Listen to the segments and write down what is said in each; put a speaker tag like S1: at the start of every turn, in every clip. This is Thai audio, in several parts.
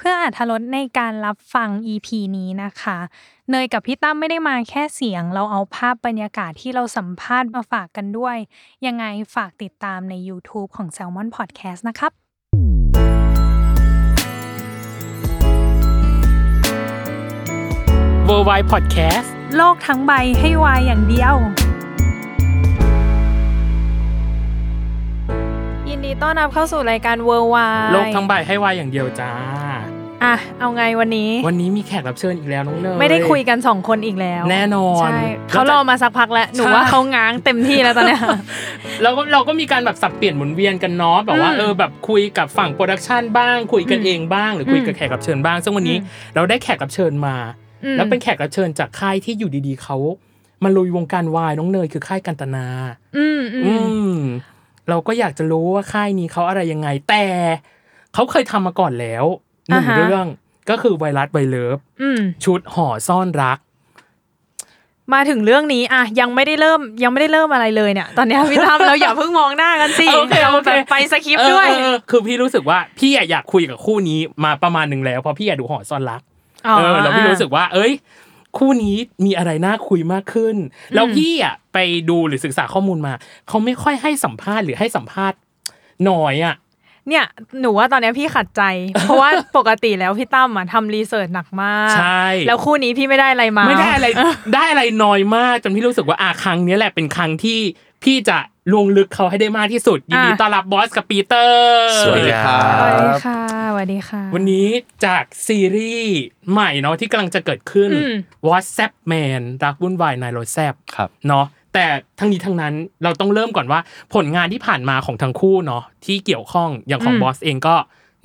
S1: เพื่ออาธรตในการรับฟัง EP นี้นะคะ เนยกับพี่ตั้มไม่ได้มาแค่เสียง เราเอาภาพบรรยากาศที่เราสัมภาษณ์มาฝากกันด้วย ยังไงฝากติดตามใน YouTube ของ Salmon Podcast นะครับ
S2: w o r l d w i d e Podcast
S1: โลกทั้งใบให้วายอย่างเดียว ยินดีต้อนรับเข้าสู่รายการเวอร์วาย
S2: โลกทั้งใบให้วายอย่างเดียวจ้า
S1: อ่ะ เอาไงวันนี้
S2: วันนี้มีแขกรับเชิญอีกแล้วน้องเนย
S1: ไม่ได้คุยกันสองคนอีกแล้ว
S2: แน่นอน
S1: ใช่เขารอมาสักพักแล้วหนู
S2: ใช่
S1: ว่าเขาง้างเต็มที่แล้วตอนเนี้ย
S2: เราก็เราก็มีการแบบสับเปลี่ยนหมุนเวียนกันเนาะแบบว่า
S1: อืม
S2: เออแบบคุยกับฝั่งโปรดักชันบ้างคุยกัน
S1: อืม
S2: เองบ้างหรือคุยกับ
S1: อืม
S2: แขกรับเชิญบ้าง ซึ่งวันนี้
S1: อืม
S2: เราได้แขกรับเชิญมา
S1: อืม
S2: แล้วเป็นแขกรับเชิญจากค่ายที่อยู่ดีๆเขามาลุยวงการวายน้องเนยคือค่ายกันตนา
S1: อืมอื
S2: อื
S1: ม
S2: มเราก็อยากจะรู้ว่าค่ายนี้เขาอะไรยังไง แต่เขาเคยทำมาก่อนแล้วหนึ่งเรื่องก็คือไวรัสไวเลิฟ
S1: อืม
S2: ชุดห่อซ่อนรัก
S1: มาถึงเรื่องนี้อ่ะยังไม่ได้เริ่มยังไม่ได้เริ่มอะไรเลยเนี่ย ตอนเนี้ยพี่ทามเราอย่าเพิ่งมองหน้ากันสิ
S2: โอเคโอเค
S1: แบบไปสคริปต์ด้วย
S2: เออเออเออคือพี่รู้สึกว่าพี่อะอยากคุยกับคู่นี้มาประมาณหนึ่งแล้วเพราะพี่อยากดูห่อซ่อนรักเออแล้วพี่รู้สึกว่า เอ้ย คู่นี้มีอะไรน่าคุยมากขึ้น แล้วพี่อะไปดูหรือศึกษาข้อมูลมา เขาไม่ค่อยให้สัมภาษณ์หรือให้สัมภาษณ์น้อยอะ
S1: เนี่ยหนูว่าตอนเนี้ยพี่ขัดใจ เพราะว่าปกติแล้วพี่ตั้มอ่ะทำรีเสิร์ชหนักมาก
S2: ใช่
S1: แล้วคู่นี้พี่ไม่ได้อะไรมา
S2: ไม่ได้อะไร ได้อะไรน้อยมากจนพี่รู้สึกว่าอาครั้งเนี้ยแหละเป็นครั้งที่พี่จะลงลึกเขาให้ได้มากที่สุดยินดี
S1: อ่ะ
S2: ต้อนรับบอสกับปีเตอร์
S3: สวัสดีครั
S1: สวัสดี
S3: บ
S1: ค่ะสวัสดีค่ะ
S2: วันนี้จากซีรีส์ใหม่เนาะที่กำลังจะเกิดขึ้น
S1: อืม
S2: WhatsApp Man รักวุ่นวายนายรถแซบ
S3: ครับ
S2: เนาะแต่ทั้งนี้ทั้งนั้นเราต้องเริ่มก่อนว่าผลงานที่ผ่านมาของทั้งคู่เนาะที่เกี่ยวข้องอย่างของ
S1: อืม
S2: บอสเองก็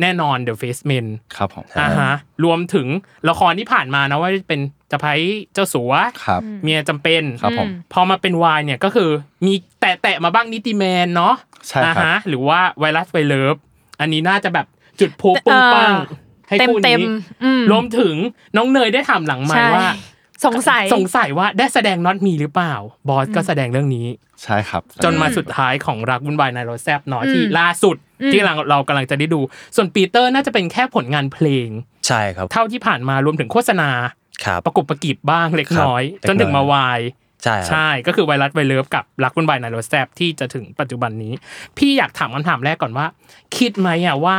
S2: แน่นอน The Face Men
S3: ครับผม
S2: อ่าฮะรวมถึงละครที่ผ่านมานะว่าจะเป็นจะไพเจ้าสัว
S3: ครับ
S2: เมียจำเป็น
S3: ครับผม
S2: พอมาเป็นวายเนี่ยก็คือมีแตะๆมาบ้างนิติแมนเนาะ
S3: ใช่ครับ
S2: อ่าฮะหรือว่าไวรัสไวเลิฟอันนี้น่าจะแบบจุดพลุปุ้งปัง
S1: เออ
S2: ให้
S1: เต็ม
S2: คู่
S1: เต็ม
S2: นี้
S1: อืม
S2: รวมถึงน้องเนยได้ถามหลังไมา
S1: ใช่
S2: ว่า
S1: สงสัย
S2: สงสัยว่าได้แสดงน็อตมีหรือเปล่า บอสก็แสดงเรื่องนี้
S3: ใช่ครับ
S2: จนมาสุดท้ายของรักวุ่นวายนายรถแซบเนาะ
S1: อืม
S2: ที่ล่าสุด
S1: อืม
S2: ที่เราเรากำลังจะได้ดู ส่วนปีเตอร์น่าจะเป็นแค่ผลงานเพลง
S3: ใช่ครับ
S2: เท่าที่ผ่านมารวมถึงโฆษณา
S3: ครับ
S2: ประกบประกิบบ้างเล็กน้อย
S3: ครับ
S2: จนถึง
S3: เล็กน้
S2: มา
S3: อย
S2: วาย
S3: ใช่ครับ
S2: ใช่ ก็คือไวรัสไวเลิฟกับรักวุ่นวายในโรสแซบที่จะถึงปัจจุบันนี้ พี่อยากถามคำถามแรกก่อนว่า คิดไหมอ่ะว่า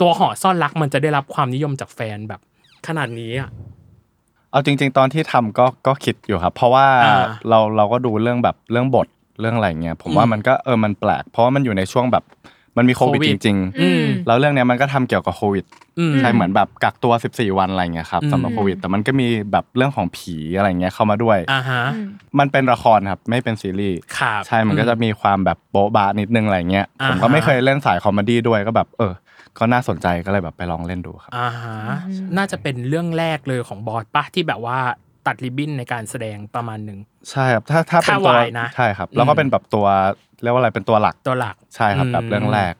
S2: ตัวห่อซ่อนรักมันจะได้รับความนิยมจากแฟนแบบ ขนาดนี้อ่ะ
S3: เอาจริง ๆ ตอนที่ทำก็ก็คิดอยู่ครับ เพราะว่า
S2: อ่า
S3: เราเราก็ดูเรื่องแบบเรื่องบทเรื่องอะไรเงี้ย ผมว่า
S2: อืม
S3: มันก็เออมันแปลก เพราะว่ามันอยู่ในช่วงแบบมันมีโควิด
S2: โควิ
S3: จ
S2: ด
S3: ริง
S1: อืม
S3: ๆ แล้วเรื่องเนี้ยมันก็ทำเกี่ยวกับโควิด
S2: อืม
S3: ใช่เหมือนแบบกักตัว 14 วันอะไรเงี้ยครับ
S2: อืม
S3: สำหรับโควิด แต่มันก็มีแบบเรื่องของผีอะไรเงี้ยเข้ามาด้วย
S2: อ่าฮะ
S3: มันเป็นละครครับไม่เป็นซีรีส์
S2: ครับ
S3: ใช่ มันก็จะมีความแบบโบ๊ะบะนิดนึงอะไรเงี้ย
S2: อ่า
S3: ผม
S2: ฮะ
S3: ก็ไม่เคยเล่นสายคอมเมดี้ด้วยก็แบบ เออ ก็น่าสนใจก็เลยแบบไปลองเล่นดูครับ
S2: อ่าฮะน่าจะเป็นเรื่องแรกเลยของบอสปะที่แบบว่าตัดริบบิ้นในการแสดงประมาณหนึ่ง
S3: ใช่ครับ ถ้าถ้าเป็นตัว
S2: ถ้าวายนะ
S3: ใช่ครับ
S2: อืม
S3: แล้วก็เป็นแบบตัวเรียกว่าอะไรเป็นตัวหลัก
S2: ตัวหลัก
S3: ใช่ครับ
S2: อืม
S3: แบบเรื่องแรก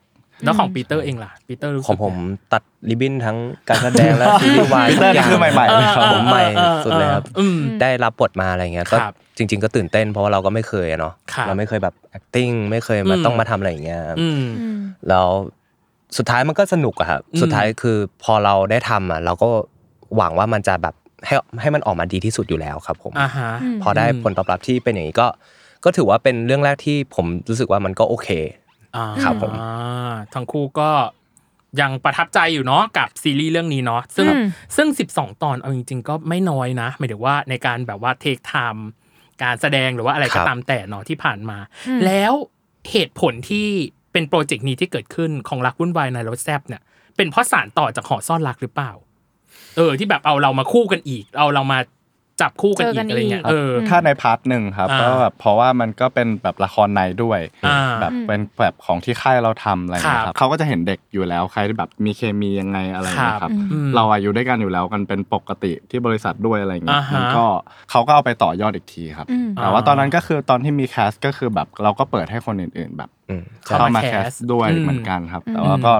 S2: แล้วของปีเตอร์เองล่ะปีเตอร์รู้
S4: ข
S2: สึ
S4: อก ง
S2: ไ
S4: ผมตัดริบบิ้นทั้งการแสดงและซีรีส์วาย
S3: ปีเตอร์นี่คือใหม่ๆเลยครับ
S4: ผมใหม่สุดเลยครับ
S2: อืม
S4: ได้รับบทมาอะไรเงี้ยก็
S2: ครับ
S4: จริง ๆ ก็ตื่นเต้นเพราะว่าเราก็ไม่เคยอะเนาะ
S2: ครับ
S4: เราไม่เคยแบบ acting ไม่เคยมา
S2: อืม
S4: ต้องมาทำอะไรอย่างเงี้ย
S2: อืม
S1: อืม
S4: แล้วสุดท้ายมันก็สนุกอะครับ
S2: อืม
S4: สุดท้ายคือพอเราได้ทำอะเราก็หวังว่ามันจะแบบให้ให้มันออกมาดีที่สุดอยู่แล้วครับผม
S2: อ่าฮะ
S1: อืม
S4: พอได้ผลตอบรับที่เป็นอย่างนี้ก็ ก็ถือว่าเป็นเรื่องแรกที่ผมรู้สึกว่ามันก็โอเค
S2: อ่า
S4: ครับผม
S2: อ่าทั้งคู่ก็ยังประทับใจอยู่เนาะกับซีรีส์เรื่องนี้เนาะซึ่ง
S1: อืม
S2: ซึ่ง 12 ตอนเอาจริงๆ ก็ไม่น้อยนะหมายถึงว่าในการแบบว่าเทคไทม์การแสดงหรือว่าอะไรก็ตามแต่เนาะที่ผ่านมา แล้วเหตุผลที่เป็นโปรเจกต์นี้ที่เกิดขึ้นของรักวุ่นวายในรถแซบเนี่ย เป็นเพราะสารต่อจากหอซ่อนรักหรือเปล่า เออ ที่แบบเอาเรามาคู่กันอีก เอาเรามาจับคู่กันอีกอะไรเงี้ยเออ
S3: ถ้าในพาร์ทหนึ่งครับ
S2: อ่า
S3: ก็แบบเพราะว่ามันก็เป็นแบบละครในด้วย
S2: อ่า
S3: แบบเป็นแบบของที่ค่ายเราทำอะไรอย่างเงี้
S2: ครับ
S3: ยครับเขาก็จะเห็นเด็กอยู่แล้วใครที่แบบมีเคมียังไงอะไรอย่างเงี้ย
S2: ค
S3: ค
S2: รั
S3: รั
S2: บบ อืม
S3: เราอะอยู่ด้วยกันอยู่แล้วกันเป็นปกติที่บริษัทด้วยอะไรอย่างเงี้ย
S2: อ่าฮะ
S3: มันก็เขาก็เอาไปต่อยอดอีกทีครับ
S1: อืม
S3: แต่ว่าตอนนั้นก็คือตอนที่มีแคสก็คือแบบเราก็เปิดให้คนอื่นๆ แบบ
S4: อืม
S2: เข้า
S3: เข้า
S2: มา
S3: มา
S2: แค
S3: แค
S2: ส
S3: สด้วย
S2: อืม
S3: เหมือนกันครับ แต่ว่าก็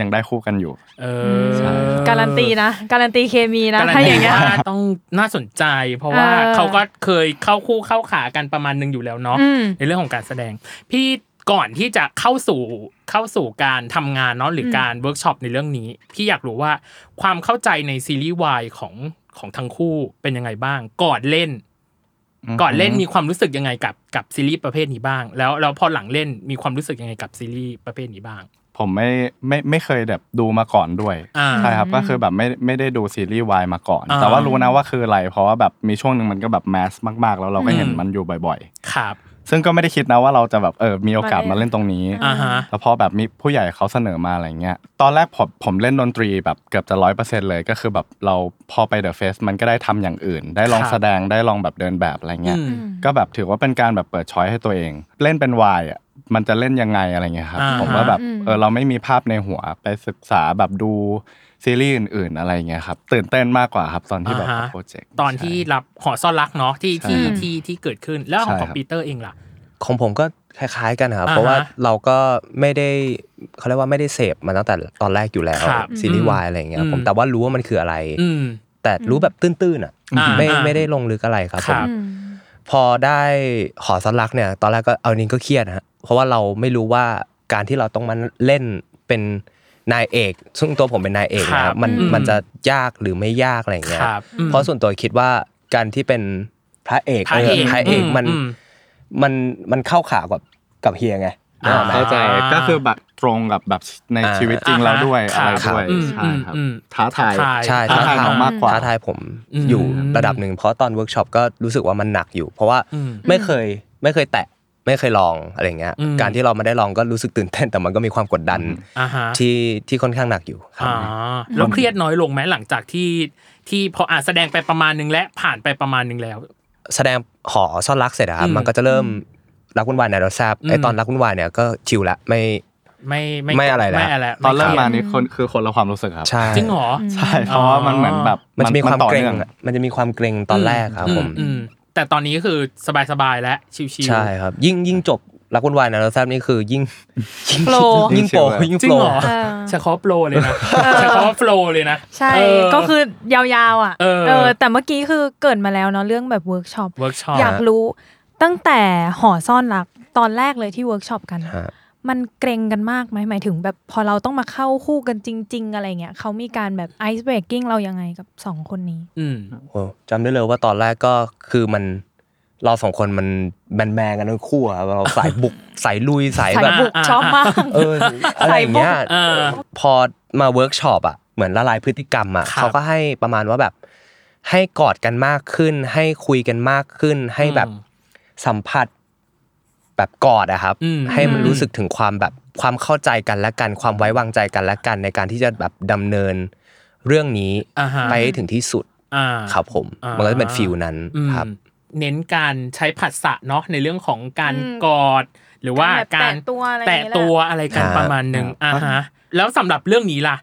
S3: ยังได้คู่กันอยู่
S2: เอออ
S1: การันตีนะ การันตีเคมีนะ
S2: การัน
S1: ถ้าอ
S2: ตี
S1: ย่างเงี้ย
S2: ว่าต้องน่าสนใจ เพราะว่า
S1: เออ
S2: เขาก็เคยเข้าคู่เข้าขากันประมาณหนึ่งอยู่แล้วเนาะ
S1: อืม
S2: ในเรื่องของการแสดง พี่ก่อนที่จะเข้าสู่เข้าสู่การทำงานเนาะหรืออ
S1: ม
S2: การเวิร์กช็อปในเรื่องนี้พี่อยากรู้ว่าความเข้าใจในซีรีส์วายของของทั้งคู่เป็นยังไงบ้าง ก่อนเล่น
S3: อือฮึ
S2: ก่อนเล่นมีความรู้สึกยังไงกับกับซีรีส์ประเภทนี้บ้าง แล้วแล้วพอหลังเล่นมีความรู้สึกยังไงกับซีรีส์ประเภทนี้บ้าง
S3: ผมไม่ไม่ไม่เคยแบบดูมาก่อนด้วย
S2: อ่า
S3: ใช่ครับก็คือแบบไม่ไม่ได้ดูซีรีส์วายมาก่อน
S2: อ่า
S3: แต่ว่ารู้นะว่าคืออะไรเพราะว่าแบบมีช่วงหนึ่งมันก็แบบแมสมากๆ แล้วเราก็เห็นมันอยู่บ่อย
S2: ครับ
S3: ๆ ซึ่งก็ไม่ได้คิดนะว่าเราจะแบบเออมีโอกาสมาเล่นตรงนี้
S2: อ่าฮะ
S3: แล้วพอแบบมีผู้ใหญ่เขาเสนอมาอะไรเงี้ยตอนแรกผมผมเล่นดนตรีแบบเกือบจะร้อยเปอร์เซ็นต์เลยก็คือแบบเราพอไปเดอะเฟสมันก็ได้ทำอย่างอื่น ได้ลอง
S2: ครับ
S3: แสดงได้ลองแบบเดินแบบอะไรเงี้ย
S2: อืม
S3: ก็แบบถือว่าเป็นการแบบเปิดช้อยให้ตัวเอง เล่นเป็นวายอ่ะมันจะเล่นยังไงอะไรเงี้ยครับ
S2: อ่า
S3: ผมว่าแบบ
S1: อืม
S3: เออเราไม่มีภาพในหัวไปศึกษาแบบดูซีรีส์อื่นๆอะไรเงี้ยครับตื่นเต้นมากกว่าครับตอนที่แบบ
S2: อ่าฮะ
S3: โปรเจกต์
S2: ตอนที่รับหอซ่อนรักเนาะที่
S3: ใช่
S2: ที่
S3: ครับ
S2: ที่ที่เกิดขึ้นแล้วของข
S3: ใช่
S2: อง
S3: ครับ
S2: ปีเตอร์เองล่ะ
S4: ของผมก็คล้ายๆกันครับ
S2: อ่าฮะ
S4: เพราะว่าเราก็ไม่ได้เขาเรียกว่าไม่ได้เสพมาตั้งแต่ตอนแรกอยู่แล้ว
S2: ครับ
S4: ซีรี
S2: อื
S4: ส์
S2: ม
S4: วายอะไรอย่างเงี้ยผม
S2: อืม
S4: แต่ว่ารู้ว่ามันคืออะไร
S2: อืม
S4: แต่รู้แบบตื้นๆอ่ะ
S2: อ่า
S4: ไม่
S2: อ่า
S4: ไม่ได้ลงลึกอะไรครับ
S2: ค
S4: ผ
S2: รับ
S4: ม
S1: อืม
S4: พอได้หอสลักเนี่ย ตอนแรกก็เอานิงก็เครียดฮะเพราะว่าเราไม่รู้ว่าการที่เราต้องมาเล่นเป็นนายเอก ซึ่งตัวผมเป็นนายเอก
S2: ครั
S4: นะ
S2: บ
S4: มัน
S2: อืม
S4: มันจะยากหรือไม่ยากอะไรอย่า
S2: ค
S4: งเงี้ย
S2: รับ
S4: เพราะส่วนตัวคิดว่าการที่เป็นพระเอก
S2: พระเอก
S4: พระเอกมัน
S2: อืม
S4: มันมันเข้าขากับกับเฮียไง
S2: อ่า
S4: นึกออกไหม
S3: เข้าใจก็คือแบบตรงกับแบบใน
S4: อ่า
S3: ชีวิตจริงเราด้วย
S2: คบ
S3: อะไรด้วย
S2: อืม
S3: ใช่ครับ
S2: อืม
S3: ท้าทาย
S2: ท้าทาย
S4: ใช่
S3: ท้าทายมากกว่า
S4: ท้าทายผม
S2: อืม
S4: อยู่ระดับหนึ่งเพราะตอนเวิร์กช็อปก็รู้สึกว่ามันหนักอยู่ เพราะว่า
S2: อืม
S4: ไม่เคยไม่เคยแตะไม่เคยลองอะไรเงี้ย
S2: อืม
S4: การที่เรามาได้ลองก็รู้สึกตื่นเต้นแต่มันก็มีความกดดัน
S2: อ่าฮะ
S4: ที่ที่ค่อนข้างหนักอยู่ครับ
S2: อ่าแล้วเครียดน้อยลงไหมหลังจากที่ที่พออ่ะแสดงไปประมาณนึงและผ่านไปประมาณนึงแล้ว
S4: แสดงหอซ่อนรักเสร็จอะครั
S2: อื
S4: บ
S2: ม
S4: มันก็จะเริ่มรักวุ่นวายในรสแซบไอ
S2: อืม
S4: ตอนรักวุ่นวายเนี่ยก็ชิลละไม่
S2: ไม่
S4: ไม่อะไรแล้ว
S2: ไม่อะไร
S3: ตอนเริ่ม
S2: ไคยด
S3: มานี่คนคือคนละความรู้สึกครับ
S4: ใช่
S2: จริงเหรอ
S3: ใช่เพราะว่ามันเหมือนแบบ
S4: มันจะมีความ
S3: ต่อ
S4: เกรง
S3: นื่อง
S4: อะมันจะมีความเกรงตอนแรกครับ
S2: อื
S4: ผม
S2: อืแต่ตอนนี้ก็คือสบายๆและชิวๆ
S4: ใช่ครับ ยิ่งยิ่งจบรักวุ่นวายนะเราแซบนี่คือยิ่งยิ่ง
S1: โปร
S4: ยิ่งโปรยิ่ง
S2: จริ
S4: โป
S2: ง
S4: ร
S2: เหรอ
S1: เออ
S2: เฉพาะโปรเลยนะเฉพาะโปรเลยนะ
S1: ใช่
S2: เออ
S1: ก็คือยาวๆอ่ะ
S2: เออ
S1: แต่เมื่อกี้คือเกริดมาแล้วเนาะเรื่องแบบเวิร์กช็อป
S2: เวิร์กช็อป
S1: อยากรู้ตั้งแต่หอซ่อนรักตอนแรกเลยที่เวิร์กช็อปกันอะ
S4: ฮะ
S1: มันเกรงกันมากไหมหมายถึงแบบพอเราต้องมาเข้าคู่กันจริง ๆ อะไรเงี้ยเขามีการแบบไอซ์เบรกกิ้งเรายังไงกับสองคนนี้
S2: อืม
S4: โอ้จำได้เลยว่าตอนแรกก็คือมันเราสองคนมันแมนแมนๆกันทั้งคู่อะเราสายบุก สายลุยสาย
S1: สาย
S4: แบบ
S1: บุก
S2: อ่า
S1: ชอบมาก
S4: เอออะไรอย่างเงี้ย
S2: เออ
S4: พอมาเวิร์กช็อปอ่ะเหมือนละลายพฤติกรรมอ่ะ
S2: ครับ
S4: เขาก็ให้ประมาณว่าแบบ ให้กอดกันมากขึ้น ให้คุยกันมากขึ้น ให้แบบ
S2: อืม
S4: สัมผัสแบบกอดอะครับ
S2: อืม
S4: ให้มัน
S1: อืม
S4: รู้สึกถึงความแบบความเข้าใจกันและกันความไว้วางใจกันและกันในการที่จะแบบดำเนินเรื่องนี้
S2: อ่าฮะ
S4: ไปให้ถึงที่สุด
S2: อ่า
S4: ครับผม
S2: อ่ามั
S4: มันก็จะเป็นฟิลนั้น
S2: อืม
S4: ครับ
S2: เน้นการใช้ผัสสะเนาะในเรื่องของการ
S1: อืม
S2: กอด หรือว่า
S1: การ
S2: กา
S1: แตะ
S2: ร
S1: ตัวอะไรอย่างเงี้ย
S2: แตะตัวอะไรกัน
S4: ครับ
S2: ประมาณหนึ่ง
S3: ครับ
S2: อ่าฮะแล้วสำหรับเรื่องนี้ล่ะ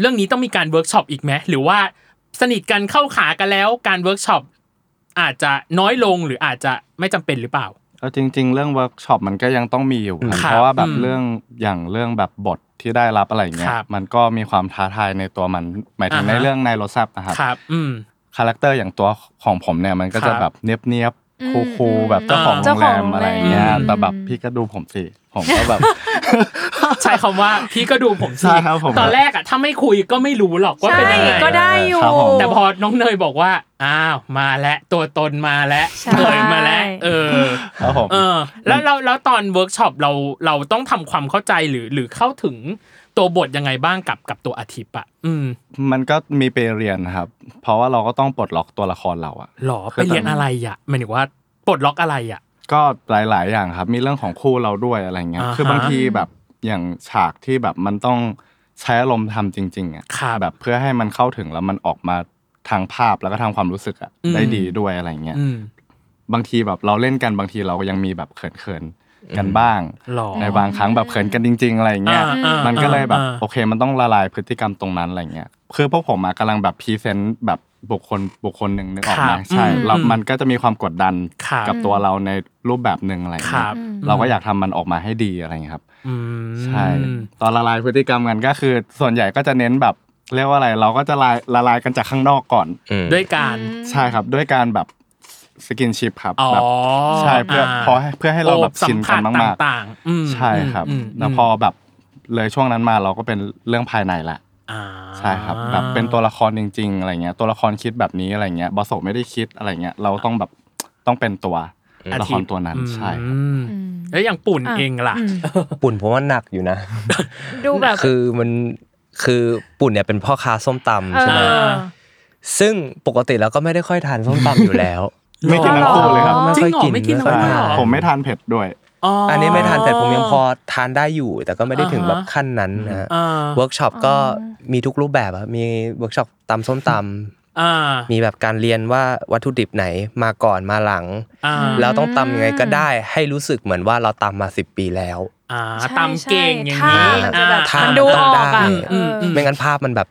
S2: เรื่องนี้ต้องมีการเวิร์กช็อปอีกไหมหรือว่าสนิทกันเข้าขากันแล้วการเวิร์กช็อปอาจจะน้อยลงหรืออาจจะไม่จำเป็นหรือเปล่า
S4: เ
S3: แล้วจริง ๆ เรื่องเวิร์กช็อปมันก็ยังต้องมีอยู่ครับ
S2: ครับ
S3: เพราะว่าแบบ
S2: อืม
S3: เรื่องอย่างเรื่องแบบบทที่ได้รับอะไรเงี้
S2: ค
S3: ย
S2: รับ
S3: มันก็มีความท้าทายในตัวมันหมายถึง
S2: อ่าฮะ
S3: ในเรื่องในรสแซบนะครับ
S2: ครับ อืม
S3: คาแรคเตอร์อย่างตัวของผมเนี่ยมันก็
S2: ครั
S3: จะ
S2: บ
S3: แบบเนียบ
S1: อื
S3: ๆ
S1: ม
S3: คูล
S1: อืม
S3: ๆแบบเจ้าของ
S1: อ่า
S3: โรงแรมอะไรเงี้ย
S2: เจ้าของโรงแรม
S3: แต่แบบพี่ก็ดูผมสิผมก็แบบ
S2: ใช้คำว่าพี่ก็ดูผมสิ
S3: ใช่ครับผม
S2: ตอนแรกอะถ้าไม่คุยก็ไม่รู้หรอกว่าเป็น
S1: ใช่
S2: ยังไง
S1: ก็ได้อยู่
S3: ครับผม
S2: แต่พอน้องเนยบอกว่า อ้าวมาแล้วตัวตนมาแล้ว
S1: ใช่
S2: เผยมาแล้วเออ
S3: ครับผม
S2: เออ แล้วเราแล้วตอนเวิร์กช็อปเราเราต้องทำความเข้าใจหรือหรือเข้าถึงตัวบทยังไงบ้างกับกับตัวอาทิตย์อ่ะ อืม
S3: มันก็มีไปเรียนนะครับ เพราะว่าเราก็ต้องปลดล็อกตัวละครเราอะ
S2: หรอไปเรียนอะไรอ่ะหมายถึงว่าปลดล็อกอะไรอ่ะ
S3: ก็หลาย ๆ อย่างครับ มีเรื่องของคู่เราด้วยอะไรเงี้ย
S2: อ่าฮะ
S3: คือบางทีแบบอย่างฉากที่แบบมันต้องใช้อารมณ์ทำจริง ๆอ่ะ
S2: ครับ
S3: แบบเพื่อให้มันเข้าถึงแล้วมันออกมาทางภาพแล้วก็ทางความรู้สึกอ่ะได้ดีด้วยอะไรเงี้ย
S2: อืม
S3: บางทีแบบเราเล่นกันบางทีเราก็ยังมีแบบเขิน ๆ กันบ้าง
S2: หรอ
S3: ในบางครั้งแบบเขินกันจริง ๆ อะไรเงี้ย
S2: อ่าอ่า
S3: มันก็เลยแบบ
S2: อ่า
S3: โอเคมันต้องละลายพฤติกรรมตรงนั้นอะไรเงี้ยคือพวกผมมากำลังแบบพรีเซนต์แบบบุคคลบุคคลหนึ่งนึกออกไห
S2: ค
S3: ม
S2: รับ
S3: ใช่
S2: อืม
S3: แล้ว
S2: อืม
S3: มันก็จะมีความกดดัน
S2: ครับ
S3: กับตัวเราในรูปแบบหนึ่งอะไร
S2: ครั
S3: เงี้
S2: บ
S3: ย
S2: อืม
S3: เราก็อยากทำมันออกมาให้ดีอะไรเงี้ยครับ
S2: อืม
S3: ใช่ตอนละลายพฤติกรรมกันก็คือ ส่วนใหญ่ก็จะเน้นแบบเรียกว่าอะไรเราก็จะละลายละลายกันจากข้างนอกก่อน
S4: อืม
S2: ด้วยการ
S3: ใช่ครับ ด้วยการแบบสกินชิพครับ
S2: อ๋อ
S3: แบบใช่เพื่อพอให้เพื่อให้เราแบบ
S2: สั
S3: ชิน
S2: ม
S3: กั
S2: ผั
S3: น
S2: ส
S3: มากๆ
S2: ต่างๆอืม
S3: ใช่ครับ
S2: อืมม
S3: แล้วพอแบบเลยช่วงนั้นมาเราก็เป็นเรื่องภายในแหละ
S2: อ่า
S3: ใช่ครับแบบเป็นตัวละครจริง ๆ อะไรเงี้ยตัวละครคิดแบบนี้อะไรเงี้ยบอสโซไม่ได้คิดอะไรเงี้ยเราต้องแบบต้องเป็นตัว
S2: อา
S3: ละค
S2: ทิต
S3: ร
S2: ย์
S3: ตัวนั้นใช่ครับ
S2: อืมแล้วอย่างปุ่นเองล่ะ
S4: ปุ่นผมว่าหนักอยู่นะ
S1: ดูแบบ
S4: คือมันคือปุ่นเนี่ยเป็นพ่อค้าส้มตำใช่ไหม
S1: เออ
S4: ซึ่งปกติแล้วก็ไม่ได้ค่อยทานส้มตำอยู่แล้ว
S3: ไม่กินทั้งคู่เลยครับ
S4: ไม่ค่อยกิน
S2: จริงเหรอไม่กิน
S4: ค่อย
S2: เลย
S4: ทา
S2: เหรอ
S4: น
S3: ผมไม่ทานเผ็ดด้วย
S4: อันนี้ไม่ทานแต่ผมยังพอทานได้อยู่ แต่ก็ไม่ได้ถึงแบบ
S2: อ่าฮะ
S4: ขั้นนั้นนะฮะ
S2: อ่า
S4: เวิร์กช็อปก็มีทุกรูปแบบอะมีเวิร์กช็อปตำส้มต
S2: อ่า
S4: ำมีแบบการเรียนว่าวัตถุดิบไหนมาก่อนมาหลัง
S2: อ่า
S4: แล้วต้องตำยังไงก็ได้ให้รู้สึกเหมือนว่าเราตำมา10ปีแล้ว
S2: อ่า
S1: ใช่
S2: ตำเก่งอย่างนี้
S1: ใช่ท่ามันจะแบบ
S4: ท่ามั
S1: มัน
S4: น
S1: ดู
S4: ต้
S1: อ
S4: อง
S1: อก
S4: ได้
S1: อ่ะ
S2: อืม
S1: เออ
S2: ม
S4: ไม่งั้นภาพมันแบบ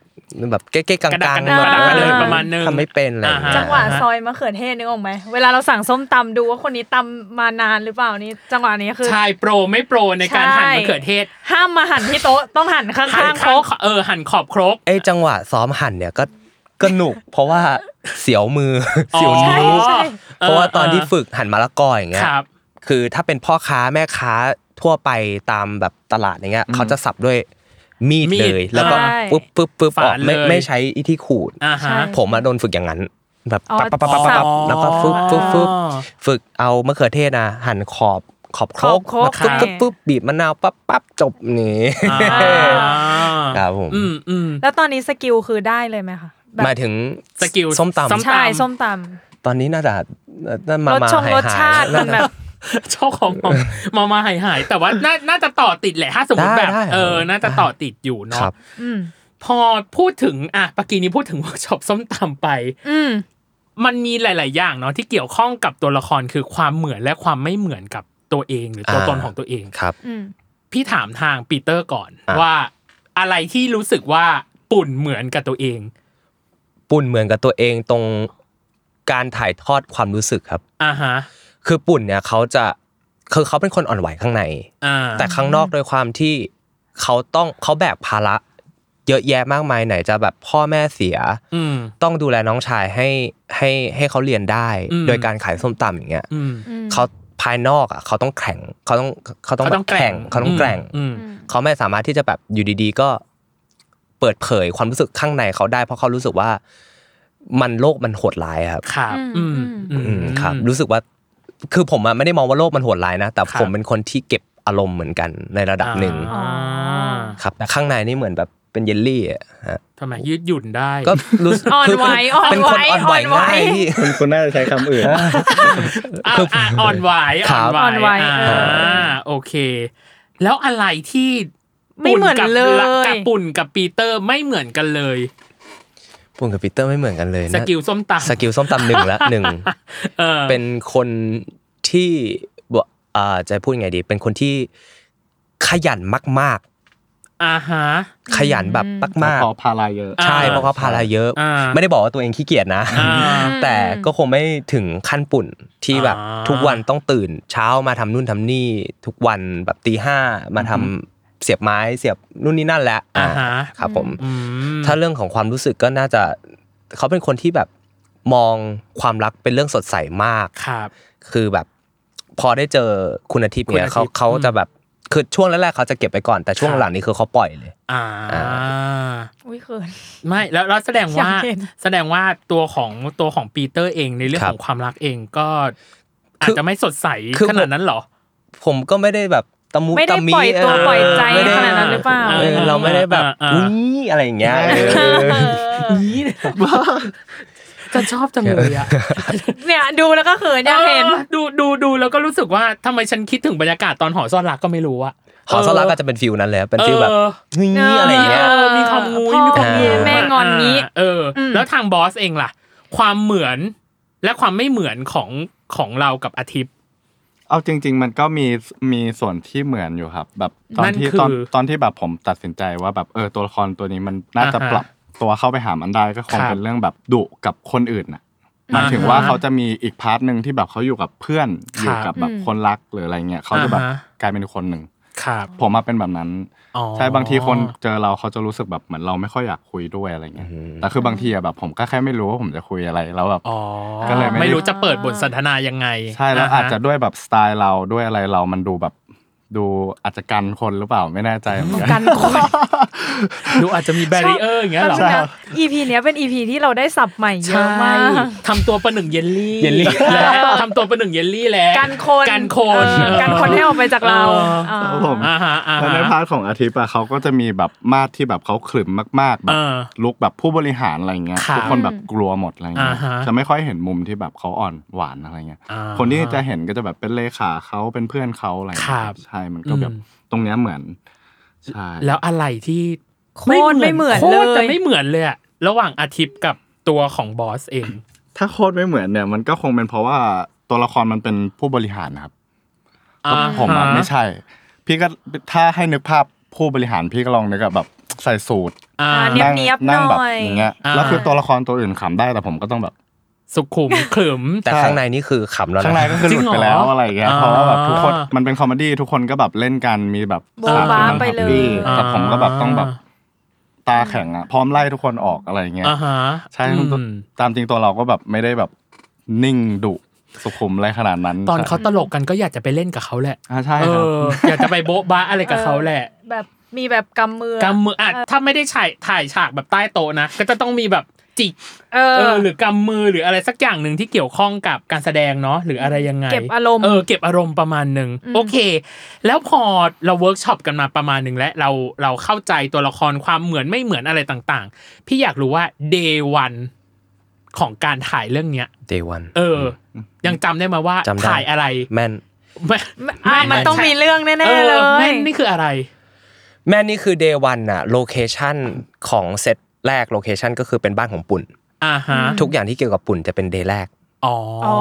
S4: แบบเก๊ะๆกัง
S2: กระดักกระ
S4: ๆ
S2: ดัก
S4: แบบ
S2: กระดักกระดัก
S1: ประมาณ
S2: นึง
S4: ทำไม่เป็นอะไรอย่า
S2: อ่าฮะ
S4: เย
S1: จังหวะซอยมะเขือเทศนึกออกไหมเวลาเราสั่งส้มตำดูว่าคนนี้ตำมานานหรือเปล่านี่จังหวะนี้คือ
S2: ชายโปรไม่โปรในการหั่นมะเขือเทศ
S1: ห้ามมาหั่นที่โต๊ะต้องหั่นข้
S2: หั่น
S1: างๆค
S2: ค
S1: ร
S2: ร
S1: ก
S2: กเออหั่นขอบครก
S4: ไอ้จังหวะซ้อมหั่นเนี่ยก็ก็หนุก เพราะว่าเสียวมือ เสียว
S2: อ๋
S4: นิ้ว
S2: อใช่
S4: เพราะว่าตอน
S2: เออ
S4: ที่ฝึกหั่นมะละกออย่างเงี้
S2: ค
S4: ย
S2: รับ
S4: คือถ้าเป็นพ่อค้าแม่ค้าทั่วไปตามแบบตลาดอย่างเงี้ยเขาจะสับด้วยมีด
S2: มีด
S4: เลย แล้วก็
S1: ใช่
S4: ปึ๊บปึ๊บปึ๊บอ
S2: ฝา
S4: อ
S2: ด
S4: กไม่
S2: เลย
S4: ไม่ใช้อีที่ขูด
S2: อ่าฮะ
S4: ผมอะโดนฝึกอย่างนั้น แบบ
S1: อ๋อ
S4: ปั๊บปั๊บปั๊บปั๊บ
S1: สับ
S4: ปั๊บแล้วก็ฟึบฟึบฟึบ
S2: อ๋อ
S4: ฝึกเอามะเขือเทศนะหั่นขอบขอบครก
S1: ขอบครก
S4: แล้วก็ปึ๊บปึ๊บบีบมะนาวปั๊บปั๊บจบนี่
S2: อ่า
S4: ครับผม
S2: อืมอืม
S1: แล้วตอนนี้สกิลคือได้เลยไหมคะแบบ
S4: หมายถึง
S2: สกิล
S4: ส้ม
S2: ส้
S4: ตำ
S1: ใช่
S2: ตำ
S1: ส้มต
S4: ตอนนี้น่าจะเอ่อน่า
S1: ำ
S4: มาร
S1: ส
S4: มา
S1: ชง
S4: หาย
S1: รสชาติ
S4: หย
S1: มันแบบ
S2: ชอบของมอมมามาหายหาย แต่ว่าน่าน่าจะต่อติดแหละถ้าสมมติแบบ เออ น่าจะต่อติดอยู่
S4: ค
S2: เนาะ
S4: รับ
S1: อืม
S2: พอพูดถึงอ่ะปากีนี้พูดถึงเวิร์กช็อปส้มตำไป
S1: อืม
S2: มันมีหลาย ๆ อย่างเนาะที่เกี่ยวข้องกับตัวละครคือความเหมือนและความไม่เหมือนกับตัวเองหรือตัว
S4: อ่า
S2: ตนของตัวเอง
S4: ครับ
S1: อืม
S2: พี่ถามทางปีเตอร์ก่อน
S4: อ่ะ
S2: ว่าอะไรที่รู้สึกว่าปุ่นเหมือนกับตัวเอง
S4: ปุ่นเหมือนกับตัวเองตรงการถ่ายทอดความรู้สึกครับ
S2: อ่าฮะ
S4: คือปุ่นเนี่ยเขาจะคือเขาเป็นคนอ่อนไหวข้างใน
S2: อ่า
S4: แต่ข้างนอกโดวยความที่เขาต้องเขาแบกภาระ เยอะแยะมากมายไหนจะแบบพ่อแม่เสีย
S2: อืม
S4: ต้องดูแลน้องชายให้ให้ให้เขาเรียนได้
S2: อืม
S4: โดยการขายส้มตำอย่างเงี้ย
S2: อืม
S4: เขาภายนอกอ่ะเขาต้องแข็งเขาต้องเขาต้องแบบแข่งเขาต้องแกร่ง
S2: อืม
S4: เขาไม่สามารถที่จะแบบอยู่ดีๆ ก็เปิดเผยความรู้สึกข้างในเขาได้ เพราะเขารู้สึกว่ามันโลกมันโหดร้ายครับ
S2: ครับ
S1: อื
S2: อืม
S1: ม
S4: อืมครับ
S2: รู้
S4: รู้สึกว่า คือผมอะไม่ได้มองว่าโลกมันโหดร้ายนะ แต่
S2: ครับ
S4: ผมเป็นคนที่เก็บอารมณ์เหมือนกันในระดับหนึ่ง
S2: อ่า
S4: ครับแต่ข้างในนี่เหมือนแบบเป็นเยลลี่อะฮะ
S2: ทำไมยืดหยุ่นได้
S4: ก็รู้สึก
S1: อ่อนไหวอ่อนไหว
S4: เป็นคนอ่อนไหว
S1: อ่อนไหว
S4: ง่ายพี่
S3: คุณคุณน่าจะใช้คำอื่น
S2: อ่ะอ่ะอ่อนไหว
S4: ครับ
S2: อ่อนไหว
S1: อ่อนไหว
S2: อ่า
S1: เออ
S2: โอเค แล้วอะไรที่
S1: ไม่เหมือน
S2: ปุ่กับ
S1: เลย
S2: กับปุ่นกับปีเตอร์ไม่เหมือนกันเลย
S4: ปุ่นกับปีเตอร์ไม่เหมือนกันเลย
S2: ส
S4: นะ
S2: กิลส้มตำ
S4: สกิลส้มตำหนึ่งละหนึ่ง
S2: เออ
S4: เป็นคนที่บอ่าจะพูดยังไงดี เป็นคนที่ขยันมาก
S2: อ่าฮะ
S4: ขยันแบบมาก
S3: เพราะพาราเยอะ
S4: ๆใช่เพราะเขาภาระเยอะ
S2: อ่า
S4: ไม่ได้บอกว่าตัวเองขี้เกียจนะ
S2: อ่า
S4: แต่ก็คงไม่ถึงขั้นปุ่นที่แบบ
S2: อ่า
S4: ทุกวันต้องตื่น เช้ามาทำนู่นทำนี่ทุกวันแบบตีห้ามาทำเสียบไม้เสียบนู่นนี่นั่นแหละ
S2: อ่าฮะ
S4: ครับผม
S2: อืม
S4: ถ้าเรื่องของความรู้สึกก็น่าจะเขาเป็นคนที่แบบมองความรักเป็นเรื่องสดใสมาก
S2: ครับ
S4: คือแบบพอได้เจอคุณอาทิตย์เนี่
S2: คุ
S4: ย
S2: ณอาทิ
S4: เขา
S2: ตย์อื
S4: เขา
S2: ม
S4: จะแบบคือช่วงแรกๆเขาจะเก็บไปก่อนแต่ช่วง
S2: ครับ
S4: หลังนี้คือเขาปล่อยเลย
S2: อ่า
S4: อ่
S1: อุ้ยเขิน
S2: ไม่แล้วแล้วแสดงว่า
S1: อยากเห็น
S2: แสดงว่าตัวของตัวของปีเตอร์เองในเรื่อง
S4: ครับ
S2: ของความรักเองก็อา
S4: คื
S2: จ
S4: อ
S2: จะไม่สดใส
S4: คือ
S2: ขนาดนั้นเหรอ
S4: ผมก็ไม่ได้แบบตะมุ
S1: ไม่ได้
S4: ตะมี
S1: ปล่อยตัว
S4: เ
S1: ปล่อยใจ
S4: ไม่ได้
S1: ขนาดนั้นหรือเปล่า
S4: ออเราไม่ได้แบบ
S2: อ่าอ่า
S4: นี่อะไรอย่างเงี้ยเออ
S2: นี่บ้าจะชอบจังเลยอะ
S1: เนี่ยดูแล้วก็เขินอยากเห็น
S2: ออดูดูดูแล้วก็รู้สึกว่าทำไมฉันคิดถึงบรรยากาศตอนหอซ่อนรักก็ไม่รู้อะ
S4: หอสลักก็จะเป็นฟิลนั้นเลยเป็นฟิลแบบ
S2: เออ
S4: นี่อะไรอย่างเงี้ย
S2: เออมีความงูย
S1: พ่อ
S2: มีความเงี้ย
S1: แม่งอนงี้
S2: เออ
S1: อืม
S2: แล้วทางบอสเองล่ะ ความเหมือนและความไม่เหมือนของของเรากับอาทิตย์
S3: เอาจริง ๆ มันก็มีมีส่วนที่เหมือนอยู่ครับ แบบตอน
S2: นั่น
S3: ที่
S2: คือ
S3: ตอนตอนที่แบบผมตัดสินใจว่าแบบเออตัวละครตัวนี้มันน่าจะ
S2: อ่าฮะ
S3: ปรับตัวเข้าไปหามันได้ก็คง
S2: ครับ
S3: เป็นเรื่องแบบดุกับคนอื่นน่ะหมายถึง
S2: อ่าฮะ
S3: ว่าเขาจะมีอีกพาร์ทหนึ่งที่แบบเขาอยู่กับเพื่อน
S2: ครับ
S3: อยู่กับแบบคนรักหรืออะไรเงี้ยเขาจะแบบ
S2: อ่าฮะ
S3: กลายเป็นคนหนึ่ง
S2: ครับ
S3: ผมมาเป็นแบบนั้น ใช่บางทีคนเจอเราเขาจะรู้สึกแบบเหมือนเราไม่ค่อยอยากคุยด้วยอะไรเงี้ย
S4: อือหือ
S3: แต่คือบางทีอะแบบผมก็แค่ไม่รู้ว่าผมจะคุยอะไรแล้วแบบ
S2: อ๋อ
S3: ก็เลยไม่ได้
S2: ไม่รู้จะเปิดบทสนทนายังไง
S3: ใช่แล้ว
S2: ฮ
S3: อาจจะด้วยแบบสไตล์เราด้วยอะไรเรามันดูแบบดูอาจจะกันคนหรือเปล่าไม่แน่ใจเหมือนกัน
S1: กันคน
S2: ดูอาจจะมีแบรีเออร์อย่างเงี้ยเหรอ
S1: ชบนะ EP เนี้ยเป็น EP ที่เราได้สับใหม่เยอะมาก
S2: ทำตัวประหนึ่งเยลลี่
S4: เยลลี่
S2: และทำตัวประหนึ่งเยลลี่แล้ว
S1: กันคน
S2: กันคน
S1: เออกันคนให้ออกไปจากเรา
S2: เออ
S1: อ่า
S3: ครับผม
S2: อ่าฮะอ่า
S3: แล้วใน
S2: ฮะ
S3: พาร์ทของอาทิตย์อะเขาก็จะมีแบบมาดที่แบบเขาขรึมมากๆแบ
S2: เอบ อ
S3: ลุกแบบผู้บริหารอะไรเงี้ย
S2: ครับ
S3: ทุกคนแบบกลัวหมดอะไรเงี้ย
S2: อ่าฮะ
S3: จะไม่ค่อยเห็นมุมที่แบบเขาอ่อนหวานอะไรเงี้ย
S2: อ่า
S3: คนที่จะเห็นก็จะแบบเป็นเลขาเขาเป็นเพื่อนเขาอะไรเงี้ย
S2: ครับ
S3: ใช่มันก็แบบ
S2: อืม
S3: ตรงเนี้ยเหมือนใช่
S2: แล้วอะไรที่
S1: โคตรไม่เหมือน
S2: โคตรจะ
S1: เลย
S2: ไม่เหมือนเลยอะระหว่างอาทิตย์กับตัวของบอสเอง
S3: ถ้าโคตรไม่เหมือนเนี่ยมันก็คงเป็นเพราะว่าตัวละครมันเป็นผู้บริหารนะครับ ผมอะไม่ใช่ พี่ก็ถ้าให้นึกภาพผู้บริหารพี่ก็ลองนึกอะแบบใส่สูตร
S2: อ่า
S1: เนียบ
S3: นั่ง
S1: เนียบ
S3: นั่งแบบ
S1: หน่อย
S3: อย่างเงี้ย
S2: อ่า
S3: แล้วคือตัวละครตัวอื่นขำได้แต่ผมก็ต้องแบบ
S2: สุขุม ขรึม
S4: แต่ข้างในนี่คือขำแล้ว
S3: ข้างใน
S4: นะ
S3: ก็คือหลุดไปแล้วอะไรอย่างเงี้ย
S2: จริงเหรอ
S3: เพราะว่าแบบทุกคน
S2: อ่ามั
S3: มันเป็นคอมเมดี้ทุกคนก็แบบเล่นกันมีแบบ
S1: โบ๊ะบ๊ะไปเลย
S3: ที่มันแฮปปี้แต่ผมก็แบบต้องแบบ
S2: อ่า
S3: ตาแข็งอะพร้อมไล่ทุกคนออกอะไรอย่างเงี้ย
S2: อ่าฮะ
S3: ใช่
S2: อืม
S3: ตามจริงตัวเราก็แบบไม่ได้แบบนิ่งดุสุขุมอะไรขนาดนั้น
S2: ตอนเขาตลกกันก็อยากจะไปเล่นกับเขาแหละ
S3: อ่าใช่
S2: เอ
S3: ครับ
S2: ออยากจะไปโบ๊ะบ้าอะไรกับเขาแหละ
S1: แบบมีแบบกำมือก
S2: ำมืออ่ะถ้าไม่ได้ถ่ายถ่ายฉากแบบใต้โต๊ะนะ ก็จะต้องมีแบบจิก
S1: เอ
S2: เอ
S1: อ
S2: อหรือกำมือหรืออะไรสักอย่างหนึ่งที่เกี่ยวข้องกับการแสดงเนาะหรืออะไรยังไง
S1: เก็บอารมณ์
S2: เออเก็บอารมณ์ประมาณหนึ่งโอเค แล้วพอเราเวิร์กช็อปกันมาประมาณหนึ่งและเราเราเข้าใจตัวละครความเหมือนไม่เหมือนอะไรต่างๆ พี่อยากรู้ว่า day one ของการถ่ายเรื่องเนี้ย
S4: day one
S2: เอออยังจำได้ไหมาว่า
S4: จำได้
S2: ถ่ายอะไร
S4: แม่น
S2: ไม่
S1: อ่ะมันต้องมีเรื่องแน่
S2: เอ
S1: ๆเล
S2: อย แม่นนี่คืออะไร
S4: แม่นนี่คือ day one อะโลเคชันของเซตแรกโลเคชันก็คือเป็นบ้านของปุ่น
S2: อ่าฮะ
S4: ทุกอย่างที่เกี่ยวกับปุ่นจะเป็น day แรก
S2: อ๋ออ
S1: อ๋อ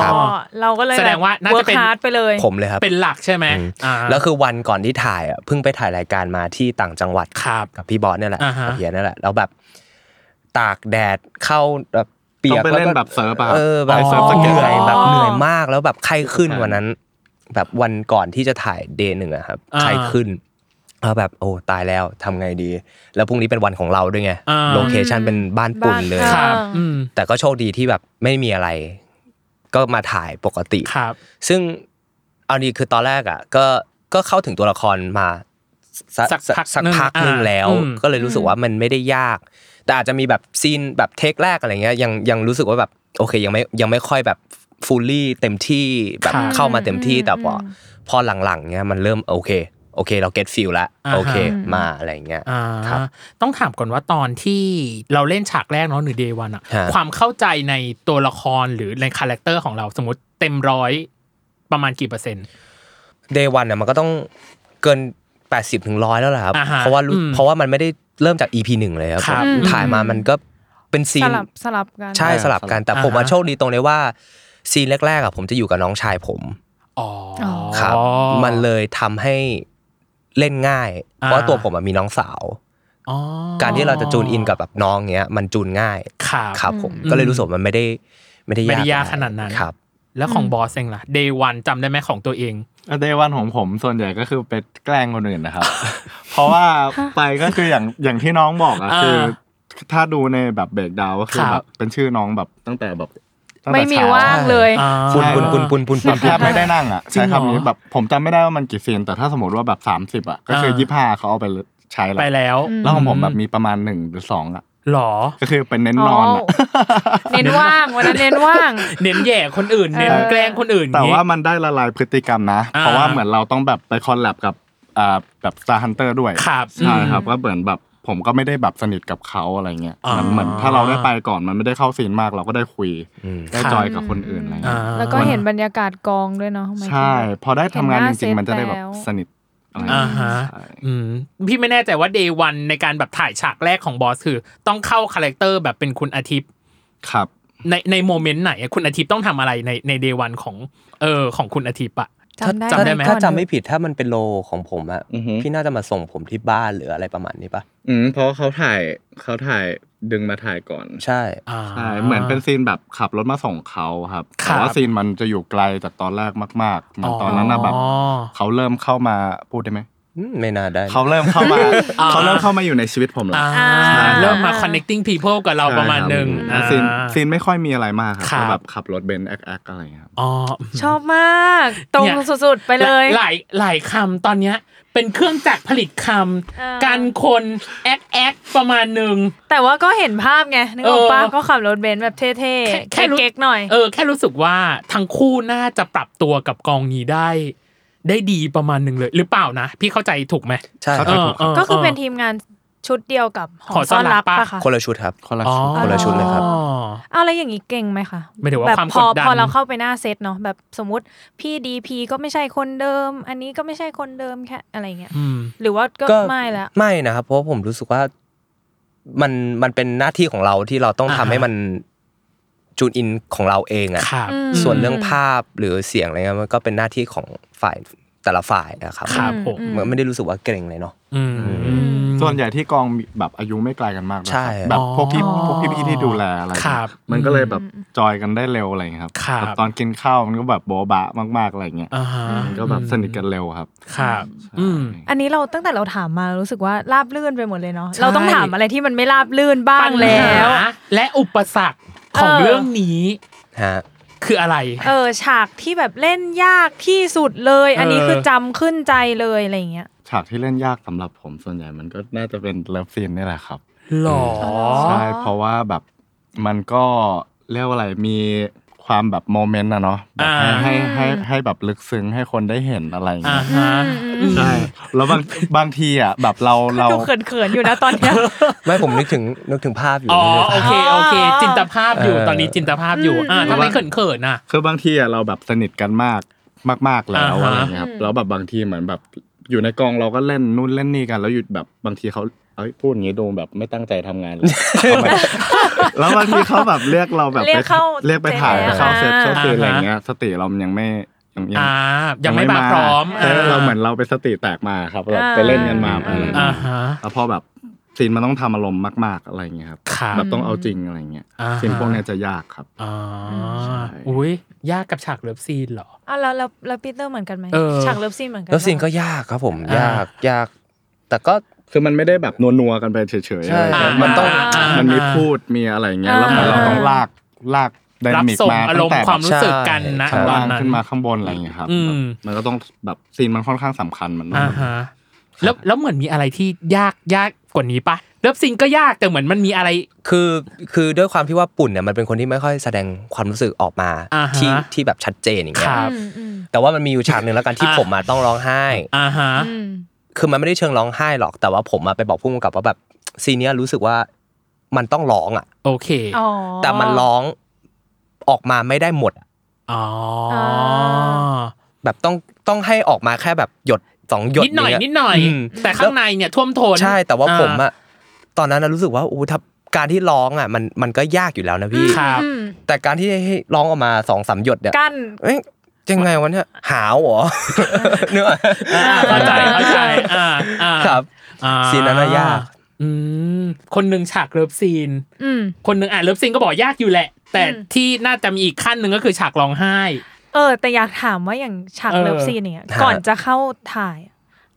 S4: ครับ
S1: เราก็เลย
S2: แสดงว่าน่าจะเป็น
S1: วิร์คฮาร์ดไปเลย
S4: ผมเลยครับ
S2: เป็นหลักใช่ไหม
S4: อืม
S2: อ่า
S4: แล้วคือวันก่อนที่ถ่ายอะเพิ่งไปถ่ายรายการมาที่ต่างจังหวัด
S2: ครับ
S4: กับพี่บอสเนี่ยแหละ
S2: อ่าฮะ
S4: กับเฮียเนี่ยแหละแล้วแบบตากแดดเข้าแบบเปีย
S3: ต้อ
S4: ก
S3: งไป
S4: แล้ว
S3: เล่
S4: ก็
S3: นแบบเซิร์ฟอะครับ
S4: เออแบบ
S3: ไปเซิร์ฟส
S4: เห
S3: เก็ต
S4: นื่อยแบบเหนื่อยมากแล้วแบบไข้ขึ้นวันนั้น แบบวันก่อนที่จะถ่ายเดย์หนึ่งอะครับ
S2: อ่า
S4: ไข้ขึ้นแล้วแบบโอ้ตายแล้วทำไงดี แล้วพรุ่งนี้เป็นวันของเราด้วยไง
S2: อ่า
S4: โลเคชันเป็นบ้านปุ่นเลย
S2: ครับ อืม
S4: แต่ก็โชคดีที่แบบไม่มีอะไร ก็มาถ่ายปกติ
S2: ครับ
S4: ซึ่งเอาดีคือตอนแรกอ่ะก็ก็เข้าถึงตัวละครมาสั
S2: สักพัก
S4: สัก
S2: หนึ่ง
S4: พักหนึ่ง
S2: อ่า
S4: แล้ว
S2: อืม
S4: ก็เลยรู้สึกว่ามันไม่ได้ยาก แต่อาจจะมีแบบซีนแบบเทคแรกอะไรเงี้ยยังยังรู้สึกว่าแบบโอเคยังไม่ยังไม่ค่อยแบบฟูลลี่เต็มที่แบบ
S2: ครับ
S4: เข้ามาเต็มที่แต่พออพอหลังๆเนี้ยมันเริ่มโอเค โอเคเราเก็ตฟิลละ
S2: อ่าฮะ
S4: โอเคมาอะไรเงี้ย
S2: อ่า
S4: ครับ
S2: ต้องถามก่อนว่าตอนที่เราเล่นฉากแรกเนาะหรือเดย์วันอะ
S4: ฮะ
S2: ความเข้าใจในตัวละครหรือในคาแรคเตอร์ของเราสมมติเต็มร้อยประมาณกี่เปอร์เซ็นต์
S4: เดย์วันเนี่ยมันก็ต้องเกิน 80ถึงร้อยแล้วแหละครับ
S2: อ่าฮะ
S4: เพราะว่ารู้
S2: อืม
S4: เพราะว่ามันไม่ได้เริ่มจาก EP หนึ่งเลยครับ
S2: ครับ
S4: ผม
S2: อืม
S4: ถ่ายมามันก็เป็นซี
S1: ส
S4: น
S1: ลับสลับกัน
S4: ใช่สลับกันแต่
S2: อ่า
S4: ผมอะ
S2: ฮะ
S4: โชคดีตรงเลยว่าซีนแรกๆอะผมจะอยู่กับน้องชายผม
S2: อ๋อ
S4: ครับ มันเลยทำให้ เล่นง่าย
S2: อ่า
S4: เพราะว่าตัวผมอะมีน้องสาว
S2: อ๋อ
S4: การที่เราจะจูนอินกับแบบน้องเงี้ย มันจูนง่าย
S2: ครับ
S4: ครับผม
S2: อืม
S4: ก็เลยรู้สึกว่ามันไม่ได้ไม่ได้
S2: ไม่ได้ยาก
S4: อะ
S2: ขนาดนั้น
S4: ครับ
S2: แล้วของบอสเองล่ะ day one จำได้ไหมของตัวเอง
S3: เดวันของผมส่วนใหญ่ก็คือไปแกล้งคนอื่นนะครับ เพราะว่าไปก็คืออย่างอย่างที่น้องบอกอะ
S2: อ่า
S3: คือ ถ้าดูในแบบเบรกดาวก็คือ
S2: ค
S3: แบ
S2: รั
S3: บบ เป็นชื่อน้องแบบตั้งแต่แบบตั้งแต่
S5: ไม่มี
S3: เช้
S5: ว่างเลย
S2: อ่า
S4: ปุนปุนปุนปุน
S3: แบ
S4: ปุนปุน
S3: บแทบไม่ได้นั่งอะ
S2: จริ
S3: ใช้
S2: งเหรอ
S3: คำนี้แบบผมจำไม่ได้ว่ามันกี่ซีนแต่ถ้าสมมติว่าแบบ 30อะก็คืออา ยี่สิบห้าเขาเอาไปใช้
S2: ไป
S3: แล้ว
S2: แล้ว
S3: แล้วของผมแบบมีประมาณหนึ่งหรือสองอะ
S2: หรอ
S3: ก็คือเป็นเน้นนอนอะ
S5: เน้นว่างวันนั้นเน้นว่าง
S2: เน้นแย่คนอื่น เน้น
S5: เออ
S2: แกล้งคนอื่น
S3: แต่
S2: งี้
S3: ว่ามันได้ละลายพฤติกรรมนะ
S2: อ่า
S3: เพราะว่าเหมือนเราต้องแบบไปคอลแลบกับอ่าแบบซาฮันเตอร์ด้วย
S2: ครับ
S3: ใช่ครับ
S2: อืม
S3: ก็เหมือนแบบผมก็ไม่ได้แบบสนิทกับเขาอะไรเงี้ย
S2: อ่ามั
S3: นเหมือนถ้าเราได้ไปก่อนมันไม่ได้เข้าซีนมากเราก็ได้คุย ได้จอยกับคนอื่นอะไร
S2: อ่า
S3: เงี้ย
S5: แล้วก็เห็นบรรยากาศกองด้วยเนาะ
S3: ใช่ พอได้ทำงานจริงๆ มันจะได้แบบ
S5: เห็นหน้าเซตแล้ว
S3: สนิทอะไร
S2: อ่า
S3: เงี้ย
S2: ฮะ
S3: ใช่
S2: อืมพี่ไม่แน่ใจว่า day one ในการแบบถ่ายฉากแรกของบอสคือ ต้องเข้าคาแรคเตอร์แบบเป็นคุณอาทิตย์
S3: ครับ
S2: ในในโมเมนต์ไหนอะคุณอาทิตย์ต้องทำอะไรในใน day one ของเออของคุณอาทิตย์อะ
S5: จำได้
S2: จำได้ไหม
S4: ถ้าจำไม่ผิดถ้ามันเป็นโลของผมอะ
S3: อือฮึ
S4: พี่น่าจะมาส่งผมที่บ้านหรืออะไรประมาณนี้ปะ
S3: อืมเพราะเขาถ่ายเขาถ่ายดึงมาถ่ายก่อน
S4: ใช่
S2: อ่า
S3: ใช่เหมือนเป็นซีนแบบขับรถมาส่งเขาครับ
S2: ครั
S3: แต่
S2: บ
S3: ว่าซีนมันจะอยู่ไกลจากตอนแรกมากๆเหมือนตอนนั้นนะแบบ
S2: อ๋อ
S3: เขาเริ่มเข้ามาพูดได้ไหม
S4: อืมไม่น่าได้
S3: เขาเริ่มเข้ามา
S2: อ่า
S3: เขาเริ่มเข้ามาอยู่ในชีวิตผมแล้ว
S2: อ่า
S5: ใช่
S2: เริ่มมา connecting people กับเราประมาณหนึ่ง
S3: ใช่ครับ
S2: อ่า
S3: ซีนซีนไม่ค่อยมีอะไรมากค
S2: ครั
S3: รับ บก็แบบขับรถเบนซ์แอคแอคอะไรอย่างเงี้ยครับ
S2: อ๋อ
S5: ชอบมาก ตรง
S2: เนี่ย
S5: สุดๆไปเลย
S2: หลายหลายคำตอนเนี้ยเป็นเครื่องจักรผลิตค
S5: เออ
S2: ำกันคนแอคแอคประมาณหนึ่ง
S5: แต่ว่าก็เห็นภาพไงนึกออกปะ
S2: เออ
S5: ก็ขับรถเบนซ์แบบเท่
S2: แค่
S5: ๆ
S2: แค่
S5: แค่
S2: รู้
S5: เก๊กหน่อย
S2: เออแค่รู้สึกว่าทั้งคู่น่าจะปรับตัวกับกองนี้ได้ ได้ดีประมาณหนึ่งเลย หรือเปล่านะ พี่เข้าใจถูกไหม
S4: ใช่ค
S3: เขา
S4: รับ
S3: จะถูกครับ
S5: ก็คือเป็นทีมงานชุดเดียวกับหอซ่อนลับปะคะ
S4: คนละชุดครับ
S3: คนละ
S2: อ๋อ
S3: ชุด
S4: คนละชุดเลยครับ
S2: อ๋อ
S5: เอาอะไรอย่างนี้เก่งไหมคะ
S2: หมายถึงว่า
S5: แบบ
S2: ความ
S5: พอก
S2: ดดัน
S5: พอเราเข้าไปหน้าเซตเนาะแบบสมมติพี่ดีพีก็ไม่ใช่คนเดิม อันนี้ก็ไม่ใช่คนเดิมแค่อะไรเงี้ย
S2: อืม
S5: หรือว่าก็
S4: ก็
S5: ไม่ละ
S4: ไม่นะครับ เพราะผมรู้สึกว่ามันมันเป็นหน้าที่ของเราที่เราต้อง
S2: อ่า
S4: ทำ
S2: ฮะ
S4: ให้มันจูนอินของเราเองอะ
S2: ครับ
S4: ส่วนเรื่องภาพหรือเสียงอะไรเงี้ยมันก็เป็นหน้าที่ของฝ่ายแต่ละฝ่ายนะครับ
S2: ครับผม
S5: อื
S4: มันไม่ได้รู้สึกว่าเกรงเลยเนาะ
S2: อืม
S3: ส่วนใหญ่ที่กองมีแบบอายุไม่ไกลกันมากด้วยครับ
S4: ใช่
S3: แบบพวกพี่
S2: อ๋อ
S3: พวกพี่พี่ที่ดูแลอะไร
S2: ครั
S3: เงี้
S2: บ
S3: ยมันก็เลยแบบจอยกันได้เร็วอะไรเงี้ยครับ
S2: ครับ
S3: แบบตอนกินข้าวมันก็แบบโบ๊ะบะมากๆอะไรเงี้ย
S2: อ่าฮะ
S3: มันก็แบบสนิทกันเร็วครับ
S2: ครับ
S3: ใช่
S2: อืม
S5: อันนี้เราตั้งแต่เราถามมาเรารู้สึกว่าราบลื่นไปหมดเลยเนาะ
S2: ใช่
S5: เราต้องถามอะไรที่มันไม่ราบลื่นบ้างแล้ว
S2: ปัญหาและอุปสรรคของ
S5: เออ
S2: เรื่องนี้
S4: ฮะ
S2: คืออะไร
S5: เออฉากที่แบบเล่นยากที่สุดเลย อันนี้
S2: เออ
S5: คือจำขึ้นใจเลยอะไรอย่างเงี้ย
S3: ฉากที่เล่นยากสำหรับผมส่วนใหญ่มันก็น่าจะเป็นเลิฟซีนนี่แหละครับ
S2: หรอ
S3: ใช่เพราะว่าแบบมันก็เรียกว่าอะไรมีความแบบโมเมนต์นะเนาะแบบให้
S2: อ่า
S3: ให้ให้ให้แบบลึกซึ้งให้คนได้เห็นอะไรอย่าง
S2: อ่า
S3: เงี้ย
S2: ฮะ
S3: ใช่แล้วบางบางทีอ่ะแบบเราเรา
S5: ดูเขินๆอยู่นะตอนเนี้ย
S4: ไม่ผมนึกถึงนึกถึงภาพอยู่
S2: อ๋อ
S4: นิดนึง
S2: โอเคโอเค จินตภาพอยู่
S4: เออ
S2: ตอนนี้จินตภาพอยู่อ่าทำไมเขินเขินๆอ่ะ
S3: คือบางทีอ่ะเราแบบสนิทกันมากมาก ๆแล้ว
S2: อ่าฮะ
S3: อะไรอย่างเงี้ยครับแล้วแบบบางทีเหมือนแบบอยู่ในกองเราก็เล่นนู่นเล่นนี่กันแล้วหยุดแบบบางทีเขาเอ้ยพูดอย่างงี้ดูแบบไม่ตั้งใจทำงานเลย แล้วบางทีเขาแบบเรียกเราแบบ
S5: เรี
S3: ไป
S5: ยกเข้า
S3: เรียกไปถ่าย
S5: เซต
S3: เข้าเซต
S5: อ่า
S3: เข้าเซตอะไรอย่างเงี้ย สติเรามันยังไม่ยังยัง
S2: อ่า ยังไม่มาพร้อม
S3: เออเราเหมือนเราไปสติแตกมาครับแบบไปเล่นกันมาอะไรอย่าง
S2: อ่า
S3: เงี้ย
S2: ฮะ
S3: แล้วพอแบบซีนมันต้องทำอารมณ์มาก ๆอะไรอย่างเงี้ยครับ
S2: ครับ
S3: แบบต้องเอาจริงอะไรอย่างเงี้ย
S2: อ่าฮะ
S3: ซีนพวกเนี้ยจะยากครับ
S2: อ่า
S3: ใช่
S2: อุ้ยยากกับฉากเลิฟซีนเหรอ
S5: อ่ะแล้วแล้วแล้วปีเตอร์เหมือนกันไหม
S2: เออ
S5: ฉากเลิฟซีนเหมือนกัน
S4: แล้วซีนก็
S5: ปะ
S4: ยากครับผม
S2: อ่าย
S4: ยากยาก แต่ก็
S3: คือมันไม่ได้แบบนัวๆกันไปเฉยๆ
S4: ใช่
S3: อะไรอย่างเงี้ย
S2: อ่ามั
S3: มันต้อง
S2: อ่ามั
S3: มันมีพูดมีอะไรอย่างเงี้ย แล้วเหมือนเรา
S2: อ่า
S3: ต้องลากลากได
S2: รั
S3: นา
S2: บ
S3: มิก
S2: ส่ง
S3: มา
S2: อา
S3: ตั้
S2: รง ม
S3: แต่
S2: ณ์ความรู้สึกกันนะ
S3: ชั้น
S2: ตอน
S3: ล่าง
S2: นั้น
S3: ขึ้นมาข้างบนอะไรอย่างเงี้ยครับ
S2: อืม
S3: มันก็ต้องแบบซีนมันค่อนข้างสำคัญมัน
S2: อ่าฮะแล้วแล้วเหมือนมีอะไรที่ยากยากกว่านี้ปะเลิฟซีนก็ยากแต่เหมือนมันมีอะไร
S4: คือคือด้วยความที่ว่าปุ่นเนี่ยมันเป็นคนที่ไม่ค่อยแสดงความรู้สึกออกมา
S2: อ่าฮะ
S4: ที่ที่แบบชัดเจนอย่าง
S2: ค
S4: เงี้ย
S2: รับ
S5: อืมอืม
S4: แต่ว่ามันมีอยู่ฉากหนึ่งแล้วกันที่
S2: อ่ะ
S4: ผมมาต้องร้องไห้
S2: อ่าฮะ
S5: อืม
S4: คือมันไม่ได้เชิงร้องไห้หรอก แต่ว่าผมมาไปบอกผู้กำกับว่าแบบซีนเนี้ยรู้สึกว่ามันต้องร้องอ่ะ
S2: โอเค
S5: อ๋อ
S4: แต่มันร้องออกมาไม่ได้หมดอะ
S2: อ๋อ
S5: อ่า
S4: แบบต้องต้องให้ออกมาแค่แบบหยดสองหยด
S2: นิดหน่อย
S4: าง
S2: นิ
S4: เงี้
S2: ดหน่อย
S4: ม
S2: แต่ข้างในเนี่ยท่วมท้น
S4: ใช่แต่ว่า
S2: อ่
S4: ผมอ่ะตอนนั้นนะรู้สึกว่าโอ้ทับการที่ร้องอ่ะมันมันก็ยากอยู่แล้วนะพี่
S2: ครับ
S5: อืม
S4: แต่การที่ให้ร้องออกมาสองสามหยดเนี่ย
S5: กั้น
S4: เอ้ย ยังไงวะเนี่ยหาวเหร อ เนื้อ
S2: อ่าเข้าใจเข้าใจอ่าอ่า
S4: ครับ
S2: อ่า
S4: ซีนนั้นน่ะยาก
S2: อืมคนหนึ่งฉากเลิฟซีน
S5: อืม
S2: คนหนึ่งอ่ะเลิฟซีนก็บอกยากอยู่แหละ แต่
S5: อืม
S2: ที่น่าจะมีอีกขั้นหนึ่งก็คือฉากร้องไห้
S5: เออ แต่อยากถามว่าอย่างฉาก
S2: เออ
S5: เลิฟซีนเนี่ย
S4: ฮะ
S5: ก่อนจะเข้าถ่าย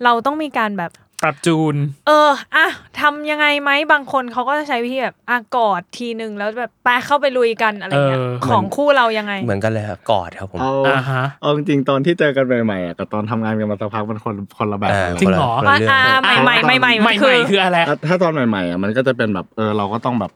S5: เราต้องมีการแบบ
S2: ปรับจูน
S5: เอออ่ะทำยังไงไหมบางคนเขาก็จะใช้วิธีแบบอ่ะกอดทีนึงแล้วแบบแปะเข้าไปลุยกันอะไรเงี้ย
S2: เออ
S5: ของคู่เรายังไง
S4: เหมือนกันเลยครับกอดครับผม
S3: เอา
S2: อ่าฮะ
S3: เอาจริงๆตอนที่เจอกันใหม่ๆอ่ะกับตอนทำงานกันมาสักพักมันคนคนละแบบ
S4: เออ
S3: เลย
S2: จริงเหรอ
S4: คนละเรื่อง
S5: อ่า ใหม่ๆใหม่ๆ
S2: ให
S5: มั
S2: ม่
S5: น
S2: ๆ
S5: คือ
S2: คืออะไร
S3: อ่ะถ้าตอนใหม่ๆอ่ะมันก็จะเป็นแบบเออเราก็ต้องแบบ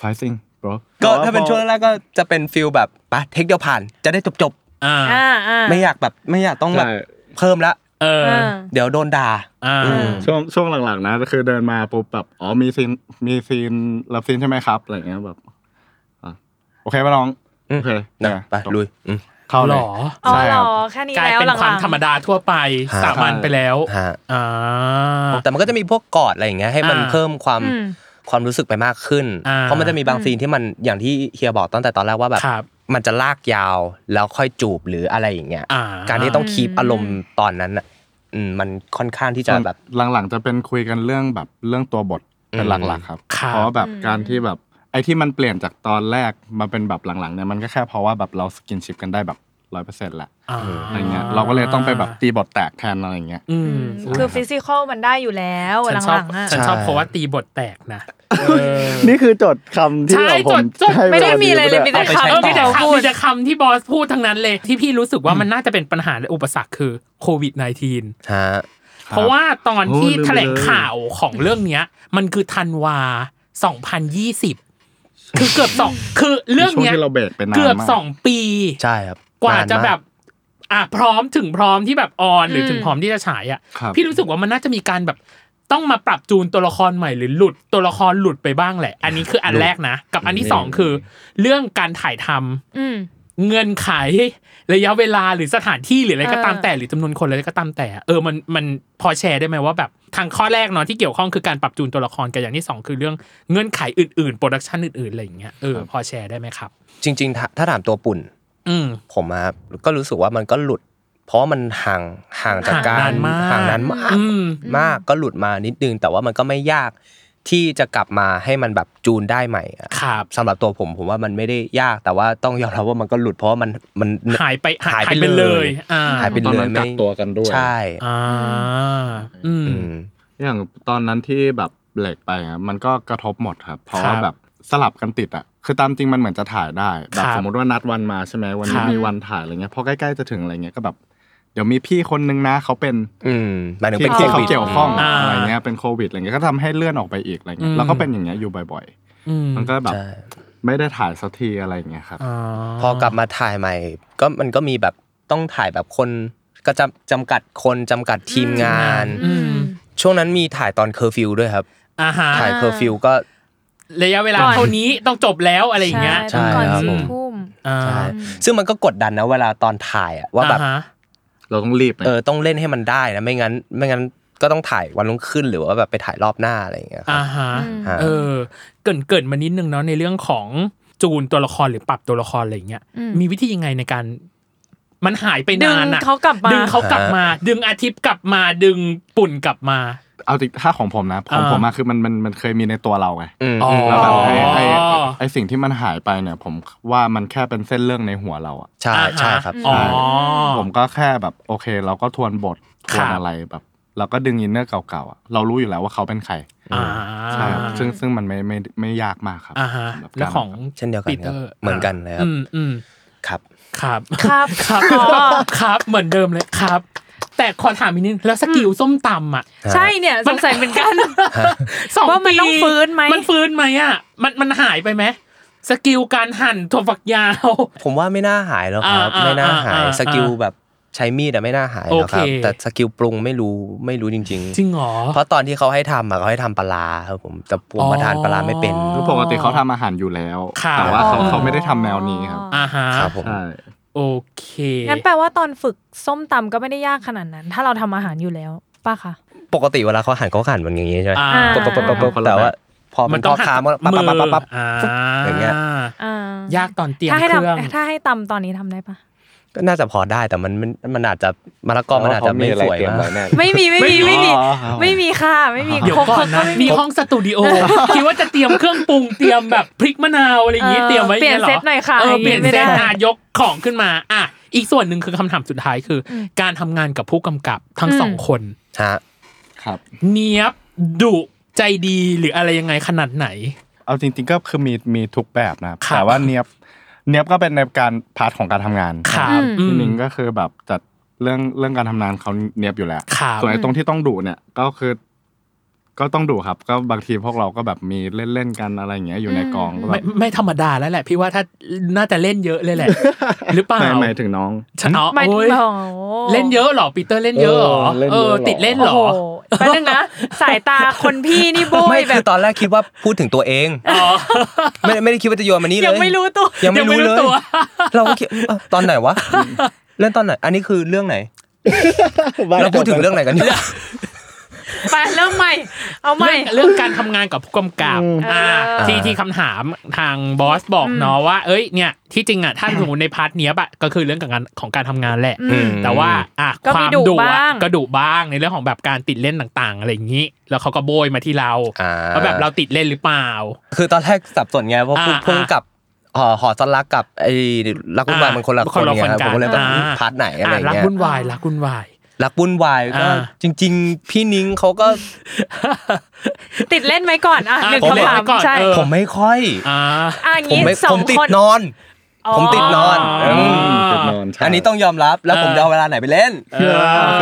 S3: fighting bro
S4: ก็ถ้าเป็นช่วงแรกๆก็จะเป็นฟิลแบบปะเทคเดียวผ่านจะได้จบ
S2: อ่า
S5: อ่าอ่า
S4: ๆ ไม่อยากแบบไม่อยากต้องแบบ
S3: ใช่
S4: เพิ่มละ
S2: เออ
S5: อ่า
S4: เดี๋ยวโดนด่า
S2: อ่า
S4: อืม
S3: ช่วงช่วงหลังๆนะก็คือเดินมาปุ๊บแบบอ๋อมีซีนมีซีนรับซีนใช่ไหมครับอะไรอย่างเงี้ยแบบอ่ะโอเคป่ะน้อง
S4: อืม
S3: โอเค
S4: นะ
S3: เนี่ย
S4: ไป
S3: จบ
S4: ลุยอืม
S3: เข้า
S2: ห
S3: เล
S2: ร
S3: ย
S2: อ
S5: อ๋อ
S3: ใช่
S5: เหร
S3: ครับ
S5: อแค่นี้
S2: กลาย
S5: แล้ว
S2: เป็น
S5: หลัง
S2: ความธรรมดาทั่วไป
S4: ฮะ
S2: สามัญไปแล้ว
S4: ฮะ
S2: อ่า
S4: แต่มันก็จะมีพวกกอดอะไรอย่างเงี้ยให้มัน
S2: อ่า
S4: เพิ่มความ
S5: อืม
S4: ความรู้สึกไปมากขึ้น
S2: อ่า
S4: เพราะมันจะมีบางซีนที่มันอย่างที่เฮียบอกตั้งแต่ตอนแรกว่าแบบ
S2: ครับ
S4: มันจะลากยาวแล้วค่อยจูบหรืออะไรอย่างเงี้ย
S2: อ่า
S4: การที่ต้องคีปอารมณ์ตอนนั้นอ่ะอืมมันค่อนข้างที่จะแบบ
S3: หลังๆจะเป็นคุยกันเรื่องแบบเรื่องตัวบทเป็นหลักๆครับ
S2: ครับ
S3: เพราะว่าแบบการที่แบบไอ้ที่มันเปลี่ยนจากตอนแรกมาเป็นแบบหลังๆเนี่ยมันก็แค่เพราะว่าแบบเราสกินชิปกันได้แบบร้อยเปอร์เซ็นต์ละ
S2: อ่า
S3: อะไรเงี้ยเราก็เลยต้องไปแบบตีบทแตกแทนอะไรอย่างเงี้ย
S2: อืม
S5: คือฟิสิกอลมันได้อยู่แล้ว
S2: ฉันช
S5: ห
S2: อบ
S5: ลังๆอ่ะ
S2: ฉันชอบ
S4: ใช่
S2: เพราะว่าตีบทแตกนะ
S3: นี่คือจดคำที่
S2: ใช่
S3: แบ
S2: จด
S3: บผม
S2: จด
S3: ให้
S5: ไม่ได้
S3: วัน
S5: มี
S3: นี้
S5: อะไรเลย
S3: ป
S5: มี
S3: ด้
S5: แต่
S4: เอาไปใช้
S5: คำ
S4: ต่
S5: ที่
S2: แต่
S5: เรา
S2: คำ
S5: พูด
S2: มีแต่คำที่บอสพูดทั้งนั้นเลย ที่พี่รู้สึกว่ามันน่าจะเป็นปัญหาและอุปสรรคคือ โควิด -19
S4: ฮะ
S3: คบ
S2: เพราะว่าตอน
S3: โอ้
S2: ที่
S3: ลืมไปเลย
S2: แถลงข่าวของเรื่องเนี้ย มันคือธันวา 2020 คือเกือบสองคือเรื่อง
S3: ช่วง
S2: เนี้ย
S3: ที่เราเบรกไปนานมาก
S2: เกือบสองปี
S4: ใช่ครับ
S2: กว่าจะ
S4: นนม
S2: แบบอ่ะพร้อมถึงพร้อมที่แบบออนหรือถึงพร้อมที่จะฉายอ่ะ
S3: ครับ
S2: พี่รู้สึกว่ามันน่าจะมีการแบบต้องมาปรับจูนตัวละครใหม่หรือหลุดตัวละครหลุดไปบ้างแหละ อันนี้คืออันแรกนะ กับอันที่สองคือ เรื่องการถ่ายทำ
S5: อืม
S2: เงื่อนไขระยะเวลาหรือสถานที่หรืออะไรก็ตามแต่หรือจำนวนคนอะไรก็ตามแต่อะเออมันมันพอแชร์ได้ไหมว่าแบบทางข้อแรกเนาะที่เกี่ยวข้องคือการปรับจูนตัวละครกับอย่างที่สองคือเรื่องเงื่อนไขอื่นๆโปรดักชันอื่นๆอะไรอย่างเงี้ยเออพอแชร์ได้ไหมครับ
S4: จริงๆถ้าถ้าถามตัวปุ่น
S2: อืม
S4: ผมอะครับก็รู้สึกว่ามันก็หลุด เพราะว่ามันห่างห่างจากการ
S2: ห่างนานมาก
S4: ห่างนั้นมาก
S2: อืม
S4: มากก็หลุดมานิดนึง แต่ว่ามันก็ไม่ยากที่จะกลับมาให้มันแบบจูนได้ใหม่อะ
S2: ครับ
S4: สำหรับตัวผมผมว่ามันไม่ได้ยากแต่ว่าต้องยอมรับว่ามันก็หลุดเพราะว่ามันมัน
S2: หายไปหาย
S4: หาย
S2: ไป
S4: ไป
S2: เล
S4: เลย ย
S2: อ่า
S4: หายไป
S3: ตอน
S4: เล
S3: นั้
S4: ย
S3: นกั
S4: ไม่
S3: กตัวกันด้วย
S4: ใช่
S2: อ่าอืม
S4: อืม
S3: อย่างตอนนั้นที่แบบเบรกไปอะมันก็กระทบหมดครับ เพราะว่า
S2: ครับ
S3: แบบสลับกันติดอ่ะคือตามจริงมันเหมือนจะถ่ายได้
S2: ค
S3: แบบ
S2: รับ
S3: สมมติว่านัดวันมาใช่ไหมวัน
S2: ครั
S3: นี้
S2: บ
S3: มีวันถ่ายอะไรเงี้ยพอใกล้ๆจะถึงอะไรเงี้ยก็แบบเดี๋ยวมีพี่คนนึงนะเขาเป็น
S4: อืมหมายถึง
S3: ที่
S4: เป็นโค
S3: ที่เขา
S4: วิด
S3: เกี่ยวข้อง
S2: อ่า
S3: อะไรเงี้ยเป็นโควิดอะไรเงี้ยก็ทำให้เลื่อนออกไปอีกอะไร
S2: อื
S3: เงี้
S2: ม
S3: ยแล้วก็เป็นอย่างเงี้ยอยู่บ่อย
S2: อืม
S3: ๆ มันก็แบบ
S4: ใช่
S3: ไม่ได้ถ่ายสักทีอะไรเงี้ยครับ
S2: อ่า
S4: พอกลับมาถ่ายใหม่ ก็มันก็มีแบบต้องถ่ายแบบคนก็จำจำกัดคนจำกัดทีมงาน
S2: อืม
S4: ช่วงนั้นมีถ่ายตอนเคอร์ฟิวด้วยครับ
S2: อ่าฮะ
S4: ถ่ายเคอร์ฟิวก็
S2: ระยะเวลา
S5: ก่อน
S2: เท่านี้ต้องจบแล้วอะไรอย่างเงี้ย
S4: ใช่
S5: ใช่ก่อน
S4: ครับผ
S5: สี่
S4: ม
S5: ทุ่ม
S2: อ่า
S4: ใช่ซึ่งมันก็กดดันนะเวลาตอนถ่ายอะว่าแบบ
S2: อ่ฮะ
S3: เราต้องรีบนะ
S4: เออต้องเล่นให้มันได้นะไม่งั้น ไม่งั้นก็ต้องถ่ายวันรุ่งขึ้นหรือว่าแบบไปถ่ายรอบหน้าอะไรอย่างเงี้ยครับ
S2: อ่าฮะ
S4: อืม
S2: เออ เกรินเกรินมานิดนึงเนาะในเรื่องของจูนตัวละครหรือปรับตัวละครอะไรอย่างเงี้ย
S5: อืม
S2: มีวิธียังไงในการ มันหายไป
S5: ดึ
S2: นาง นอะ
S5: เขากลับมา
S2: ดึงเขากลับมา ดึงอาทิตย์กลับมา ดึงปุ่นกลับมา
S3: เอาจริงถ้าของผมนะของ
S2: อ่า
S3: ผมอะคือมันมันมันเคยมีในตัวเราไง
S4: ม
S2: อ๋อ
S4: ม
S3: แล้วแบบไอ้ไอ้
S2: อ๋อ
S3: ไอ้สิ่งที่มันหายไปเนี่ย ผมว่ามันแค่เป็นเส้นเรื่องในหัวเราอะ
S4: ใช่ใช่ครับ
S2: อ๋อ
S4: ใช่
S3: ผมก็แค่แบบโอเค เราก็ทวนบทท
S2: ครั
S3: ว
S2: บ
S3: นอะไรแบบ เราก็ดึงอินเนอร์เก่าๆอะเรารู้อยู่แล้วว่าเขาเป็นใคร
S2: อ่า
S3: ใช่ครับซึ่งซึ่งมันไม่ไม่ไม่ยากมากครับ
S2: อ่าฮะ
S3: สำหรับการ
S2: แล้วของ
S4: เช่นเดียวกัน
S2: ปี
S4: ค
S2: เต
S4: รั
S2: อบ ร์
S4: เหมือนกันเลยครับ
S2: อืมอืม
S4: ครับ
S2: ครับ
S5: ครับ
S2: ครับ ครับ เหมือนเดิมเลยครับ แต่ขอถามอีกนิดนึงแล้วสกิลส้มตำอ่ะ
S5: ใช่เนี่ยสงสัยเหมือนกัน
S2: สองปี
S5: ว่ามันต้องฟื้นไหม
S2: มันฟื้นไหมอ่ะ มันมันหายไปไหมสกิลการหั่นถั่วฝักยาว
S4: ผมว่าไม่น่าหายแล้วครับ
S2: อ่า
S4: ไม่น่าหา
S2: อ่าย อ่า
S4: สกิลแบบใช้มีดอะไม่น่าหายแล้วครั
S2: โอ
S4: บ
S2: เค
S4: แต่สกิลปรุงไม่รู้ไม่รู้จริง
S2: จริงเหรอ
S4: ๆ เพราะตอนที่เขาให้ทำอะเขาให้ทำปลาร้าครับผมแต่ผม
S2: อ๋อ
S4: มาทานปลาร้าไม่เป็น
S3: คือปกติเขาทำอาหารอยู่แล้ว
S2: ครับ
S3: แต่ว่าเขา
S4: อ๋อ
S3: เขาไม่ได้ทำแนวนี้ครับ
S2: อ่าฮะ
S4: ครับผม
S3: ใช่
S2: โอเค
S5: งั้นแปลว่าตอนฝึกส้มตำก็ไม่ได้ยากขนาดนั้น ถ้าเราทำอาหารอยู่แล้วป่ะคะ
S4: ปกติเวลาเขาหั่นเขาหั่นมันอย่างนี้ใช่ไหม
S2: อ่า
S4: ปุ๊บปุ๊บปุ๊บปุ๊บแต่ว่าพอมันพอ
S2: หั่
S4: ค้ามันปั๊บปั๊บปั๊บปั๊บ
S2: อ่า
S4: อย่างเงี้ย
S5: อ่าย
S2: ากตอนเตรียม
S5: ถ้าให้
S2: เค
S5: ท
S2: รื่อง
S5: ำถ้าให้ตำตอนนี้ทำได้ปะ
S4: ก็น่าจะพอได้แต่มันมันมันอาจจะมะละกอมันอาจจะไม่สวย
S6: เตรียม
S4: มาก
S6: ไว้แน่
S5: ไม่มีไม่มีไม่มีไม่มีค่ะ ไม่มี
S2: เดี๋ยว
S5: ครก
S2: ก่อ
S5: คร
S2: น
S5: ก
S2: นะ
S5: ก็ไม่มี
S2: มีห้องสตู ดิโอ คิดว่าจะเตรียมเครื่องปรุงเตรียมแบบพริกมะนาวอะไรอย่างงี้เตรียมไว้
S5: เปลี่ยน
S2: างงี้หรอ
S5: เซตหน่อย
S2: เออ
S5: ค่ะาง
S2: เปลี่ยน
S5: ไม่
S2: เส้น
S5: ได้
S2: อ่ะยกของขึ้นมาอ่ะอีกส่วนหนึ่งคือคำถามสุดท้ายคืออ
S5: ม
S2: การทำงานกับผู้กำกับทั้งสองคน
S4: ฮะ
S3: ครับ
S2: เนียบดุใจดีหรืออะไรยังไงขนาดไหน
S3: เอาจริงๆก็คือมีมีทุกแบบนะครับ
S2: ครับ
S3: แต่ว่าเนียบเนียบก็เป็นในการพาร์ทของการทำงาน
S2: ขาม ม
S3: พี่นิงก็คือแบบจัดเรื่องเรื่องการทำงานเขาเนียบอยู่แล้ว
S2: ขาม
S3: ส่วนไอ้ตรงที่ต้องดูเนี่ยก็คือ ก็ต้องดูครับ ก็บางทีพวกเราก็แบบมีเล่นๆกันอะไรอย่างเงี้ยอยู่ในกองก็แบ
S2: ไม่
S3: บ
S2: ไม่ธรรมดาแล้วแหละ พี่ว่าถ้าน่าจะเล่นเยอะเลยแหละ หรือเปล่า
S3: ไม่หมายถึงน้อง
S2: ฉันอ๋อ
S5: หมายถึง
S2: โอ้ย
S5: โอ้โห
S2: เล่นเยอะเหรอปีเตอร์เล่นเยอะเหรอ
S6: เออเล่น
S2: เอ
S6: เยอะ
S2: อ
S6: เหรอ
S2: ติดเล่นเห
S5: โอ้
S2: ร
S5: โห
S2: อ
S5: แป๊บนึงนะสายตาคนพี่นี่โบ
S4: ไม่
S5: ยแบ
S4: คื
S5: บ
S4: อตอนแรกคิดว่าพูดถึงตัวเอง
S2: อ๋อ
S4: ไม่ไม่ได้คิดว่าจะโยนมานี่เลย
S5: ยังไม่รู้ตัว
S4: ยังไม่รู้เลย
S2: ตัว
S4: เราก็คิดเอ้าตอนไหนวะเล่นตอนไหน อันนี้คือเรื่องไหน เราพูดถึงเรื่องไหนกันเนี่ย
S5: ไปเริ่มใหม่ เอาใหม่
S2: เรื่องเรื่องการทำงานกับผู้กำกับอ่า
S5: เออ
S2: ที่ที่คำถามทางบอสบอกเนาะว่า เอ้ยเนี่ยที่จริงอ่ะถ้าสมมติในพาร์ทเนี้ยบอะก็คือเรื่องกับงานของการทำงานแหละ
S4: อืม
S2: แต่ว่าอ่ะ
S5: ก็
S2: ค
S5: มี
S2: วาม
S5: ดุ
S2: ดุอะ
S5: บ้าง
S2: ก็ดุบ้างในเรื่องของแบบการติดเล่นต่างๆ อะไรอย่างนี้ แล้วเขาก็โบยมาที่เรา
S4: อ่า
S2: ว่าแบบเราติดเล่นหรือเปล่า
S4: คือตอนแรกสับสนไงเพราะ
S2: อ่า
S4: พุ่งพุ่งกับหอหอสลักกับไอ้รักวุ่นวาย
S2: อ่า
S4: มันคนละค
S2: คน นละ
S4: ไงครับ
S2: คนกัน
S4: ผมก็เลยแบบ
S2: อ่า
S4: พาร์ทไหนอะไร
S2: อ่ะรัก
S4: เงี้ย
S2: วุ่นวายรักวุ่นวาย
S4: รักวุ่นวายก็
S2: อ่า
S4: จริง ๆ พี่นิ้งเขาก็
S5: ติดเล่นไหมก่อนอ่ะ
S2: อ่ะ
S5: หนึ่ง
S2: ผมเล่น
S5: คำถาม
S2: ไว้ก่อน
S5: ใช่
S2: เออ
S4: ผมไม่ค่อย
S2: อ่า
S5: อ่ะอย่าง
S4: ผม
S5: งี้
S4: ไม่
S5: สอ
S4: ผม
S5: ง
S4: ติด
S5: คน
S4: นอน ผมติดนอน
S2: อ๋ออื
S4: ม
S3: อืมเป็นนอนใช่
S4: อันนี้ต้องยอมรับแล้วผมจะเอาเวลาไหนไปเล่น
S2: เอ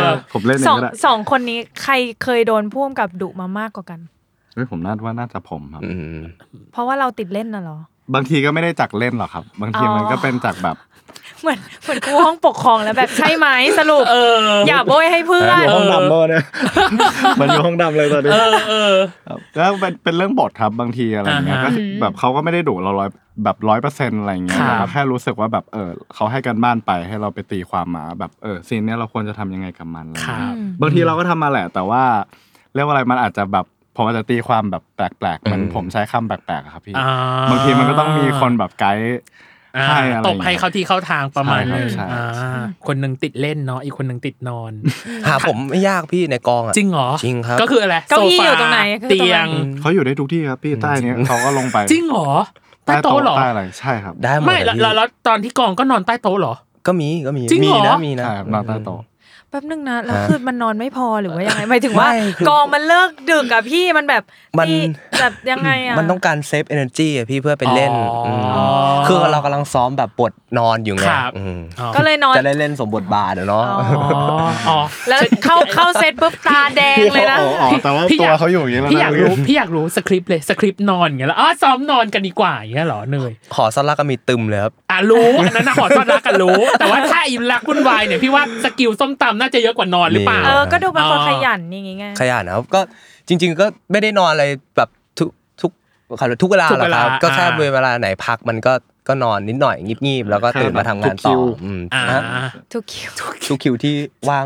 S2: อ
S3: ผมเล่นเอ
S5: สอง ง
S3: ก็ได้
S5: สองคนนี้ใครเคยโดนพ่วงกับดุมามากกว่ากัน
S3: เฮ้ยผมน่าว่าน่าจะผมครับ
S4: อืม
S5: เพราะว่าเราติดเล่นน่ะเหรอ
S3: บางทีก็ไม่ได้จากเล่นหรอกครับ บางที
S5: อ๋อ
S3: มันก็เป็นจากแบบ
S5: เหมือนเหมือนกูห้องปกครองแล้วแบบใช่ไหมสรุป
S2: เออ
S5: อย่าโบยให้เพื่อ
S3: อน ยู่ห้องดำเมื่อเนี่ยมันอยู่ห้องดำเลยตอนนี้
S2: เออเออ
S3: ครับก็เป็นเป็นเรื่องบทครับบางทีอะไรอย่างเงี้ย
S2: อ่าฮะ
S3: ก็คือแบบเขาก็ไม่ได้ดุเราร้อยแบบร้อยเปอร์เซ็นต์อะไรอย่างเงี้ย
S2: ครับ
S3: แต่ก็แค่รู้สึกว่าแบบเออเขาให้กันบ้านไปให้เราไปตีความมาแบบเออซีนเนี้ยเราควรจะทำยังไงกับมันอะไรอย่าง
S2: ค
S3: เงี้ย
S2: รับ
S3: อืมบางทีเราก็ทำมาแหละ แต่ว่าเรียกว่าอะไรมันอาจจะแบบผมอาจจะตีความแบบแปลกๆเหมือน
S4: อืม
S3: ผมใช้คำแปลกๆอะครับพี่
S2: อ่
S3: บางทีมันก็ต้องมีคนแบบไกด์
S2: อ่า
S3: ให้อะไร
S2: ตบให้เขาที่เข้าทางประมาณนึง
S3: ใช่ครับใช่
S2: อ่าคนหนึ่งติดเล่นเนาะอีกคนหนึ่งติดนอน
S4: หาผมไม่ยากพี่ในกองอ่ะ
S2: จริงเหรอ
S4: จริงครับ
S2: ก็คืออะไร
S5: เก้าอี้
S2: โซฟ
S5: อยู่ตรงไหน
S2: เตียง
S5: คือตรงไหน
S3: เขาอยู่ได้ทุกที่ครับพี่ใต้เนี้ยเขาก็ลงไป
S2: จริงเหรอใต้โต๊ะเหรอ
S3: ใต้อะไรใช่ครับ
S4: ได้หมด
S2: ไม่
S4: เลย
S2: แล้ว
S4: พี่
S2: แล้วแล้วตอนที่กองก็นอนใต้โต๊ะเหรอ
S4: ก็มีก็มี
S2: จริง
S4: มี
S2: เหรอ
S4: นะมีนะ
S3: ใช่ครับนอนใต้โต๊ะ
S5: แป๊บนึงนะแล้ว
S4: ฮะ
S5: คือมันนอนไม่พอหรือว่ายังไงหมายถึงว่า
S4: ไม่คือก
S5: องมันเลิกดึกอะพี่มันแบบ
S4: มัน
S5: พี่แบบยังไงอะ
S4: มันต้องการเซฟเอเนอร์จีอะพี่เพื่อไปเล่น
S2: อ๋ออื
S4: มคือเรากำลังซ้อมแบบบทนอนอยู่ไง
S2: ครับ
S4: อืม
S2: อ๋อ
S5: ก็เลยนอน
S4: จะได้เล่นสมบทบาทอะเนาะ
S5: อ๋อ
S2: อ๋ออ๋อ
S5: แล้วเข้าเข้าเซตปุ๊บตาแดงเลยนะ
S3: อ๋ออ๋อแต่ว่า
S2: พี่
S3: ตั
S2: ก
S3: วเขาอยู่อย่างเงี้ยแล้ว
S2: พี่อยาก
S3: นะ
S2: รู้พี่อยากรู้สคริปต์เลยสคริปต์นอนอย่างเงี้ยแล้วอ๋อซ้อมนอนกันดีกว่าอย่างเงี้ยเหรอเนย
S4: ขอสลักก็มีตึมเลยครับ
S2: อ่ะรู้อันนั้นนะขอต้อนรักกันรู้ แต่ว่าถ้าอีรักวุ่นวายเนี่ยพี่ว่าสกิลส้มตำน่าจะเยอะกว่านอนหรือเปล่า
S5: เออ ก็ดูเป็นคน
S2: อ๋อ
S5: ขยันอย่างงี้ไง
S4: ขยันนะครับก็จริง ๆ ก็ไม่ได้นอนอะไรแบบทุกทุกทุกเวลา
S2: ทุก
S4: หรอก
S2: เว
S4: ค
S2: ลา
S4: รับก็แค่
S2: อ่า
S4: เวลาไหนพักมันก็ก็นอนนิดหน่อยงีบๆแล้วก็ตื่นมาทำงานต่ออืม
S2: อ่า
S4: นะ
S5: ทุกคิว
S4: ทุกคิวที่ ว่าง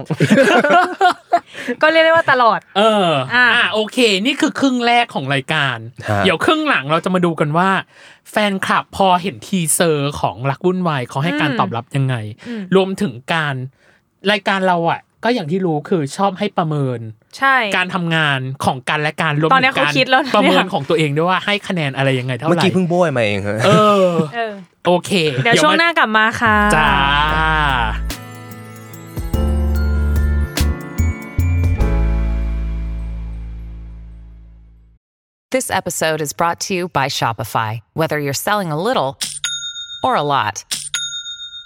S5: ก็เรียกได้ว่าตลอด
S2: เออ อ่า
S5: อ่ะ
S2: โอเค นี่คือครึ่งแรกของรายการ
S4: ฮะ
S2: เดี๋ยวครึ่งหลังเราจะมาดูกันว่า แฟนคลับพอเห็นทีเซอร์ของรักวุ่นวายเขาให้การตอบรับยังไง รวมถึงการรายการเราอ่ะ ก็อย่างที่รู้คือชอบให้ประเมิน
S5: ใช่
S2: การทำงานของกันและการรวม
S5: ตอนนี้
S2: ถึง
S5: เขา
S2: การ
S5: คิดแล้วนะ
S2: ประเมิน
S5: เนี่ย
S2: ของตัวเองด้วยว่าให้คะแนนอะไรยังไงเท่า
S4: เมื่อ
S2: ไหร่
S4: กี้เพิ่งโบยมาเองฮะ
S2: เออ
S5: เออ
S2: โอเค
S5: เดี๋ยวช่วงหน้ากลับมาค่ะ
S2: มาจ้า
S7: This episode is brought to you by Shopify. Whether you're selling a little or a lot,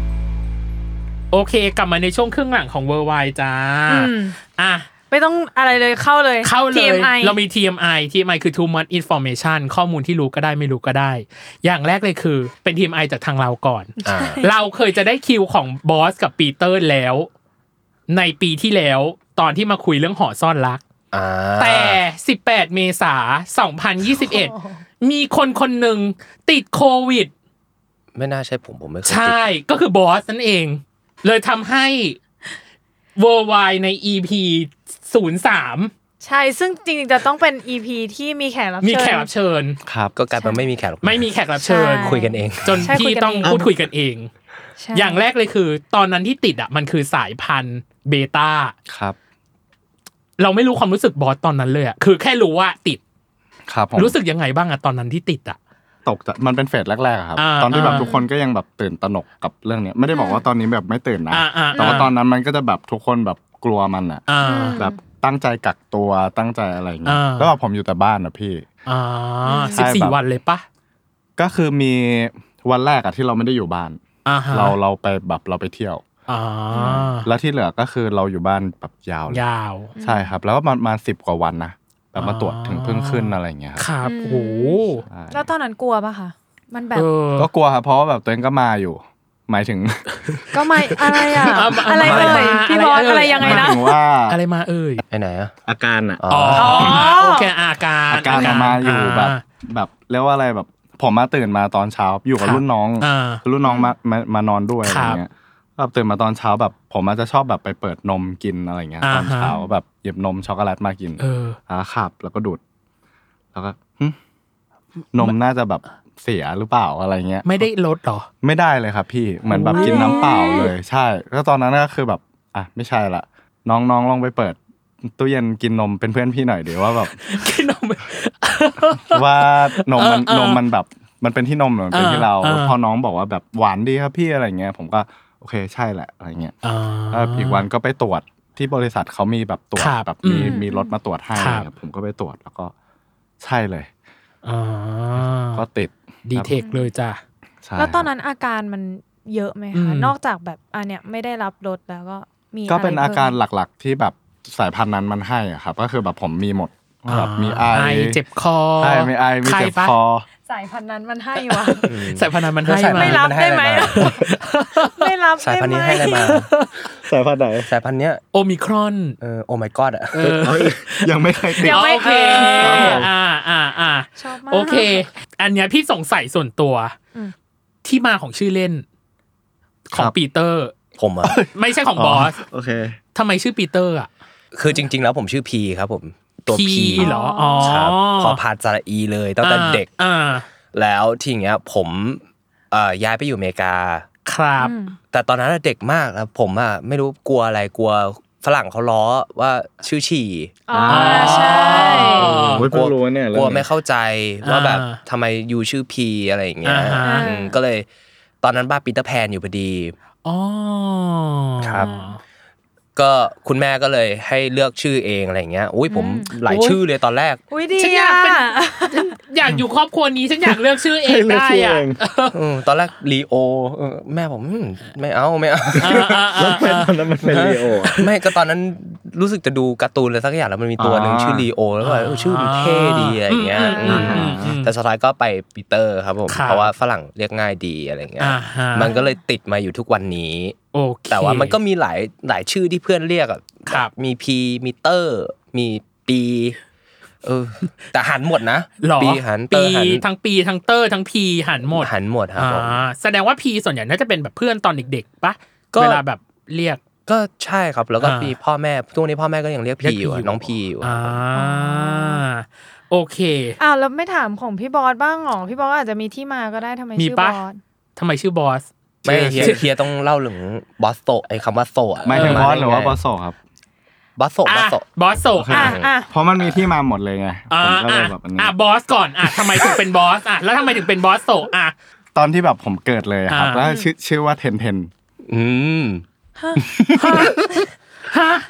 S2: ๆ โอเค กลับมาในช่วงครึ่งหลังของเวอร์ไวจ้า
S5: อืม
S2: อ่ะ
S5: ไม่ต้องอะไรเลยเข้าเลย
S2: เข้าเลย
S5: TMI
S2: เรามี TMI TMI คือ too much information ข้อมูลที่รู้ก็ได้ไม่รู้ก็ได้ อย่างแรกเลยคือเป็น TMI จากทางเราก่อน
S4: อ่า
S2: เราเคยจะได้คิวของบอสกับปีเตอร์แล้ว ในปีที่แล้วตอนที่มาคุยเรื่องหอซ่อนรัก
S4: อ่า
S2: แต่ 18 เมษา 2021 มีคนคนหนึ่งติดโควิด
S4: ไม่น่าใช่ผมผมไม่เคยติด
S2: ใช่ ก็คือบอสนั่นเอง เลยทำให้เวอร์ไวใน EP 03
S5: ใช่ซึ่งจริงๆจะต้องเป็น EP ที่มีแขกรับเชิญ
S2: มีแขกรับเชิญ
S4: ครับ ก็กลายเป็นไม่มีแขกหรอกนะ
S2: ไม่มีแขกรับเชิญ
S5: ใช่
S4: คุยกันเอง
S2: จน
S5: ใช่คุ
S2: พี่
S5: ยกัน
S2: ต้อง
S5: เอง
S2: พูดคุยกันเอง
S1: ใช่
S2: อย่างแรกเลยคือ ตอนนั้นที่ติดอ่ะมันคือสายพันธุ์เบต้า
S3: ครับ
S2: เราไม่รู้ความรู้สึกบอสตอนนั้นเลยอ่ะคือแค่รู้ว่าติด
S3: ครับผม
S2: รู้สึกยังไงบ้างอ่ะตอนนั้นที่ติดอ่ะ
S3: ตกใจมันเป็นเฟสแรกๆอะครับ
S2: อ่า
S3: ตอนที่แบบ
S2: อ่า
S3: ทุกคนก็ยังแบบตื่นตระหนกกับเรื่องเนี้ยไม่ได้บอกว่าตอนนี้แบบไม่ตื่นนะ
S2: อ่าอ่า
S3: แต่ว่าตอนนั้นมันก็จะแบบทุกคนแบบกลัวมันอะ
S2: อ่า
S3: แบบตั้งใจกักตัวตั้งใจอะไรอย่างเงี้ย
S2: อ่า
S3: แล้วแบบผมอยู่แต่บ้านนะพี่
S2: อ่า
S3: ใช่
S2: สิบสี่
S3: แบบ
S2: วันเลยปะ
S3: ก็คือมีวันแรกอะที่เราไม่ได้อยู่บ้าน
S2: อ่าฮะ
S3: เราเราไปแบบเราไปเที่ยว
S2: อ่า
S3: แล้วที่เหลือก็คือเราอยู่บ้านแบบยาวเลย
S2: ยาว
S3: ใช่ครับ แล้วก็มามาสิบกว่าวันนะแบบมาตรวจถึงเพิ่งขึ้นอะไรอย่างเงี้ยครับ
S2: ครับโอ้โห
S3: ใช่
S5: แล้วตอนนั้นกลัวปะคะมันแบบ
S2: เออ
S3: ก็กลัวครับเพราะว่าแบบตัวเองก็มาอยู่ หมายถึง
S5: ก็ไม่อะไรอะ
S2: อ่ะมา
S5: อะไร
S2: มา
S5: เอ่ย
S2: มา
S5: พี่
S2: อะไร
S5: บอส
S2: เอ่ย
S5: อะไรยัง
S3: ห
S5: ไง
S3: มาย
S5: นะ
S3: ถึงว่า
S2: อะไรมาเอ่ย
S4: ไปไหนอ่ะ
S3: อาการอะ
S4: อ๋อ
S2: อ๋อ
S4: อ
S2: โอเคอาการ
S3: อาการออกมาอยู่
S2: า
S3: แบบแบบเรียกว่าอะไรแบบ ผมมาตื่นมาตอนเช้าอยู่กับ
S2: ครับ
S3: รุ่นน้อง
S2: อ่า
S3: รุ่นน้องมามามานอนด้วยอะไรเงี้ยแบบตื่นมาตอนเช้าแบบ ผมอาจจะชอบแบบไปเปิดนมกินอะไรเงี้ย
S2: อ่า
S3: ตอนเช้า
S2: ฮะ
S3: แบบหยิบนมช็อกโกแลตมากิน
S2: เออ
S3: อาขับแล้วก็ดูด แล้วก็หึนมน่าจะแบบเสียหรือเปล่าอะไรเงี้ย
S2: ไม่ได้ลดเหรอ
S3: ไม่ได้เลยครับพี่เหมือนแบบ
S2: โอ้ย
S3: กินน้ำเปล่าเลย ใช่ แล้วตอนนั้นก็คือแบบ อ่ะไม่ใช่ละน้องๆลองไปเปิดตู้เย็นกินนมเป็นเพื่อนพี่หน่อยเดี๋ยวว่าแบบ
S2: กินนม
S3: ว่านมมัน
S2: เออเออน
S3: มมันแบบ มันเป็นที่นมหรือมันเป็นที่เรา
S2: เออเออ
S3: พอน้องบอกว่าแบบหวานดีครับพี่อะไรเงี้ย ผมก็โอเคใช่แหละอะไรเงี้ย
S2: อ่า
S3: แล้วอีกวันก็ไปตรวจที่บริษัทเขามีแบบตรวจ
S2: ครับ
S3: แบบมี
S2: อืม
S3: มีรถมาตรวจให้
S2: ครับ
S3: ผมก็ไปตรวจแล้วก็ใช่เลย
S2: อ่า
S3: ก็ติด
S2: ดีเทคเลยจ้ะ
S3: ใช่
S5: แล้วตอนนั้นอาการมันเยอะไหม
S2: อื
S5: คะ
S2: ม
S5: นอกจากแบบอันเนี้ยไม่ได้รับรถแล้วก็มี
S3: ก็เป็น
S5: ะไพิ่
S3: อาม การหลักๆที่แบบสายพันธุ์นั้นมันให้อะครับ ก็คือแบบผมมีหมดแบบมีไอ
S2: เจ็บคอ
S3: ใช่มีไอมีเจ็บ
S2: ไข้ปะ
S3: คอ
S5: สายพันธุ์นั้นมันให้วะ
S2: สายพันธุ์นั้นมัน
S4: แล้ว
S2: ให้
S4: สาย
S2: มา
S4: พันธุ์
S5: ไม่รับได้ไหม
S4: นให้อะรา
S5: ไม่รับ
S4: สายพันธุ์นี้ให้อะไรมา
S3: สายพันธุ์ไหน
S4: สายพันธุ์เนี้ย
S2: โอมิครอน
S4: เออโอ้ my god อ่ะ
S2: เออ
S3: ยังไม่เคยติด
S5: ยังไม่
S2: โอเค อ่าอ่าอ่า
S5: ชอบมาก
S2: โอเค อันเนี้ยพี่สงสัยส่วนตัว
S5: อืม
S2: ที่มาของชื่อเล่น ขอ
S3: ค
S2: ง
S3: รับ
S2: ปีเตอร์
S4: ผมอ่ะ
S2: ไม่ใช่ของบอส
S3: โอเค
S2: ทำไมชื่อปีเตอร์อ่ะ
S4: คือจริง ๆ แล้วผมชื่อพีครับผม ตัวพี
S2: เหรออ๋อ
S4: ครับพอพานสระอีเลยตั้งแต่เด็ก
S2: อ่า
S4: แล้วทีเนี้ยผมเอ่อย้ายไปอยู่อเมริกา
S2: ครับ
S4: แต่ตอนนั้นอะเด็กมากแล้วผมอ่ะไม่รู้กลัวอะไรกลัวฝรั่งเขาล้อว่าชื่อฉี่
S5: อ๋อใช่
S3: โอ้ยเพิ่งรู้เนี่ย
S4: กลัวไม่เข้าใจว่าแบบ
S2: อ่า
S4: ทำไมยูชื่อพีอะไรอย่างเงี้ย
S2: อ่าฮะ
S4: อืมก็เลยตอนนั้นบ้านปีเตอร์แพนอยู่พอดี
S2: อ๋อ
S4: ครับ ก็คุณแม่ก็เลยให้เลือกชื่อเองอะไรอย่างเงี้ยอุ้ยผมหลายชื่อเลยตอนแรก
S5: อุ้ยดี
S2: ฉันอยา
S5: อ่ะ
S2: กเป็นฉันอยากอยู่ครอบครัวนี้ฉันอยากเลือกชื่อเองได้อ่ะ
S4: เออตอนแรกลีโอเออแม่ผมอืมไม่เอาไม่เอา
S3: แล้วมันเป็นเรโอ
S4: ไม่ก็ตอนนั้นรู้สึกจะดูการ์ตูนอะไรสักอย่างแล้วมันมีตัวหนึ่ง
S3: อ่า
S4: ชื่อลีโอแล้วก็แบบเออชื่อมันเท่ดีอะไรอย่างเงี้ย
S2: อืมอืมอืม
S4: อืมแต่สุดท้ายก็ไปปีเตอร์ครับผม
S2: ครับ
S4: เพราะว่าฝรั่งเรียกง่ายดีอะไรเงี้ย
S2: อ่าฮะ
S4: มันก็เลยติดมาอยู่ทุกวันนี้
S2: โอเค
S4: แต่ว่ามันก็มีหลายหลายชื่อที่เพื่อนเรียกอะ
S2: ครับ
S4: มีพีมีเตอร์ มีปีเออแต่หันหมดนะ
S2: หรอ
S4: ปีหันเตอ
S2: ปี
S4: ร์หัน
S2: ทั้งปีทั้งเตอร์ทั้งพีหันหมด
S4: หันหมดครับ
S2: อ่า
S4: ผม
S2: แสดงว่าพีส่วนใหญ่น่าจะเป็นแบบเพื่อนตอนเด็กๆปะ
S4: ก็
S2: เวลาแบบเรียก
S4: ก็ใช่ครับแล้วก็
S2: อ่ามี
S4: มีพ่อแม่ทุกวันนี้พ่อแม่ก็ยังเรียก
S2: เรียก
S4: พีอยู่อะน้องพีอยู่อะ
S2: อ่าโอเค
S5: อ้าวแล้วไม่ถามของพี่บอสบ้างหรอพี่บอสอาจจะมีที่มาก็ได้ทำไม
S2: มี
S5: ชื่อบ
S2: ปะ
S5: อส
S2: ทำไมชื่อบอส
S4: ไม่เฮียเฮียต้องเล่าถึงบอสโซไอ้คำว่าโซอะ
S3: หมายถึงบอสหรือว่า
S4: ไง
S3: บอสโซครับ
S4: บอสโซบอสโซ
S2: บอสโซ
S3: อ่ะ
S2: อ่ะ
S5: อ่ะ
S3: เพราะมันมีที่มาหมดเลยไง
S2: อ่ะ
S3: ผมก็เล
S2: อ่ะ
S3: ยแบบอันนี้
S2: อ่ะบอสก่อนอ่ะทำไมถึงเป็นบอสอ่ะแล้วทำไมถึงเป็นบอสโซอ่ะ
S3: ตอนที่แบบผมเกิดเลยอะครับ
S2: อ่า
S3: แล้วชื่อชื่อว่าเทนเทน
S4: อืม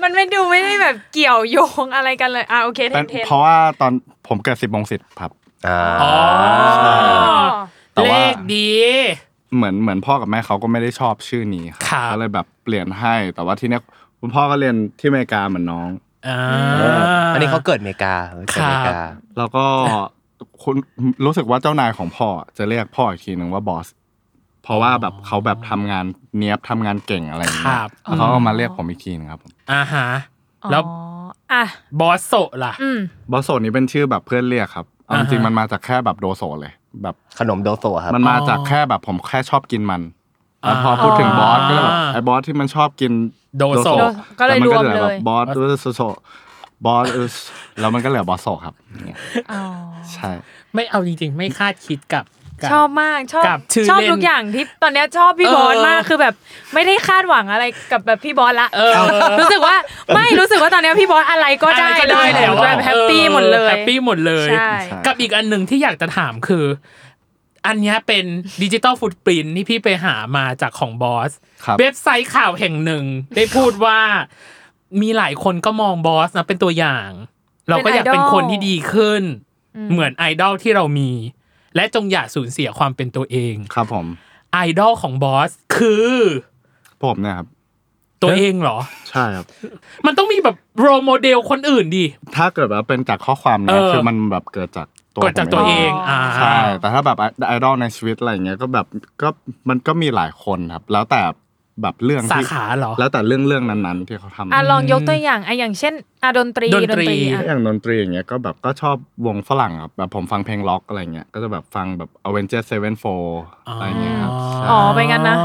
S5: มันไม่ดูไม่ได้แบบเกี่ยวโยงอะไรกันเลยอ่ะโอเคเทนเทน
S3: เพราะว่าตอนผมเกิดสิบโมงสิบครับ
S2: อ๋อ
S3: แต่
S2: เล
S3: ว่า
S2: ขดี
S3: เหมือนเหมือนพ่อกับแม่เขาก็ไม่ได้ชอบชื่อนี้
S2: ครับ
S3: ก็เลยแบบเปลี่ยนให้ แต่ว่าที่เนี้ยคุณพ่อก็เรียนที่อเมริกาเหมือนน้อง
S2: อ่า
S4: อันนี้เขาเกิดอเมริกาเกิดอเมริกา
S3: แล้วก็คุณรู้สึกว่าเจ้านายของพ่อจะเรียกพ่ออีกทีหนึ่งว่าบอส เพราะว่าแบบเขาแบบทำงานเนี้ยบทำงานเก่งอะไรอย่าง
S2: ค
S3: เงี้
S2: รั
S3: ย
S2: บ
S3: แล้วเขาก็มาเรียกผมอีกทีหนึงครับผม
S2: อ่าฮะแล้ว
S5: อ่ะ
S2: บอสโซะล่ะ
S5: อืม
S3: บอสโซนี่เป็นชื่อแบบเพื่อนเรียกครับเอาจริ
S2: อ่า
S3: งๆ
S2: ฮะ
S3: มันมาจากแค่แบบโดโซเลย แบบ
S4: ขนมโดโซครับ
S3: มันมาจากแค่แบบผมแค่ชอบกินมันแล้วพออา พูดถึงบอสก็เลยแบบไอ้บอสที่มันชอบกิน
S2: โดโซ
S5: ก็เลยร
S3: แต่น
S5: วม
S3: หอ
S5: เล
S3: แบ
S5: ย
S3: บบอสโดโซบอสแล้วมันก็เหลือบอสโซครับเนี่ย
S5: อ๋อ
S3: ใช่
S2: ไม่เอาจริงๆ ไม่คาดคิดกับกับ
S5: ชอบมากชอบ
S2: กับชื่อ
S5: ชอบ
S2: เล่น
S5: ทุกอย่างที่ตอนเนี้ยชอบพี่
S2: เออ
S5: บอสมากคือแบบไม่ได้คาดหวังอะไรกับแบบพี่บอสละ
S2: เออ
S5: รู้สึกว่าไม่รู้สึกว่าตอนเนี้ยพี่บอสอะไรก็ได้
S2: อะร
S5: เลย
S2: แล้วอะ
S5: แบบแฮปปี้หมดเลย
S2: แฮปปี้หมดเลย
S5: ใช่
S2: กับอีกอันหนึ่งที่อยากจะถามคือ อันเนี้ยเป็นดิจิตอลฟุตปรินที่พี่ไปหามาจากของบอส
S3: ครับ
S2: เว็บไซต์ข่าวแห่งหนึ่ง ได้พูดว่ามีหลายคนก็มองบอสนะเป็นตัวอย่าง เราก็อยาก
S5: เป็
S2: เป็น น
S5: ไอดอล
S2: คนที่ดีขึ้น เหมือนไอดอลที่เรามี และจงอย่าสูญเสียความเป็นตัวเอง
S3: ครับผม
S2: ไอดอลของบอสคือ
S3: ผมเนี่ยครับ
S2: ตัวเองเหรอ
S3: ใช่ครับ
S2: มันต้องมีแบบโรโมเดลคนอื่นดิ
S3: ถ้าเกิดว่าเป็นจากข้อความ
S2: เอ
S3: นะ
S2: อ
S3: คือมันแบบเกิดจากตัว
S2: กดจาก
S3: ผ
S2: ตัว
S3: ม
S2: เองอ่า
S3: ใช่แต่ถ้าแบบไอดอลในชีวิตอะไรเงี้ยก็แบบก็มันก็มีหลายคนครับ แล้วแต่แบบเรื่อง
S2: สา
S3: ที่
S2: ขาเหรอ
S3: แล้วแต่เรื่องเรื่องนั้นๆที่เขาทำ
S5: อ่ะลองยกตัวอย่างอ่ะอย่างเช่นอ่ะดนตรี
S2: ดนตรี
S5: อ่ะ
S3: อย่างดนตรีอย่างเงี้ยก็แบบก็ชอบวงฝรั่งครับแบบผมฟังเพลงล็อกอะไรเงี้ยก็จะแบบฟังแบบ a v e n g e r Sevenfold อะไรเงี้ยครับใช่
S5: อ๋อไปงั้นนะ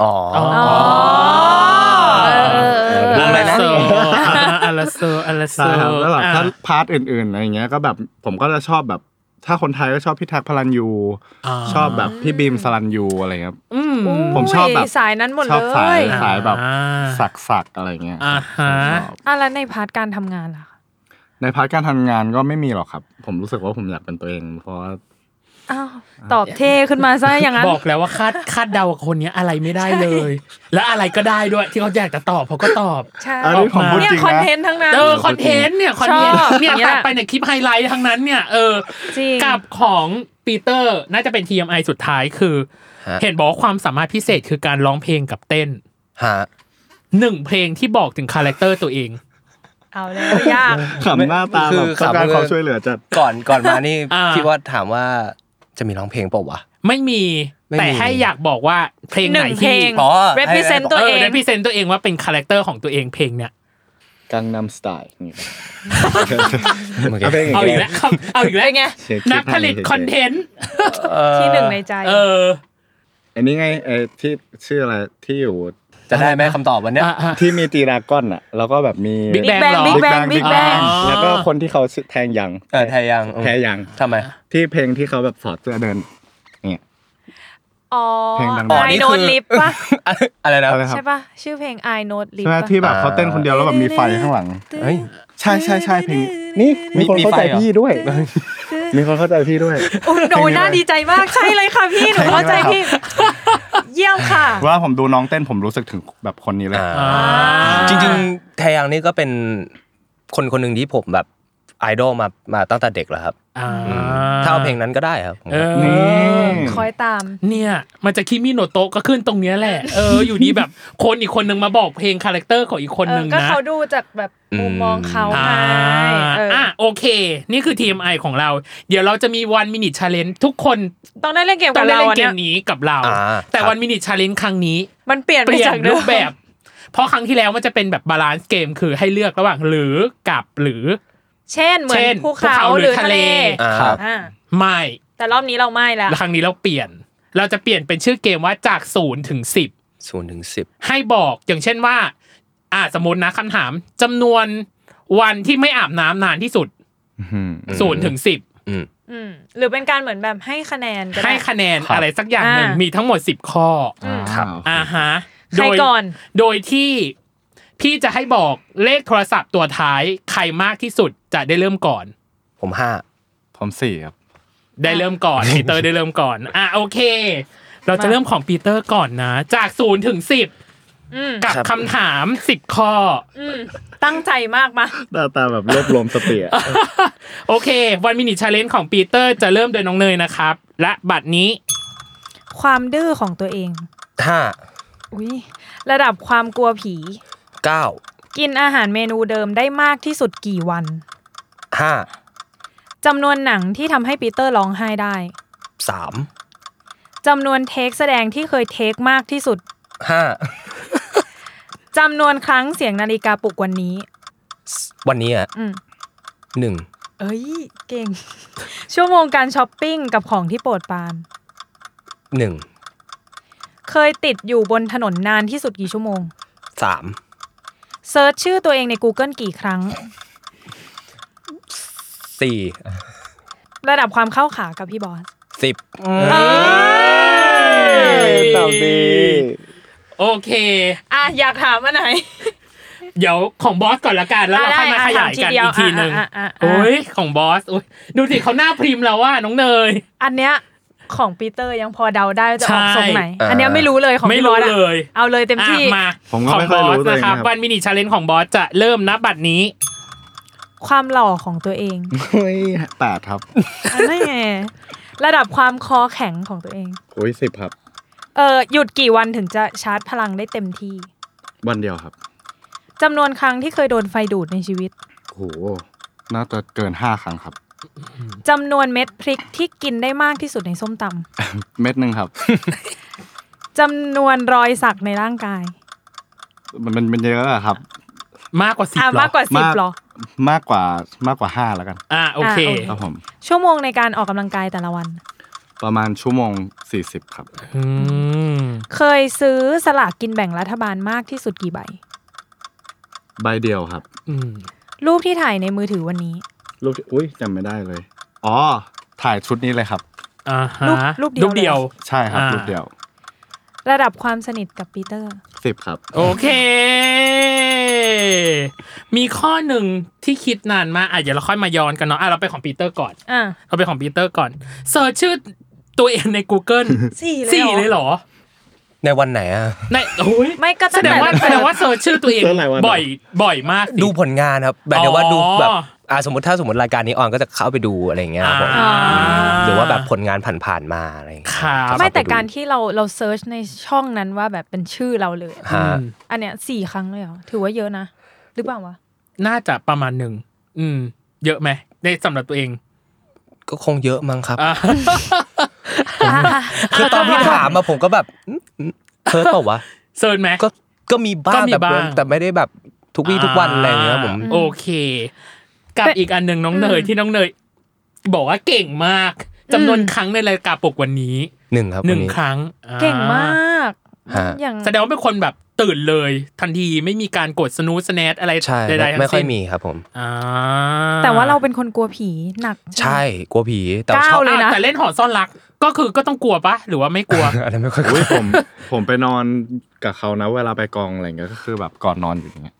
S4: อ๋อ
S5: อ๋อเออเออเออ
S4: วงอะไรนะ
S2: เซอร์อาราเซอร์อาราเซ
S3: ใช่
S2: อ
S3: ครับ
S2: ร์
S3: แล้วแบบ
S2: อ่ะ
S3: ถ้าพาร์ทอื่นๆอะไรเงี้ยก็แบบผมก็จะชอบแบบ ถ้าคนไทยก็ชอบพี่แท็กพลันยู
S2: อ่า
S3: ชอบแบบพี่บีมสลันยูอะไรครับ
S2: อืม
S3: ผมชอบแบบ
S5: อุ้ยสายนั้นหมดเลย
S3: ชอบสายสายแบบ
S2: อ่า
S3: สักสักๆอะไรเงี้ย
S2: อ่าฮะ
S3: ชอบ
S5: อ่ะแล้วในพาร์ทการทำงานล่ะคะ
S3: ในพาร์ทการทำงานก็ไม่มีหรอกครับ ผมรู้สึกว่าผมอยากเป็นตัวเอง เพราะว่า
S5: อ้าวตอบเทขึ้นมาซะอย่างนั้น
S2: บอกแล้วว่าคาดคาดเดากับคนเนี้ยอะไรไม่ได้เลย และอะไรก็ได้ด้วยที่เขาอยากจะตอบเขาก็ตอบ
S5: ใช่
S3: อันนี้ผมพูด
S5: เนี่ย
S3: จริง
S5: คอน
S3: นะ
S5: เทนต์ทั้งนั้น
S2: เออคอนเทนต์เนี่ยคอนเทน
S5: ช
S2: ต์
S5: อบ
S2: เนี่ย
S5: เนี่ย
S2: ตัดไปในยคลิปไฮไลท์ทั้งนั้นเนี่ยเออ
S5: จริง
S2: กับของปีเตอร์น่าจะเป็น TMI สุดท้ายคือ
S4: ฮะ
S2: เห็นบอกว่าความสามารถพิเศษคือการร้องเพลงกับเต้น
S4: ฮะ
S2: หนึ่งเพลงที่บอกถึงคาแรคเตอร์ตัวเอง
S5: เอาแล้วยาก
S3: ขำหน้าตาแบบ
S4: ขำ
S3: ต้องการความช่วยเหลือจัด
S4: ก่อนก่อนมานี่
S2: อ่า
S4: พี่ว่าถามว่าจะมีร้องเพลงเปล่าวะ
S2: ไม่มี
S4: ไม่มี
S2: แต่ให้อยากบอกว่าเพลง
S5: หนึ่
S2: ไหน
S5: งเพล
S2: ที่
S5: ง
S4: อ๋อ
S5: represent ตัวเอง
S2: ได้พิเศษตัวเองว่าเป็นคาแรคเตอร์ของตัวเองเพลงเนี่ย
S3: กังนำสไตล์นี่
S4: เมื่อกี้
S3: เอาเพลง
S2: เอา
S3: อี
S2: อี
S3: ก
S2: ก
S3: แล้
S2: แล้ว วครับเอาอีกแล้ว
S5: เป็นไง
S3: เสียงคลิป
S2: นักผลิต
S3: ให้เฉยๆ
S2: คอนเทนต์
S5: ที่หนึ่งในใจ
S2: เออ
S3: อันนี้ไงไอ้ที่ชื่ออะไรที่อยู่
S4: จะได้ไหมคำตอบวันเนี้ย
S3: ที่มีตีรากอนอ่ะ แล้วก็แบบมี
S2: Big Bang เหรอ
S5: Big Bang Big Bang
S2: อ๋อ
S3: แล้วก็คนที่เขาชื่อแทงยัง
S4: เออแทงยังอืม
S3: แทงยัง
S4: ทำไม
S3: ที่เพลงที่เขาแบบสอดเสื้อเดิน
S5: อ๋อ
S3: เพลงดังๆ
S5: I
S4: นี่
S5: know
S4: คือ
S5: lip ป่ะ
S4: อะไรนะ
S3: อะไรครับ
S5: ใช่ป่ะ ชื่อเพลง I know lip
S3: ใช่ไหม
S5: ป่ะ
S3: ที่แบบเขาเต้นคนเดียวแล้วแบบมีไฟข้างหลัง
S4: เฮ้ย
S3: ใช่ใช่ใช่เพลงนี่
S4: มีคนเข้าใจพี่ด้วย
S3: มีคนเข้าใจพี่ด้วย
S5: โอ้ยหนูน่าดีใจมากใช่เลยค่ะพี่หนูเข้าใจ
S3: เพลงนี้
S5: พี่
S3: ไหมครับ
S5: เยี่ยมค่ะ
S3: ว่าผมดูน้องเต้นผมรู้สึกถึงแบบคนนี้เลย
S2: อ่า
S4: จริงๆแทยังนี่ก็เป็นคนคนหนึ่งที่ผมแบบไอดอลมามาตั้งแต่เด็กแล้วครับ
S2: อ่า
S4: อืมถ้าเอาเพลงนั้นก็ได้ครับผม
S2: เอ
S4: ว่า
S2: อ
S3: นี่
S5: คอยตาม
S2: เนี่ย มันจะคิมิโนโตะก็ขึ้นตรงเนี้ยแหละ เออ อยู่ดีแบบคนอีกคนนึงมาบอกเพลงคาแรคเตอร์ของอีกคน
S5: เอ
S2: นึ
S5: อง ก็
S2: นะ
S5: เขาดูจากแบบมุมมองเขา
S2: อ่า
S5: ไงเอออ
S2: อ่ะโอเค นี่คือ TMI ของเรา เดี๋ยวเราจะมีวันมินิช l เลน g e ทุกคน
S5: ต้องได้เล่นเกม
S2: ต้
S5: กั
S2: อบ งเล่
S5: เรา
S2: น
S5: อะ
S2: เก
S5: เนี่ย
S2: มนี้กับเรา
S4: อ่า
S2: แต่
S4: ครับ
S2: วันมินิช l เลน g e ครั้งนี้
S5: มันเปลี่ยน
S2: เป
S5: ไป
S2: ลี่ย
S5: จาก
S2: น
S5: เดิ
S2: รู
S5: ม
S2: ปแบบ เพราะครั้งที่แล้วมันจะเป็นแบบบาลานซ์เกมคือให้เลือกระหว่างหรือกับหรือ
S5: เช่นเหมือน
S2: เช่น
S5: ภู
S2: ภู
S5: เขา
S2: เขา
S5: หรือทะเล
S2: หรือทะเล
S4: อ่า
S3: ครับ
S5: อ่า
S2: ไม่
S5: แต่รอบนี้เราไม่ละ
S2: แล้วครั้งนี้เราเปลี่ยน เราจะเปลี่ยนเป็นชื่อเกมว่าจากศูนย์ถึงสิบ
S4: ศูนย์ถึงสิบ
S2: ให้บอกอย่างเช่นว่า อ่าสมมตินะคำถามจำนวนวันที่ไม่อาบน้ำนานที่สุด
S3: อืม
S2: ศูนย์ถึงสิบ
S5: อืมหรือเป็นการเหมือนแบบให้คะแนนก็ได้
S2: ให้คะแนน
S4: ครับ
S2: อะไรสักอย่างหนึ่ง
S5: อ่ามี
S2: มีทั้งหมดสิบข้ออ
S4: ครับ
S2: อ่าฮะ
S5: ใครก่อน
S2: โดยที่พี่จะให้บอกเลขโทรศัพท์ตัวท้ายใครมากที่สุดจะได้เริ่มก่อน
S4: ผมห้า
S3: ผมสี่ครับ
S2: ได้เริ่ม ก่อน ปีเตอร์ได้เริ่มก่อน อ่ะโอเค เราจะเริ่มของปีเตอร์ก่อนนะ จากศูนย์ถึงสิบ
S5: อืม
S2: กับคำถามสิบข้อ
S5: อืมตั้งใจมากมา
S3: หน้าตาแบบรวบรวมสติอะ
S2: โอเค วันมินิชาเลนจ์ของปีเตอร์จะเริ่มโดยน้องเนยนะครับ และบัตรนี้
S5: ความดื้อของตัวเอง
S4: ห้า
S5: อุ้ยระดับความกลัวผี
S4: เก้า
S5: กินอาหารเมนูเดิมได้มากที่สุดกี่วัน
S4: ห้า
S5: จำนวนหนังที่ทำให้ปีเตอร์ร้องไห้ได้
S4: สาม
S5: จำนวนเทคแสดงที่เคยเทคมากที่สุด
S4: ห้า
S5: จำนวนครั้งเสียงนาฬิกาปลุกวันนี้
S4: วันนี้อ่ะ
S5: อืม
S4: หนึ่ง
S5: เอ้ย เก่ง ชั่วโมงการช้อปปิ้งกับของที่โปรดปราน
S4: หนึ่ง
S5: เคยติดอยู่บนถนนนานที่สุดกี่ชั่วโมง
S4: สาม
S5: เซิร์ชชื่อตัวเองใน Google กี่ครั้ง
S4: สี่
S5: ระดับความเข้าขากับพี่บอส
S4: สิบ
S2: ตอบดี โอเค
S5: อ่ะอยากถามอันไหน
S2: เดี๋ยวของบอสก่อนละกันแล้วเรา
S5: อ่ะได้
S2: ค่อยมาขยายกันอีกทีหนึ่ง
S5: อ่ะอ่ะอ่ะอ่ะ
S2: โอ้ยของบอสโอ้ยดูสิเขาหน้าพริมแล้วว่าน้องเนย
S5: อันเนี้ยของปีเตอร์ยังพอเดาได้ว่าจะออก
S2: ใช่
S5: ทรงไหน อันเนี้ยไม่รู้เลยของ
S2: ไม่
S5: พี่บ
S2: รู้
S5: อสอะ
S2: เลย
S5: เอาเลยเต็มที่
S2: อ่ะมา
S3: ผมก็ไม่ค่อยรู้
S2: ขงบสนะครับ
S3: เลยนะครับ
S2: วันมินิชาเลนจ์ของบอสจะเริ่มนับบัตรนี้
S5: ความหล่อของตัวเอง
S3: เฮ้ยแปดครับ
S5: อันนี้ไงระดับความคอแข็งของตัวเอง
S3: โอ้ยสิบครับ
S5: เออหยุดกี่วันถึงจะชาร์จพลังได้เต็มที่
S3: วันเดียวครับ
S5: จำนวนครั้งที่เคยโดนไฟดูดในชีวิต
S3: โหน่าจะเกินห้าครั้งครับ
S5: จำนวนเม็ดพริกที่กินได้มากที่สุดในส้มต
S3: เม็ดหนึ่งครับ
S5: ำจำนวนรอยสักในร่างกาย
S3: มันมันมันเยอะอะครับ
S2: มากกว่าสิบ
S5: อ่ะ
S2: หรอก
S5: มากว่าสิบ
S3: มาก
S5: หรอ
S3: มากกว่ามากกว่าห้าแล้วกัน
S2: อ่ะโอเค
S5: อ่ะโอเค
S3: ครับผม
S5: ชั่วโมงในการออกกำลังกายแต่ละวัน
S3: ประมาณชั่วโมงสี่สิบครับ
S2: อืม
S5: เคยซื้อสลากกินแบ่งรัฐบาลมากที่สุดกี่ใบ
S3: ใบเดียวครับ
S2: อืม
S5: รูปที่ถ่ายในมือถือวันนี้
S3: รูปที่อุ้ยจำไม่ได้เลย อ๋อ ถ่ายชุดนี้เลยครับ
S2: อ่าฮะ
S5: รูปรูปเดียว
S2: เดียว
S3: ใช่ครับ
S2: อ่า
S3: รูปเดียว
S5: ระดับความสนิทกับปีเตอร์
S3: สิบครับ
S2: โอเค มีข้อหนึ่งที่คิดนานมากอ่ะเดี๋ยวเราค่อยมาย้อนกันเนาะอ่ะเราไปของปีเตอร์ก่อน
S5: อ่ะ
S2: เราไปของปีเตอร์ก่อนเซิร์ชชื่อตัวเองใน Google
S5: สี่เลย
S2: สี่เลยเหรอ
S4: ในวันไหนอ่ะ
S2: ในโอ้ย
S5: ไม่ก็
S2: แส
S5: ตั้
S2: ดง
S5: งแต่
S2: ว่าแสดงว่าเซิร์ชชื่อตัวเอง
S3: เสิร์ชหลายวันเหรอ
S2: บ่อยบ่อยมากสิ
S4: ดูผลงานครับแบบเดียวว่า
S2: อ๋อ
S4: ดูแบบอ่าสมมติถ้าสมมติรายการนี้ออนก็จะเข้าไปดูอะไรอย่างเงี้ยครับผม
S2: อ่า
S4: หรือว่าแบบผลงานผ่านๆมาอะไรอย่างเงี้ย
S2: ครับ
S4: ก็เข้ป
S5: ไม่แต่
S4: ดู
S5: การที่เราเราเซิร์ชในช่องนั้นว่าแบบเป็นชื่อเราเลย
S4: ฮะ
S5: อันเนี้ยสี่ครั้งเลยเหรอ ถือว่าเยอะนะ หรือเปล่าวะ
S2: น่าจะประมาณหนึ่งอืม เยอะไหมในสำหรับตัวเอง
S4: ก็คงเยอะมั้งครับ
S2: อ่ะ
S4: คือตอนที่ถามมาผมก็แบบอืมอืมเพิร์ตเปล่า วะ
S2: เซิร์ชไหม
S4: ก็ก็มีบ้า
S2: ก็
S4: ง
S2: มี
S4: แบบ
S2: บ้าง
S4: แต่ไม่ได้แบบทุกวี่ทุกวันอะไรอย่างเงี้ยผม
S2: โอเค กับอีกอันหนึ่งน้องเนยที่น้องเนย บอกว่าเก่งมากจำนวนครั้งในรายการปลุกวันนี้
S4: หนึ่งครับ
S2: หนึ่ง
S4: วันนี้
S2: ครั้งอ่า
S5: เก่งมาก
S4: ฮะ
S5: อย่าง
S2: แสดงว่าเป็นคนแบบตื่นเลย ทันทีไม่มีการกดสนูสแนตอะไร
S4: ใช่
S2: ใดๆทั้งสิ้น
S4: ไม่ไม่ค่อยมีครับผม
S2: อ่า
S5: แต่ว่าเราเป็นคนกลัวผีหนักไหม
S4: ใช่กลัวผีแต่ว่า
S5: ก้า
S4: ชอบ
S5: ลยนะ
S2: อ้าวแต่เล่นหอซ่อนรักก็คือก็ต้องกลัวปะหรือว่าไม่กลัว
S4: อันนั้นไม่ค่อยกลั
S3: อุ้
S4: วย
S3: ผม ผมไปนอนกับเขานะเวลาไปกองอะไรเงี้ยก็คือแบบก่อนนอนอยู่อย่างเงี้ย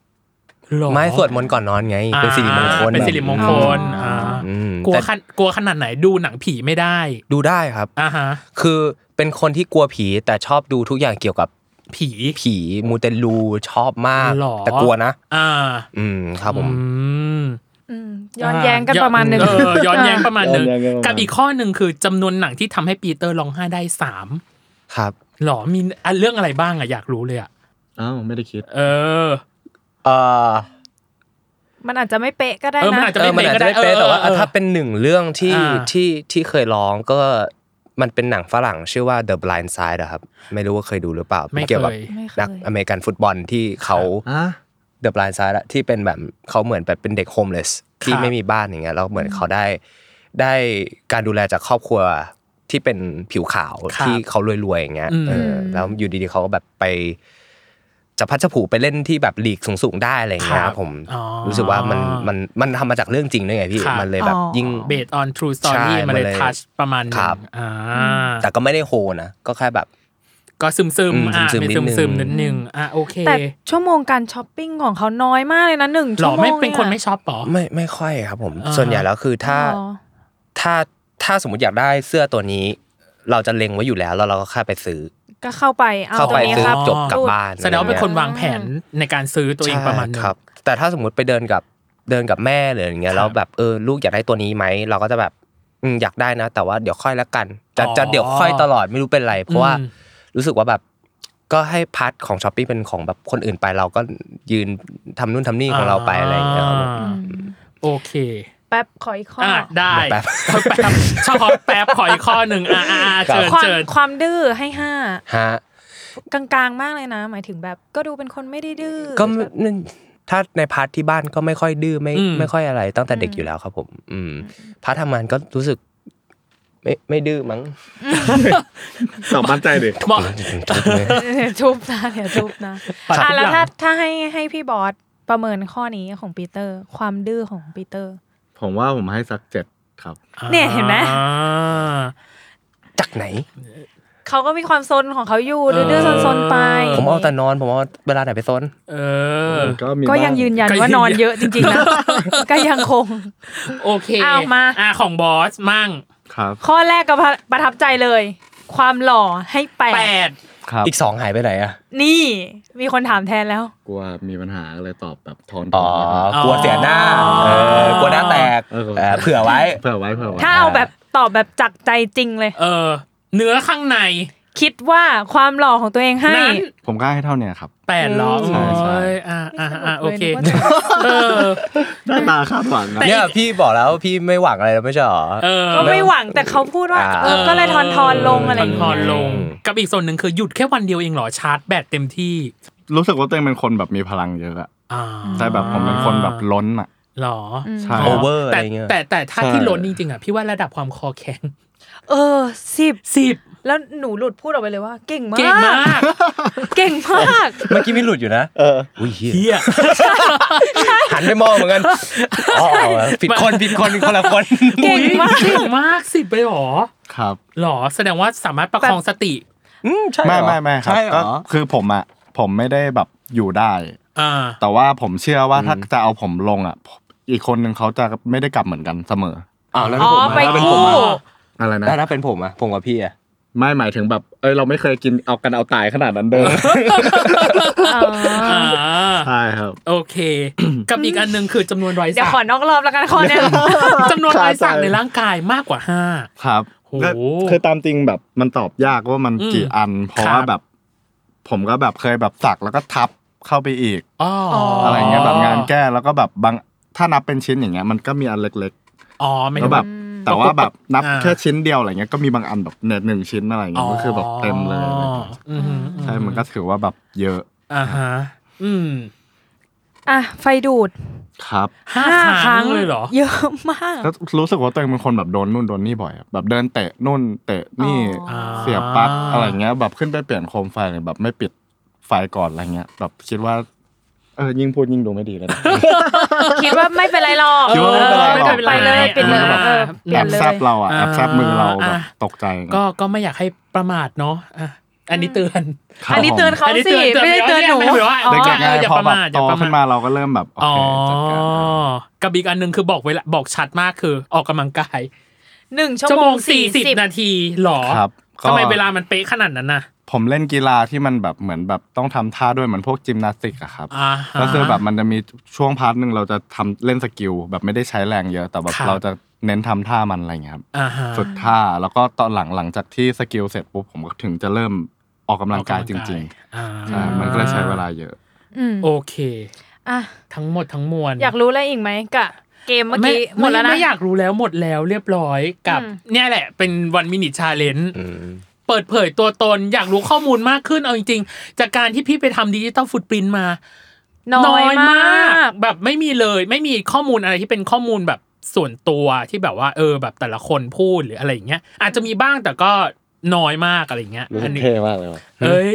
S4: ไม่สวดมนต์ก่อนนอนไง
S2: อ่า
S4: เป็นสิริมงคล
S2: เป็นสิริมงคลอ่า
S4: อืม
S2: กลัว
S4: แต่
S2: ขนกลัวขนาดไหนดูหนังผีไม่ได้
S4: ดูได้ครับ
S2: อ่าฮะ
S4: คือเป็นคนที่กลัวผีแต่ชอบดูทุกอย่างเกี่ยวกับ
S2: ผี
S4: ผีมูเตลูชอบมาก
S2: หรอ
S4: แต่กลัวนะ
S2: อ่า
S4: อืมครับผม
S2: อืม
S5: อืมย้อนแย้งกันประมาณหนึ่ง
S2: เออย้อนแย้งประมาณหนึ่ง
S3: ย้อนแย้งกันประมาณ
S2: กับอีกข้อหนึ่งคือจำนวนหนังที่ทำให้ปีเตอร์ร้องไห้ได้สาม
S4: ครับ
S2: หรอมีอ่ะเรื่องอะไรบ้างอะอยากรู้เลยอะ
S3: อ้าวไม่ได้คิด
S2: เออ
S4: เออ
S5: มันอาจจะไม่เป๊ะก็ได้
S2: เออมัน
S5: นะ
S2: อาจจะ
S4: เออมันอาจจะไม่เป๊ะ
S2: เออเออ
S4: แต่ว่า
S2: เออ
S4: ถ้าเป็นหนึ่งเรื่องที่
S2: อ่า
S4: ที่ที่เคยร้องก็มันเป็นหนังฝรั่งชื่อว่า The Blind Side อะครับ ไม่รู้ว่าเคยดูหรือเปล่า
S2: ไม่
S4: เป็น
S2: เค
S4: เกี่ยวกับ
S2: ย
S5: ไม่เค
S4: นัก
S5: ย
S4: อเมริกันฟุตบอลที่เขา
S3: อ่ะ
S4: เดอะบลายซ้ายละที่เป็นแบบเขาเหมือนแบบเป็นเด็กโฮมเลส
S2: ค
S4: ที่
S2: รับ
S4: ไม่มีบ้านอย่างเงี้ยแล้วเหมือนเขาได้ได้การดูแลจากครอบครัวที่เป็นผิวขาว
S2: ครับ
S4: ที่เขารวยๆอย่างเงี้ย
S2: อืม
S4: เออแล้วอยู่ดีๆเขาก็แบบไปจะพัดจะผูไปเล่นที่แบบลีกสูงๆได้อะไรอย่างเงี้ยครับผม
S2: อ๋อ
S4: รู้สึกว่ามันมันมันทำมาจากเรื่องจริงด้วยไงพี่
S2: ครับ
S4: มันเลยแบบ
S5: อ๋อ
S4: ยิ่ง
S2: เบสออนทรูสตอรี่
S4: ใช่
S2: มาเลย
S4: มาเลย
S2: ทัชประมาณหนึ
S4: ค
S2: ง
S4: รับ
S2: อ่า
S4: แต่ก็ไม่ได้โฮนะก็แค่แบบ
S2: ก็ซึมซึม
S4: อืม
S2: ๆอ่า
S4: ซึ
S2: เป็
S4: มๆ
S2: น
S4: นิ
S2: ซึ
S4: ด
S2: มซึมๆ
S4: นึง
S2: นิดนึงอ่าโอเค
S5: แต่ชั่วโมงการช้อปปิ้งของเขาน้อยมากเลยนะหนึ่ง
S2: หร
S5: ชั่
S2: อ
S5: วโมง
S2: ไม่เป็นคนไม่
S5: ย
S2: ชอบปอ
S4: ไม่ไม่ค่อยครับผม
S2: อ่า
S4: ส่วนใหญ่แล้วคือถ้า
S5: อ๋อ
S4: ถ้า ถ้าสมมติอยากได้เสื้อตัวนี้ เราจะเล็งไว้อยู่แล้วแล้วเราก็แค่ไปซื้อ
S5: ก็เข้าไปเอา
S4: เข้าไป
S5: ตัวนี้
S4: ซื้อ
S5: ครับ
S4: จบกลับบ้าน
S2: แสดงว่าเป็นคนวางแผนในการซื้อตัวเองประมาณนึง
S4: ใช่ครับแต่ถ้าสมมติไปเดินกับเดินกับแม่หรืออย่างเงี้ยแล้วแบบเออลูกอยากได้ตัวนี้ไหมเราก็จะแบบอืมอยากได้นะ แต่ว่าเดี๋ยวค่อยละกัน จะ
S2: อ๋อ
S4: จะเดี๋ยวค่อยตลอดไม่รู้เป็นไรเพราะว่า
S2: อืม
S4: รู้สึกว่าแบบก็ให้พาร์ทของช้อปปิ้งเป็นของแบบคนอื่นไปเราก็ยืนทำนู่นทำนี่ของเราไปอะไรอย่างเงี้ย
S2: อ่าโอเค
S5: แป๊บขออีกข้ออ
S2: อ่ะได้
S4: แป๊บ
S2: แป๊บ ชอบขอแป๊บขออีกข้อหนึ่งอ่าอ่าเชิญ
S5: ความ
S2: เชิญ
S5: ความดื้อให้ห้า
S4: ฮะ
S5: กลางๆมากเลยนะ หมายถึงแบบก็ดูเป็นคนไม่ได้ดื้อ
S4: ก็ไม่นั่นถ้าในพาร์ทที่บ้านก็ไม่ค่อยดื้อไม่
S2: อืม
S4: ไม่ค่อยอะไร ตั้งแต่เด็กอยู่แล้วครับผม อืมพาร์ททำงานก็รู้สึก ไม่ไม่ดื้อ มั้ง
S3: ตอบมั่นใจดิ
S2: บอก
S5: ทุบนะเดี๋ยวทุบนะ
S2: ปัดทุก
S5: อ่ะแล้ว
S2: อย่า
S5: ถ้าง ถ้าให้ให้พี่บอสประเมินข้อนี้ของปีเตอร์ ความดื้อของปีเตอร์
S3: ผมว่าผมให้สักเจ็ดครับ
S5: เนี่ยเห็นไหม
S2: อ่า
S4: จากไหน
S5: เขาก็มีความซนของเขาอยู่
S2: เออ
S5: ดื้อๆซนๆไป
S4: ผมเอาแต่นอน ผมเอาเวลาไหนไปซน
S2: เออ
S3: ก็มี
S5: ก็ยัง
S3: บ้า
S5: ยืนยัน
S2: ก็ยัง
S5: ว่านอนเยอะจริงๆนะ ก็ยังคง
S2: โอเค
S5: เอามา
S2: อ่ะของบอสมั่ง
S3: ครับ
S5: ข้อแรกก็ประทับใจเลย ความหล่อให้แป
S2: แป
S5: ด
S2: ด
S3: ครับ
S4: อีกสองหายไปไหนอ่ะ
S5: นี่มีคนถามแทนแล้ว
S3: กลัวมีปัญหาอะไรตอบแบบทอน
S4: อ๋อ
S3: ๆ
S4: กลัวเสียหน้าเออกลัวหน้าแตก
S3: เออ
S4: เอ่อเผื่อไว้
S3: เผื่อไว้เผื่อไว้
S5: ถ้าเอาแบบตอบแบบจากใจจริงเลย
S2: เออ เนื้อข้างใน
S5: คิดว่าความหล่อของตัวเองให้
S2: นั้น
S3: ผมก็ให้เท่าเนี้ยครับ
S2: แปดเหรอ
S3: ใช่
S2: โอ้
S3: ใช่
S2: ยอ่าอ่าอ่าโอเค
S5: ไม่สนุกเลยนึกว่า
S2: เออ
S3: หน้าตาคาดหวังนะ
S4: เนี่ยพี่บอกแล้วพี่ไม่หวังอะไรแล้วไม่ใช่หรอ
S2: เออ
S5: ก็ไม่หวังแต่เขาพูดว่า
S4: อ่า
S5: เออก็เลยทอนทอนๆลงอะไรอย่าง
S2: ท
S5: เงี้
S2: อน
S5: ย
S2: ๆลง กับอีกส่วนหนึ่งคือหยุดแค่วันเดียวเองเหรอชาร์จแบตเต็มที่
S3: รู้สึกว่าตัวเองเป็นคนแบบมีพลังเยอะอะ
S2: อ่า
S3: ใช่แบบผมเป็นคนแบบล้นอะ
S2: หรอ
S3: ใช่
S4: โอเวอร์อะไร
S2: แต่
S4: เงี้ย
S2: แต่แต่ถ้า
S3: ใช่
S2: ที่ล้นจริงๆอ่ะพี่ว่าระดับความคอแข็ง
S5: เออสิบ
S2: สิบ
S5: แล้วหนูหลุดพูดออกไปเลยว่า เก่งมาก
S2: เก่งมาก
S5: เก่งมาก
S4: เมื่อกี้ไม่หลุดอยู่นะอุ้ยเหี้ย
S2: เฮีย
S4: หันไปมองเหมือนกันอ๋อผิดคนผิดคนคนละคน
S5: เก่งมาก
S2: เก่งมากสิบไปหรอ
S3: ครับ
S2: หรอ แสดงว่าสามารถประคองสติ
S4: อืมใช่เหร
S3: ไม่
S4: อ
S3: ไม่ไม่ครับ
S4: ใช่เหร
S3: ก็
S4: อ
S3: คือผมอะผมไม่ได้แบบอยู่ได้
S2: อ่า
S3: แต่ว่าผมเชื่อว่าถ้าจะเอาผมลงอะอีกคนหนึ่งเขาจะไม่ได้กลับเหมือนกันเสมอ
S4: อ้าวแล้ว
S5: อ๋อ
S4: ผม
S5: ไป
S4: อะ
S5: คู่
S3: อะไรนะ
S4: แล้วถ้าเป็นผมอะผมกับพี่อะ
S3: ไม่หมายถึงแบบ เอ้ยเราไม่เคยกินเอากันเอาตายขนาดนั้นเด้อ
S2: อ่า
S3: ใช่ครับ
S2: โอเค กับอีกอันหนึ่งคือจำนวนรอย
S5: เดี๋ยว
S2: สัก
S5: ขอนอกรอบแล้วกันข้อเนี้ย
S2: จำนวนรอยสักในร่างกายมากกว่าห้า
S3: ครับ
S2: โห
S3: ก็คือตามจริงแบบมันตอบยากว่ามัน
S2: อืม
S3: กี่อัน เพราะ
S2: ครั
S3: ว่า
S2: บ
S3: แบบ ผมก็แบบเคยแบบสักแล้วก็ทับเข้าไปอีก
S2: อ๋อ
S3: อะ
S2: อะไร
S3: เงี้ยแบบงานแก้แล้วก็แบบบางถ้านับเป็นชิ้นอย่างเงี้ยมันก็มีอันเล็ก
S2: อ๋อไม่
S3: ๆ
S2: ใช่
S3: แล้วแบบแต่ว่าแบบนับ
S2: อ่า
S3: แค่ชิ้นเดียวอะไรเงี้ยก็มีบางอันแบบเนตหนึ่งชิ้นอะไรเงี้ยก็คือแบบเต็มเลยอะไรเงี้ย
S2: อืมอืม
S3: ใช่มันก็ถือว่าแบบเยอะ
S2: อ่าฮะอืม
S5: อ่ะไฟดูด
S3: ครับ
S2: ห้า
S5: ห้า
S2: ค
S5: ค
S2: รั้
S5: รั้
S2: ง
S5: ง
S2: เลยเหรอ
S5: เยอะมาก
S3: แล้วรู้สึกว่าตัวเองเป็นคนแบบโดนนู่นโดนนี่บ่อยอะแบบเดินเตะนู่นเตะนี่
S2: อ๋อ
S3: เสียบปลั๊กอะไรเงี้ย แบบขึ้นไปเปลี่ยนโคมไฟเลยแบบไม่ปิดไฟก่อนอะไรเงี้ย แบบคิดว่าเออยิ่งพูดยิ่งดูไม่ดีเลยนะ
S5: คิดว่าไม่เป็นไรหรอก
S3: คิดว่าไม่เป็นไรหรอก
S5: ไปเลยปิดเลย
S2: อ่า
S5: เออเปลี่
S3: แอย
S5: น
S3: บ
S5: เล
S3: แซ
S5: ย
S3: บเราอะแอบแซบมือเราแบบตกใจ
S2: ก็ก็ไม่อยากให้ประมาทเนาะอ่ะอันนี้เตือน
S3: ครับ
S5: อันนี้เตือนเขา
S2: อันนี้
S5: สิ
S2: เตือน
S5: ไม่ได้
S2: เตื
S5: เตื
S2: อ
S5: อน นหนู
S2: ไม่ได้เตือนว่า
S5: อ๋อ
S3: เด็กๆไง
S2: อย่า
S3: พอ
S2: ประ
S3: แบบ
S2: มาทอ
S3: โต
S2: ย่าประมาท
S3: ขึ้นมาเราก็เริ่มแบบโอ
S2: อ๋อ
S3: เคจัดการ
S2: กับอีกอันหนึ่งคือบอกไว้ละบอกชัดมากคือออกกำลังกาย
S5: หนึ่งชั่
S2: ชั่
S5: ว
S2: ว
S5: โม
S2: โม
S5: ง
S2: ง
S5: สี่
S2: สี่
S5: สิ
S2: สิ
S5: บบ นา
S2: นาทีหรอ
S3: ครับก็
S2: ทำไมเวลามันเป๊ะขนาดนั้นน่ะ
S3: ผมเล่นกีฬาที่มันแบบเหมือนแบบต้องทำท่าด้วยเหมือนพวกจิมนาสติกอะครับ
S2: อ่าฮะ
S3: ก็คือแบบมันจะมีช่วงพาร์ทหนึ่งเราจะทำเล่นสกิลแบบไม่ได้ใช้แรงเยอะ แต่แบบ
S2: ครับ
S3: เราจะเน้นทำท่ามันอะไรเงี้ยครับ
S2: อ่าฮะ
S3: ฝึกท่าแล้วก็ตอนหลังหลังจากที่สกิลเสร็จปุ๊บผมก็ถึงจะเริ่มออกกำลังกายจริง
S2: อ่า
S3: ๆใช่มันก็เลยใช้เวลาเยอะ
S5: อืม
S2: โอเค
S5: อ่ะ
S2: ทั้งหมดทั้งมวล
S5: อยากรู้อะไรอีกไหมกะเกมเมื่อกี้
S2: ไห
S5: มดแล้วนะ
S2: ไม่อยากรู้แล้วหมดแล้วเรียบร้อยกับ
S5: อืม
S2: เนี่ยแหละ เป็นวันมินิชาเลน
S4: อืม
S2: เปิดเผยตัวตนอยากรู้ข้อมูลมากขึ้นเอาจริงๆ จากการที่พี่ไปทำดิจิตอลฟุตปรินมา
S5: น้อยมาก
S2: แบบไม่มีเลยไม่มีข้อมูลอะไรที่เป็นข้อมูลแบบส่วนตัวที่แบบว่า เออแบบแต่ละคนพูดหรืออะไรอย่างเงี้ยอาจจะมีบ้างแต่ก็น้อยมากอะไรอย่างเงี้ย
S3: รู้
S2: อั
S3: สึก
S2: นี้
S3: เท่มากเลยว่ะ
S2: เอ้ย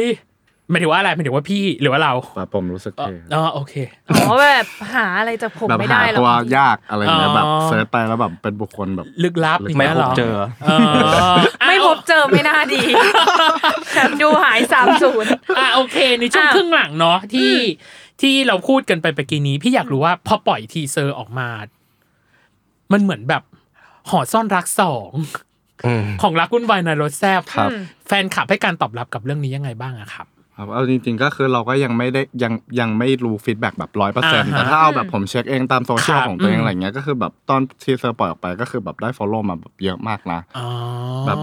S2: หมายถึงว่าอะไรหมายถึงว่าพี่หรือว่าเรา
S3: ว่าผมรู้สึกเท่
S2: อ๋อโอเค
S5: อ๋อแบบหาอะไรจากผม
S3: แบบ
S5: ไม่
S3: หา
S5: ได้หรอ
S3: ตัว
S5: ก
S3: ยากอะไรเงี้ย
S2: อ๋อ
S3: แบบเซิร์ชไปแล้วแบบเป็นบุคคลแบบ
S2: ลึกลับอย่าง
S4: ไม่
S2: เงี้ย
S4: พ
S2: หร
S4: บ
S2: อ
S4: เจอ
S2: อ๋อ
S5: ไม่พบเจอไม่น่าดีแบบดูหายสามศูนย์
S2: อ่ะโอเค ในช่วง
S5: อ่ะ
S2: ครึ่งหลังเนาะที่ที่เราพูดกันไปเมื่อกี้นี้ พี่อยากรู้ว่าพอปล่อยทีเซอร์ออกมา มันเหมือนแบบ หอซ่อนรักส อง
S4: อืม
S2: ของรักวุ่นวายในรถแซบ
S3: ครับ
S2: แฟนคลับให้การตอบรับกับเรื่องนี้ยังไงบ้างอะครับ
S3: ครับเอาจริงๆก็คือเราก็ยังไม่ได้ยังยังไม่รู้ฟีดแบ็กแบบร้อยเปอร์เซ็นต์
S2: อ่าฮะ
S3: แต่ถ้าเอาแบบผมเช็คเองตามโซเชียล
S2: ครับ
S3: ของตัวเอ
S2: อื
S3: ง
S2: ม
S3: อะไรเงี้ยก็คือแบบตอนทีเซอร์ปล่อยออกไปก็คือแบบได้ฟอลโล่มาแบบเยอะมากนะ
S2: อ๋อ
S3: แบบ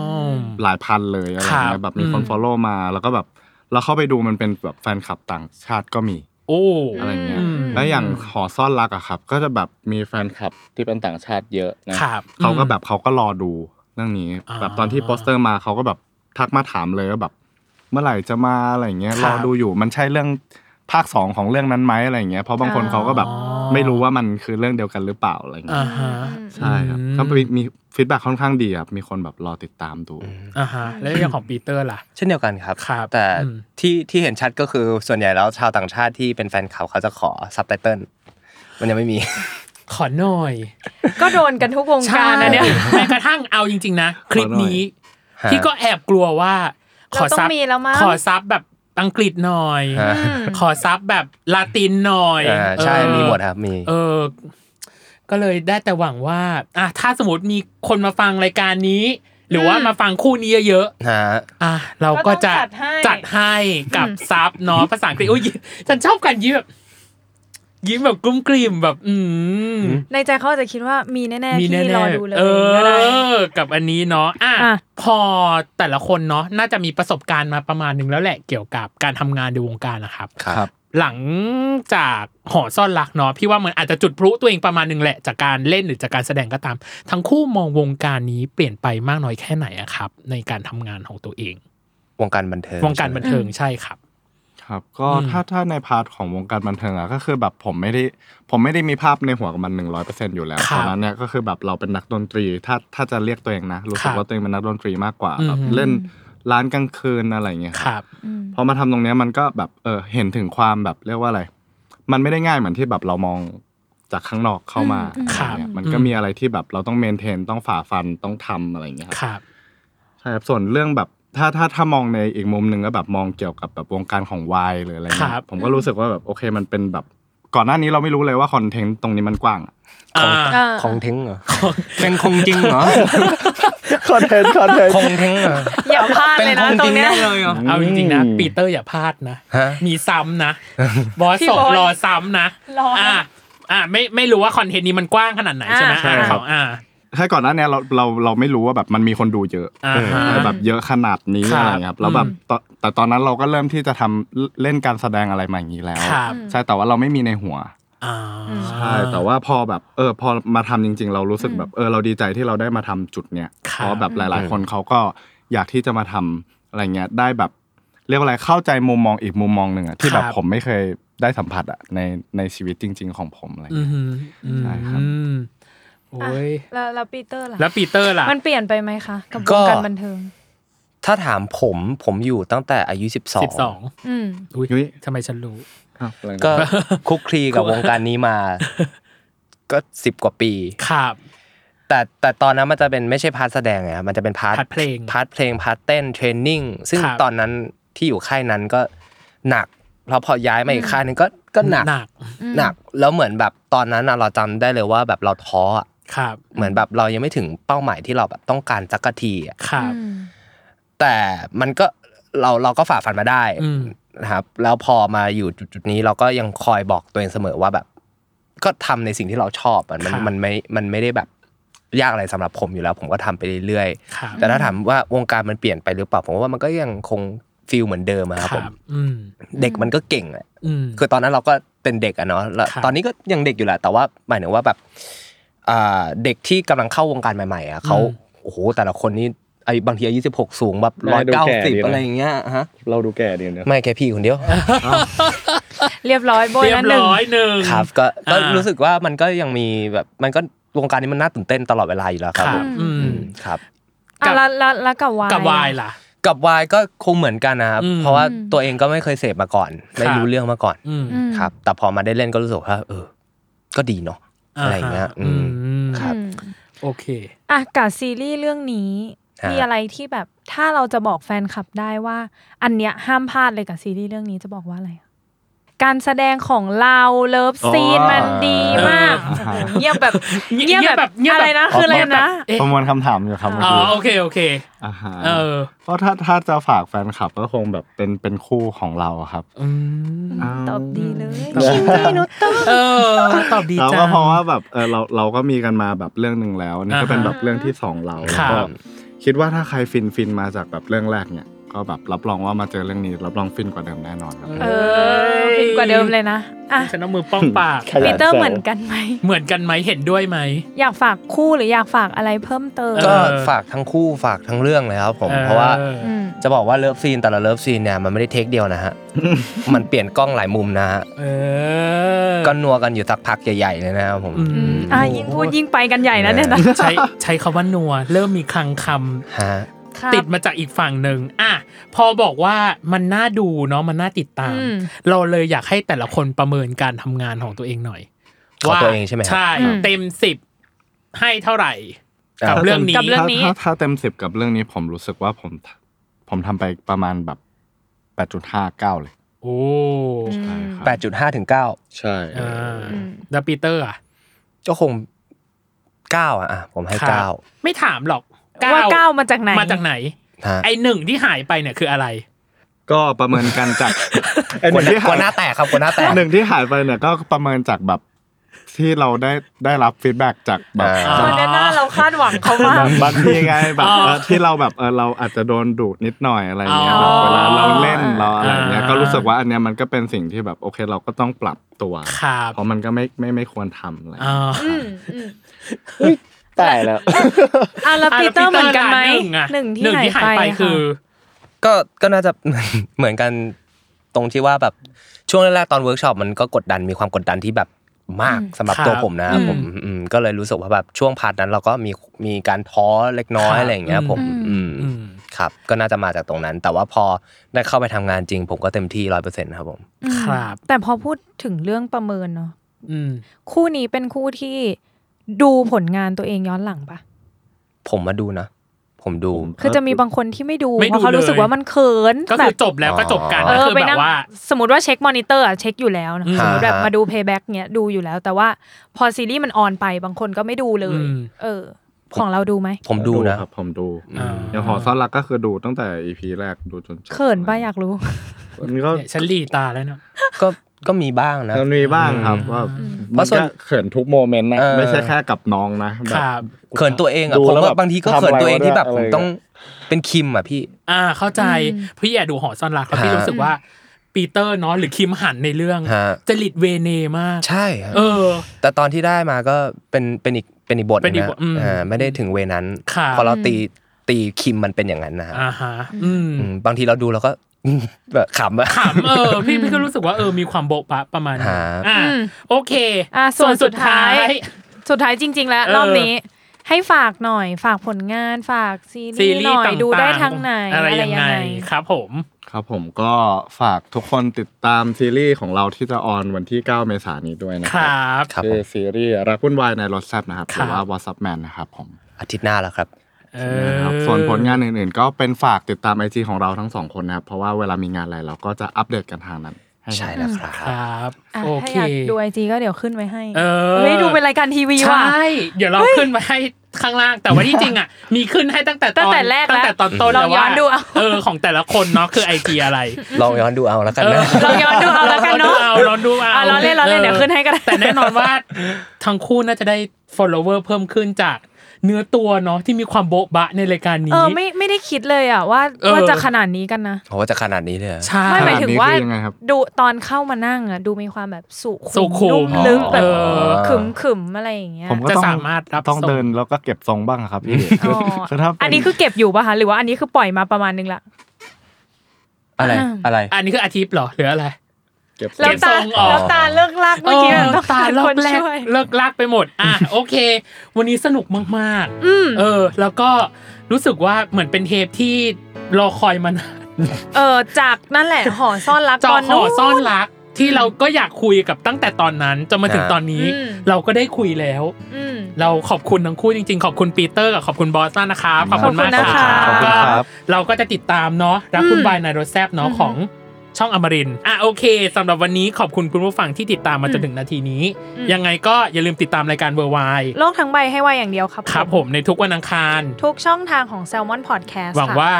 S3: หลายพันเลยอะไร
S2: ครั
S3: เงี้
S2: บ
S3: ยแบบมีคน
S2: อืม
S3: ฟอลโล่มาแล้วก็แบบเราเข้าไปดูมันเป็นแบบแฟนคลับต่างชาติก็มี
S2: โอ้
S3: อะไรเงี้ย
S2: อืม
S3: และอย่างหอซ่อนรักอะครับ ก็จะแบบมีแฟนคลับที่เป็นต่างชาติเยอะนะครับ เขาก็
S2: อืม
S3: แบบเขาก็รอดูเรื่องนี้
S2: อ่า
S3: แบบตอนที่โปสเตอร์มาเขาก็แบบทักมาถามเลยว่าแบบ เมื่อไหร่จะมาอะไรเงี้ย
S2: ครับ
S3: รอดูอยู่มันใช่เรื่องภาคสองของเรื่องนั้นไหมอะไรเงี้ยเพราะบางคนเขาก็แบบไม่รู้ว่ามันคือเรื่องเดียวกันหรือเปล่าอะไรเงี้
S2: อ่าย ฮะ
S3: ใช่ครับ
S2: อืม
S3: ก็มีมีฟีดแบ็ค่อนข้างดีครับมีคนแบบรอติดตามดู
S2: อ่าฮะแล้วเรื่องของปีเตอร์ล่ะ
S4: เช่นเดียวกันครับ
S2: ครับ
S4: แต่
S2: อืม
S4: ที่ที่เห็นชัดก็คือส่วนใหญ่แล้วชาวต่างชาติที่เป็นแฟนเขาเขาจะขอซับไตเติลมันยังไม่มี
S2: ขอหน่อย
S5: ก็โดนกันทุกวง
S2: ใช่
S5: การนะเนี่ย
S2: แม้กระทั่งเอาจริง ๆ นะ คลิปนี้
S4: ฮะ
S2: ที่ก็แอบกลัวว่า ขอ
S5: เราต้อง
S2: ซับ
S5: มีแล้วมั้ง
S2: ขอซับแบบอังกฤษหน่อย
S4: ฮะ
S2: ขอซับแบบลาตินหน่อย
S4: อ่าใช่
S2: เออ
S4: มีหมดครับมี
S2: เออ ก็เลยได้แต่หวังว่าอ่ะถ้าสมมติมีคนมาฟังรายการนี้ หรือว่ามาฟังคู่นี้เยอะ
S4: ฮะ
S2: ๆอ่ะเราก็จะ
S5: ก็ต้องจัดให้
S2: จัดให้กับซับ เนาะภาษาอังกฤษโอ้ยยิ้มฉันชอบการยิ้มแบบยิ้มแบบกลุ้มกลิ่มแบบ อืม
S5: ในใจเขาอาจจะคิดว่ามีแน่
S2: มี
S5: ๆ
S2: แน่
S5: ที่รอดูเลย
S2: เอ
S5: ก็ได้
S2: อ กับอันนี้เนาะอ่ะ
S5: อ่ะ
S2: พอแต่ละคนเนาะน่าจะมีประสบการณ์มาประมาณหนึ่งแล้วแหละเกี่ยวกับการทำงานในวงการนะครับ
S3: ครับ
S2: หลังจากหอซ่อนรักเนาะพี่ว่ามันอาจจะจุดพลุตัวเองประมาณหนึ่งแหละ จากการเล่นหรือจากการแสดงก็ตาม ทั้งคู่มองวงการนี้เปลี่ยนไปมากน้อยแค่ไหนอะครับ ในการทำงานของตัวเอง
S4: วงการบันเทิง
S2: วงการบันเทิงใช่ครับ
S3: ครับก็
S2: อืม
S3: ถ้าถ้าในพาร์ทของวงการบันเทิงอะก็คือแบบผมไม่ได้ผมไม่ได้มีภาพในหัวกับมันหนึ่งร้อยเปอร์เซ็นต์อยู่แล้ว
S2: ครับ
S3: ตอนนั้นเนี่ยก็คือแบบเราเป็นนักดนตรี ถ้าถ้าจะเรียกตัวเองนะ รู้สึ
S2: ค
S3: ก
S2: รับ
S3: ว่าตัวเองเป็นนักดนตรีมากกว่า
S2: อืม
S3: แบบเล่นร้านกลางคืนอะไรอย่างเงี้ย
S2: ค
S3: ครับ
S2: รับ
S3: พอมาทำตรงเนี้ยมันก็แบบเออเห็นถึงความแบบเรียกว่าอะไร มันไม่ได้ง่ายเหมือนที่แบบเรามองจากข้างนอกเข้ามา
S2: อืม
S3: อะไรเงี้
S2: ครั
S3: ย
S2: บ
S3: มันก็
S2: อืม
S3: มีอะไรที่แบบเราต้องเมนเทนต้องฝ่าฟันต้องทำอะไรอย่างเงี้ยครับ
S2: ครับ
S3: ใช่ครับส่วนเรื่องแบบถ้าถ้าถ้ามองในอีกมุมหนึ่งก็แบบมองเกี่ยวกับแบบวงการของวายหรืออะไร
S2: ค
S3: เงี้
S2: รับ
S3: ยผมก็รู้สึกว่าแบบโอเคมันเป็นแบบก่อนหน้านี้เราไม่รู้เลยว่าคอนเทนต์ตรงนี้มันกว้างอะ
S2: า
S5: อ่า
S4: ของเทงเหรอเป็นคงจริงเหรอ
S3: คอนเทนต์คอนเทนต์
S4: คงเทงเหรอ
S5: อย่าพลาดเลยนะตรงเนี้ย
S4: ป็คได้เลยเหรอ
S2: เอาจริงๆนะ
S3: อืม
S2: ปีเตอร์อย่าพลาดนะ
S4: ฮะ
S2: มีซ้ำนะ บอส
S5: พี่
S2: สอบ
S5: อส
S2: รอซ้ำนะ
S5: รออ่
S2: ะอ่ะไม่ไม่รู้ว่าคอนเทนต์นี้มันกว้างขนาดไหนใช่ไหม
S5: อ่าใช่
S2: อ่ะ
S5: ค
S2: ข
S5: รับ
S2: องอ่ะ
S3: ใช่ก่อนหน้าเนี้ยเราเราเราไม่รู้ว่าแบบมันมีคนดูเยอะ
S2: อ่าฮะ
S3: เออแบบเยอะขนาดนี้
S2: ครับ
S3: อะไรเงี้ยครับแล้วแบบตอนแต่ตอนนั้นเราก็เริ่มที่จะทำเล่นการแสดงอะไรมาอย่างนี้แล้ว
S2: ครับ
S3: ใช่แต่ว่าเราไม่มีในหัว
S2: อ่า
S3: ใช่แต่ว่าพอแบบเออพอมาทำจริง ๆ เรารู้สึกแบบเออเราดีใจที่เราได้มาทำจุดเนี้ย
S2: ครับ
S3: เพราะแบบหลาย ๆ คนเขาก็อยากที่จะมาทำอะไรเงี้ยได้แบบเรียกว่าอะไรเข้าใจมุมมองอีกมุมมองหนึ่งอะที่แบบ
S2: ครับ
S3: ผมไม่เคยได้สัมผัสอะในในชีวิตจริง ๆ ของผมอะไร
S2: อื
S3: เงี้ย
S2: ม
S3: ใช่ครับ
S2: อืมโอ้ย
S5: แล้วแล้วปีเตอร์ล่ะ
S2: แล้วปีเตอร์ล่ะ
S5: มันเปลี่ยนไปไหมคะกับว
S4: ก็
S5: งการบันเทิง
S4: ถ้าถามผมผมอยู่ตั้งแต่อายุ
S2: สิบสอง
S5: อืม
S2: อุ้
S3: ยุ้
S2: ย
S3: ย
S2: ทำไมฉันรู้
S3: ครับอะไรนะ
S4: 12 ก็ คลุกคลีกับวงการนี้มา ก็สิบกว่าปี
S2: ครับ
S4: แต่แต่ตอนนั้นมันจะเป็นไม่ใช่พาร์ทแสดงไงครับมันจะเป็นพาร์ท
S2: พาร์ทเพลง
S4: พาร์ทเพลงพาร์ทเต้นเทรนนิ่งซึ่ง
S2: ครับ
S4: ตอนนั้นที่อยู่ค่ายนั้นก็หนักแล้วพอย้ายมาอีกค่ายหนึงก็ก็หนัก
S2: หนัก
S4: หนักแล้วเหมือนแบบตอนนั้นน่ะเราจำได้เลยว่าแบบเราท้ออ่ะ
S2: ครับ
S4: เหมือนแบบเรายังไม่ถึงเป้าหมายที่เราแบบต้องการสักทีอ่ะ
S2: ครับ
S4: แต่มันก็เราเราก็ฝ่าฟันมาได้
S2: อืม
S4: นะครับแล้วพอมาอยู่จุดจุดนี้เราก็ยังคอยบอกตัวเองเสมอว่าแบบ ก็ทำในสิ่งที่เราชอบอะมัน
S2: ครับ
S4: มันไม่มันไม่ได้แบบยากอะไรสำหรับผมอยู่แล้ว ผมก็ทำไปเรื่อย
S2: ครับ
S4: ๆแต่ถ้าถามว่าวงการมันเปลี่ยนไปหรือเปล่าผมว่ามันก็ยังคงฟีลเหมือนเดิมอะครับ
S2: ค
S4: ผ
S2: รั
S4: ม
S2: บ อืม
S4: เด็กมันก็เก่งอะ
S2: อืม
S4: คือตอนนั้นเราก็เป็นเด็กอะเนาะแล้ว
S2: ครับ
S4: ตอนนี้ก็ยังเด็กอยู่แหละ แต่ว่าหมายถึงว่าแบบอ่าเด็กที่กำลังเข้าวงการใหม่ๆอะเขา
S2: อืม
S4: โอ้โหแต่ละคนนี่ไอ้บางทีอายุสิบหกสูงแบบร้อย
S3: ดู
S4: เก้า
S3: แก่
S4: สิบ
S3: ดีนะ
S4: อะไรอย่างเงี้ยฮะ
S3: เราดูแก่ดีนะ
S4: ไม่แค่พี่คนเดียว
S5: เรียบร้อยโบย
S2: เรีย
S5: นั้
S2: บ
S5: นหนึ่ง
S2: ร้อยหนึ่ง
S4: ครับ ก็ก็
S2: อ่ารู้
S4: รู้สึกว่ามันก็ยังมีแบบมันก็วงการนี้มันน่าตื่นเต้นตลอดเวลาอยู่แล้ว
S2: ค
S4: ครั
S2: รั
S4: บบ ผม
S2: อืม
S4: อืมครับ
S2: กั
S5: อ่ะ
S2: บ
S5: แล้วแล้วแล้วกับวาย
S2: กับวายล่ะ
S4: กับวายก็คงเหมือนกันนะครับ
S2: อืม
S4: เพราะว่าตัวเองก็ไม่เคยเสพมาก่อน ไม่
S2: ครับ
S4: รู้เรื่องมาก่อน
S2: อืม
S5: อืม
S4: ครับ แต่พอมาได้เล่นก็รู้สึกว่าเออ ก็ดีเนาะอะไรอย่างเงี้ยอืม
S2: ม
S4: ครับ
S5: อืม
S2: โอเค
S5: อ่ะกับซีรีส์เรื่องนี้
S4: ฮะ
S5: มีอะไรที่แบบถ้าเราจะบอกแฟนคลับได้ว่า อันเนี้ยห้ามพลาดเลยกับซีรีส์เรื่องนี้จะบอกว่าอะไร การแสดงของเราเลิฟซีนมันดีมาก
S3: เออ
S5: โอ้โหเงียบแบบเงียบแบบ
S2: เงียบ
S5: อะ
S2: แบบ
S5: ไรนะคืออะไรนะ
S3: ประมวลคำถามอยู่ครับ
S2: อ๋อโอเคโอเค
S3: อ่าฮะ
S2: เออ
S3: ก็ถ้าถ้าจะฝากแฟนคลับก็คงแบบเป็นเป็นคู่ของเราอะครับอ่า
S5: ตอบดีเลย
S3: ชินดีนุตโต้
S2: เออตอบดี
S3: แล้ว
S2: จั
S3: ก็
S2: ง
S3: เพราะว่าแบบเออเราเราก็มีกันมาแบบเรื่องหนึ่งแล้วนี่ก็เป็นแบบเรื่องที่สองเรา
S2: ค
S3: แล้
S2: รั
S3: ว
S2: บ
S3: ก็คิดว่าถ้าใครฟินฟินมาจากแบบเรื่องแรกเนี่ย ก็แบบรับรองว่ามาเจอเรื่องนี้ รับรองฟินกว่าเดิมแน่นอนครับ
S5: เออฟินกว่าเดิมเลยนะอ่ะ
S2: ฉันเอามือป้องปาก
S3: ขยั
S5: ปี
S3: น
S5: เตอร์เหมือนกันไหม
S2: เหมือนกันไหมเห็นด้วยไหม
S5: อยากฝากคู่หรืออยากฝากอะไรเพิ่มเติม
S4: ก็
S2: เออ
S4: ฝากทั้งคู่ฝากทั้งเรื่องเลยครับผม
S2: เออ
S4: เพราะว่า
S5: อืม
S4: จะบอกว่าเลิฟซีนแต่ละเลิฟซีนเนี่ยมันไม่ได้เทคเดียว นะฮะ มันเปลี่ยนกล้องหลายมุมนะฮะ
S2: เออ
S4: ก็นัวกันอยู่สักพักใหญ่ๆเลยนะครับผม
S2: อืม
S5: อ่ะยิ่งพูดยิ่งไปกันใหญ่นะเนี่ยนะ
S2: ใช้ใช้คำว่านัว เริ่มมีคลังคำ
S4: ฮะ
S5: ครับ
S2: ติดมาจากอีกฝั่งหนึ่งอ่ะพอบอกว่ามันน่าดูเนาะมันน่าติดตาม
S5: อืม
S2: เราเลยอยากให้แต่ละคนประเมินการทำงานของตัวเองหน่อย
S4: ของตัวเองใช่ไหมครับ
S2: ใช่เต็มสิบให้เท่าไหร่ กับเรื่องนี้
S5: กับเรื่องนี้
S3: ถ้าถ้าถ้าเต็มสิบกับเรื่องนี้ผมรู้สึกว่าผม ผมทำไปประมาณแบบแปดจุดห้าเก้าเลย
S2: โอ้
S3: ใช่ครับ
S4: แปดจุดห้าถึงเก้า
S3: ใช่
S2: อ่าดาปีเตอร์อ่ะ
S4: ก็คงเก้าอะอ่ะผมให้
S2: ครับ
S4: เก้า
S2: ไม่ถามหรอก
S5: ว่าเก้ามาจากไหน
S2: มาจากไหน
S4: ฮะ
S2: ไอหนึ่งที่หายไปเนี่ยคืออะไร
S3: ก็ประเมินกันจาก
S4: กวน
S3: ที่
S4: กวนหน้าแตกครับกวนหน้าแตก
S3: หนึ่งที่หายไปเนี่ยก็ประเมินจากแบบที่เราได้ได้รับฟีดแบ็กจากแบบ
S4: อ่า
S5: ตอนนี้หน้าเราคาดหวังเขามาก
S3: บางทีไงแบบ
S2: อ๋อ
S3: เออที่เราแบบเออเราอาจจะโดนดุนิดหน่อยอะไรเงี้ยแบบ
S2: อ๋อ
S3: เวลาเราเล่นเราอะไรเงี้ย
S2: อ่า
S3: ก็รู้สึกว่าอันเนี้ยมันก็เป็นสิ่งที่แบบโอเคเราก็ต้องปรับตัว
S2: ครับ
S3: เพราะมันก็ไม่ไม่ไม่ควรทำอะไร
S2: อ่า
S5: อืมอืม
S3: ตายแล้ว
S5: อ่ะแล้วปีเตอร์เหมือนกันไหม
S2: ะนึ่งอะ
S5: หนึ่งที่
S2: หนึ่งที่หายไปคือ
S4: ก็ก็น่าจะ เหมือนกันตรงที่ว่าแบบช่วงแรกๆตอนเวิร์กช็อปมันก็กดดันมีความกดดันที่แบบมากสำหรับ
S2: ครับ
S4: ตัวผมนะ
S2: อืม
S4: ผมอืมก็เลยรู้สึกว่าแบบช่วงพาร์ทนั้นเราก็มีมีการท้อเล็กน้อย
S2: ครับ
S4: อะไรอย่างเงี้ย ผม
S5: อืม
S4: อืม
S2: อืม
S4: ครับ ก็น่าจะมาจากตรงนั้น แต่ว่าพอได้เข้าไปทำงานจริง ผมก็เต็มที่ร้อยเปอร์เซ็นต์ครับผม
S5: อืม
S2: ครับ
S5: แต่พอพูดถึงเรื่องประเมินเนาะ
S2: อืม
S5: คู่นี้เป็นคู่ที่ดูผลงานตัวเองย้อนหลังปะ
S4: ผมมาดูนะ ผมดู
S5: คือจะมีบางคนที่ไม่ดู
S2: ไม่
S5: เพ
S2: ดู
S5: ราะเขารู้สึก
S2: เลย
S5: ว่ามันเขิน
S2: ก็
S5: แบ
S2: คื
S5: บ
S2: อจบแล้วก็จบกัน
S5: เอ
S2: ก็
S5: อ
S2: คือ
S5: ไป
S2: แบ
S5: นั่ง
S2: บว่า
S5: สมมติว่าเช็คมอนิเตอร์อะเช็คอยู่แล้วนะ
S2: อืม
S5: สมมติแบบ
S4: ฮะ
S5: มาดูเพย์แบ็กเนี้ยดูอยู่แล้ว แต่ว่าพอซีรีส์มันออนไปบางคนก็ไม่ดูเลย
S2: อืม
S5: เออ ของเราดูไหม
S4: ผมดูนะ
S3: ครับผมดู
S2: อ่า
S3: อย่างหอซ่อนรักก็คือดูตั้งแต่ EP แรกดูจนจบ
S5: เขินปะอยากรู้
S3: มันก็
S2: เนี่ยฉันหลีตาแล้วเนาะ
S4: ก็ก็มีบ้างนะ
S3: มันมีบ้างครับว่า
S4: เพ
S3: มัน
S4: ราะส่ว
S3: ก็
S4: น
S3: เขินทุกโมเมนต์นะ
S4: เออ
S3: ไม่ใช่แค่กับน้องนะแบ
S2: ค
S3: บ
S2: รับ
S4: เขินตัวเองอ่ะ
S3: ดู
S4: ผม
S3: แล้ว
S4: ว่า
S3: แบบ
S4: บางทีก็
S3: ทำอะไร
S4: เขินตัวเองที่แบบ
S3: วะเนี่ย
S4: ผมต้องเป็นคิมอ่ะพี่
S2: อ่าเข้าใจพี่แอดูหอซ่อนรักครับ
S4: ฮะ
S2: พี่รู้สึกว่าปีเตอร์เนาะหรือคิมหันในเรื่อง
S4: ฮะ
S2: จริตเวเนมาก
S4: ใช่ฮะ
S2: เออ
S4: แต่ตอนที่ได้มาก็เป็นเป็นอีกเป็นอีกบทห
S2: เป็นอี
S4: นึ
S2: ก
S4: ง
S2: บท
S4: นะ
S2: อืม
S4: อ่าไม่ได้ถึงเวนั้น
S2: ครับ
S4: พอเราตีตีคิมมันเป็นอย่างนั้นนะฮะ
S2: อ่าฮะอืม
S4: อืมบางทีเราดูเราก็ แบบขำอะ
S2: ถามเออ พี่พี่ก็รู้สึกว่าเออมีความโบะปะประมาณนึง
S4: ฮะ
S2: อ่า
S5: อืม
S2: โอเค
S5: อ่ะส่วนสุดท้าย สุดท้ายจริง ๆ แล้ว
S2: เออ
S5: รอบนี้ ให้ฝากหน่อย ฝากผลงานฝากซี
S2: ซี
S5: รีส์
S2: รี
S5: ห
S2: ส์
S5: น่อย
S2: ต่างๆ
S5: ดูได้ทางไหน
S2: อะไรยังไงครับ ผม
S3: ครับผมก็ฝากทุกคนติดตามซีรีส์ของเราที่จะออนวันที่ 9 เมษายนนี้ด้วยนะ
S2: ค
S3: ครั
S2: รั
S3: บ
S2: บ
S4: ครับผ
S3: คือ
S4: ม
S3: ซีรีส์รักวุ่นวายในรถแซบนะครับ
S2: ค
S3: ห
S2: รับ
S3: รือว่า WhatsApp Man นะครับผม
S4: อาทิตย์หน้าแล้วครับ
S2: เออ
S3: นะครับส่วนผลงานอื่นๆ ก็เป็นฝากติดตามไอจีของเราทั้งสองคนนะครับ เพราะว่าเวลามีงานอะไรเราก็จะอัปเดตกันทางนั้นห้
S4: ใช่แล้วครั
S2: ค
S4: บ
S2: รับ
S5: อ่ะ
S2: โอ
S5: ถ้า
S2: เค
S5: อยากดูไอจีก็เดี๋ยวขึ้นไว้ให้
S2: เออ
S5: ฮ้ยดูเป็นรายการทีวี
S2: ใช
S5: ว่ะ
S2: ่ เดี๋ยวเราขึ้นมาให้ข้างล่างแต่ว่าที่จริง อ่ะ มีขึ้นให้ตั้งแต่
S5: ตั้
S2: อน
S5: งแต่แรกแล้ว
S2: ตั้งแต่ตอนต้น
S5: ลอง
S2: แล้วว่า
S5: ย้อนดูเอา
S2: เออของแต่ละคนเนาะคือไอจีอะไร
S4: ลองย้อนดูเอาแล้วกันนะ
S5: ลองย้อนดูเอาแล้วกันเนอะ
S2: ลองดูเอาลองดูเอา
S5: อ่ะลองเล่นลองเล่นเดี๋ยวขึ้นให้ก็ได้
S2: แต่แน่นอนว่า ทั้งคู่น่าจะได้ follower เพิ่มขึ้นจากเนื้อตัวเนาะที่มีความโบ๊ะบะในรายการ
S5: เอ
S2: นี้
S5: อไม่ไม่ได้คิดเลยอ่ะว่า
S2: เออ
S5: ว่าจะขนาดนี้กันนะ
S4: เพราะว่าจะขนาดนี้เลยเหรอ
S2: ใช่
S5: ไม่หมายถึงว่า
S3: ขนดนี้คือยังไงครับ
S5: ดูตอนเข้ามานั่งอ่ะดูมีความแบบสุ
S2: สุขุ
S5: นุ่
S2: ม
S5: มลึกแบบ
S2: เออ
S5: ขึมขึมๆอะไรอย่างเงี้ย
S3: ผมก็
S2: จะ
S3: ต้อง
S2: สามารถรับ
S3: ต้อง
S2: ส่ง
S3: เดินแล้วก็เก็บทรงบ้างครับพี่
S5: อ๋อ
S3: คือถ้าเป็
S5: อันนี้คือเก็บอยู่ป่ะคะหรือว่าอันนี้คือปล่อยมาประมาณนึงละ
S4: อะไรอะไร
S2: อันนี้คืออาทิตย์เหรอหรืออะไร
S3: เก็บทร
S5: แล้
S3: ง
S5: วตา
S2: เก็บทรงออก
S5: แล้วตาเลิกลากเมื่อกี้แบบ
S2: เอ
S5: ต้อ
S2: อง ตาก
S5: ร
S2: เลิ
S5: ค
S2: ก
S5: น
S2: แลก
S5: ช่วย
S2: เลิกลากไปหมด อ่ะ โอเค วันนี้สนุกมากๆเออ แล้วก็รู้สึกว่าเหมือนเป็นเทปที่รอคอยมานาน
S5: เออจากนั่นแหละหอซ่อนรัก
S2: จ
S5: ต
S2: อ
S5: อน
S2: หอ
S5: นู้น
S2: ซ่อนรักที่เราก็อยากคุยกับตั้งแต่ตอนนั้นจนมาถึง
S4: อ่า
S2: ตอนนี้
S5: อืม
S2: เราก็ได้คุยแล้ว
S5: อืม
S2: เราขอบคุณทั้งคู่จริงๆ ขอบคุณปีเตอร์กับขอบคุณบอสต้านะครับขอบคุณมาก
S5: ขอบคุณนะคะ
S2: ก็
S3: ขอบคุณครับ
S2: เราก็จะติดตามเนาะรักคุณ
S5: อืม
S2: บายนายรถแซบเนาะ
S5: อือ
S2: ข
S5: ฮึ
S2: อง ช่องอมรินทร์อ่ะโอเคสำหรับวันนี้ขอบคุณคุณผู้ฟังที่ติดตามมาจนถึงนาทีนี้
S5: อืม
S2: ยังไงก็อย่าลืมติดตามรายการเวอร์ไว
S5: โลกทั้งใบให้วายอย่างเดียวครับ
S2: ครับผมในทุกวันอังคาร
S5: ทุกช่องทางของ Salmon Podcast
S2: หวัง
S5: ค่ะ
S2: ว่า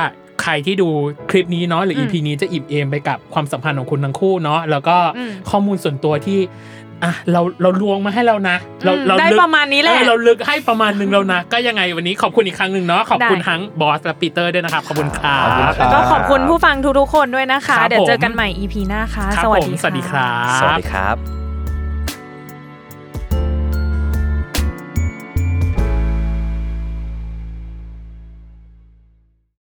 S2: ใครที่ดูคลิปนี้เนาะหรือ
S5: ม
S2: EP นี้จะอิ่มเอมไปกับความสัมพันธ์ของคุณทั้งคู่เนาะแล้วก็
S5: อืม
S2: ข้อมูลส่วนตัวที่อ่ะเราเราลวงมาให้แล้วนะ เรา
S5: อืม
S2: เรา
S5: ได้
S2: ลึก
S5: ประมาณนี้แหละ
S2: เออเราลึกให้ประมาณหนึงแล้วนะ ก็ยังไงวันนี้ขอบคุณอีกครั้งหนึ่งเนาะขอบคุณ
S5: ได้
S2: ทั้งบอสและปีเตอร์ด้วยนะครับขอบคุณครับ
S5: แล้วก็ขอบคุณผู้ฟังทุกๆคนด้วยนะคะ
S2: ครับ
S5: เดี๋ยวเจอ
S2: ผม
S5: กันใหม่ EP หน้าค่ะ
S2: ครับ
S5: สวัส
S2: ผม
S5: ดี
S2: สวัสดีค
S5: ค่ะ
S2: รับ
S4: สวัสดีครับ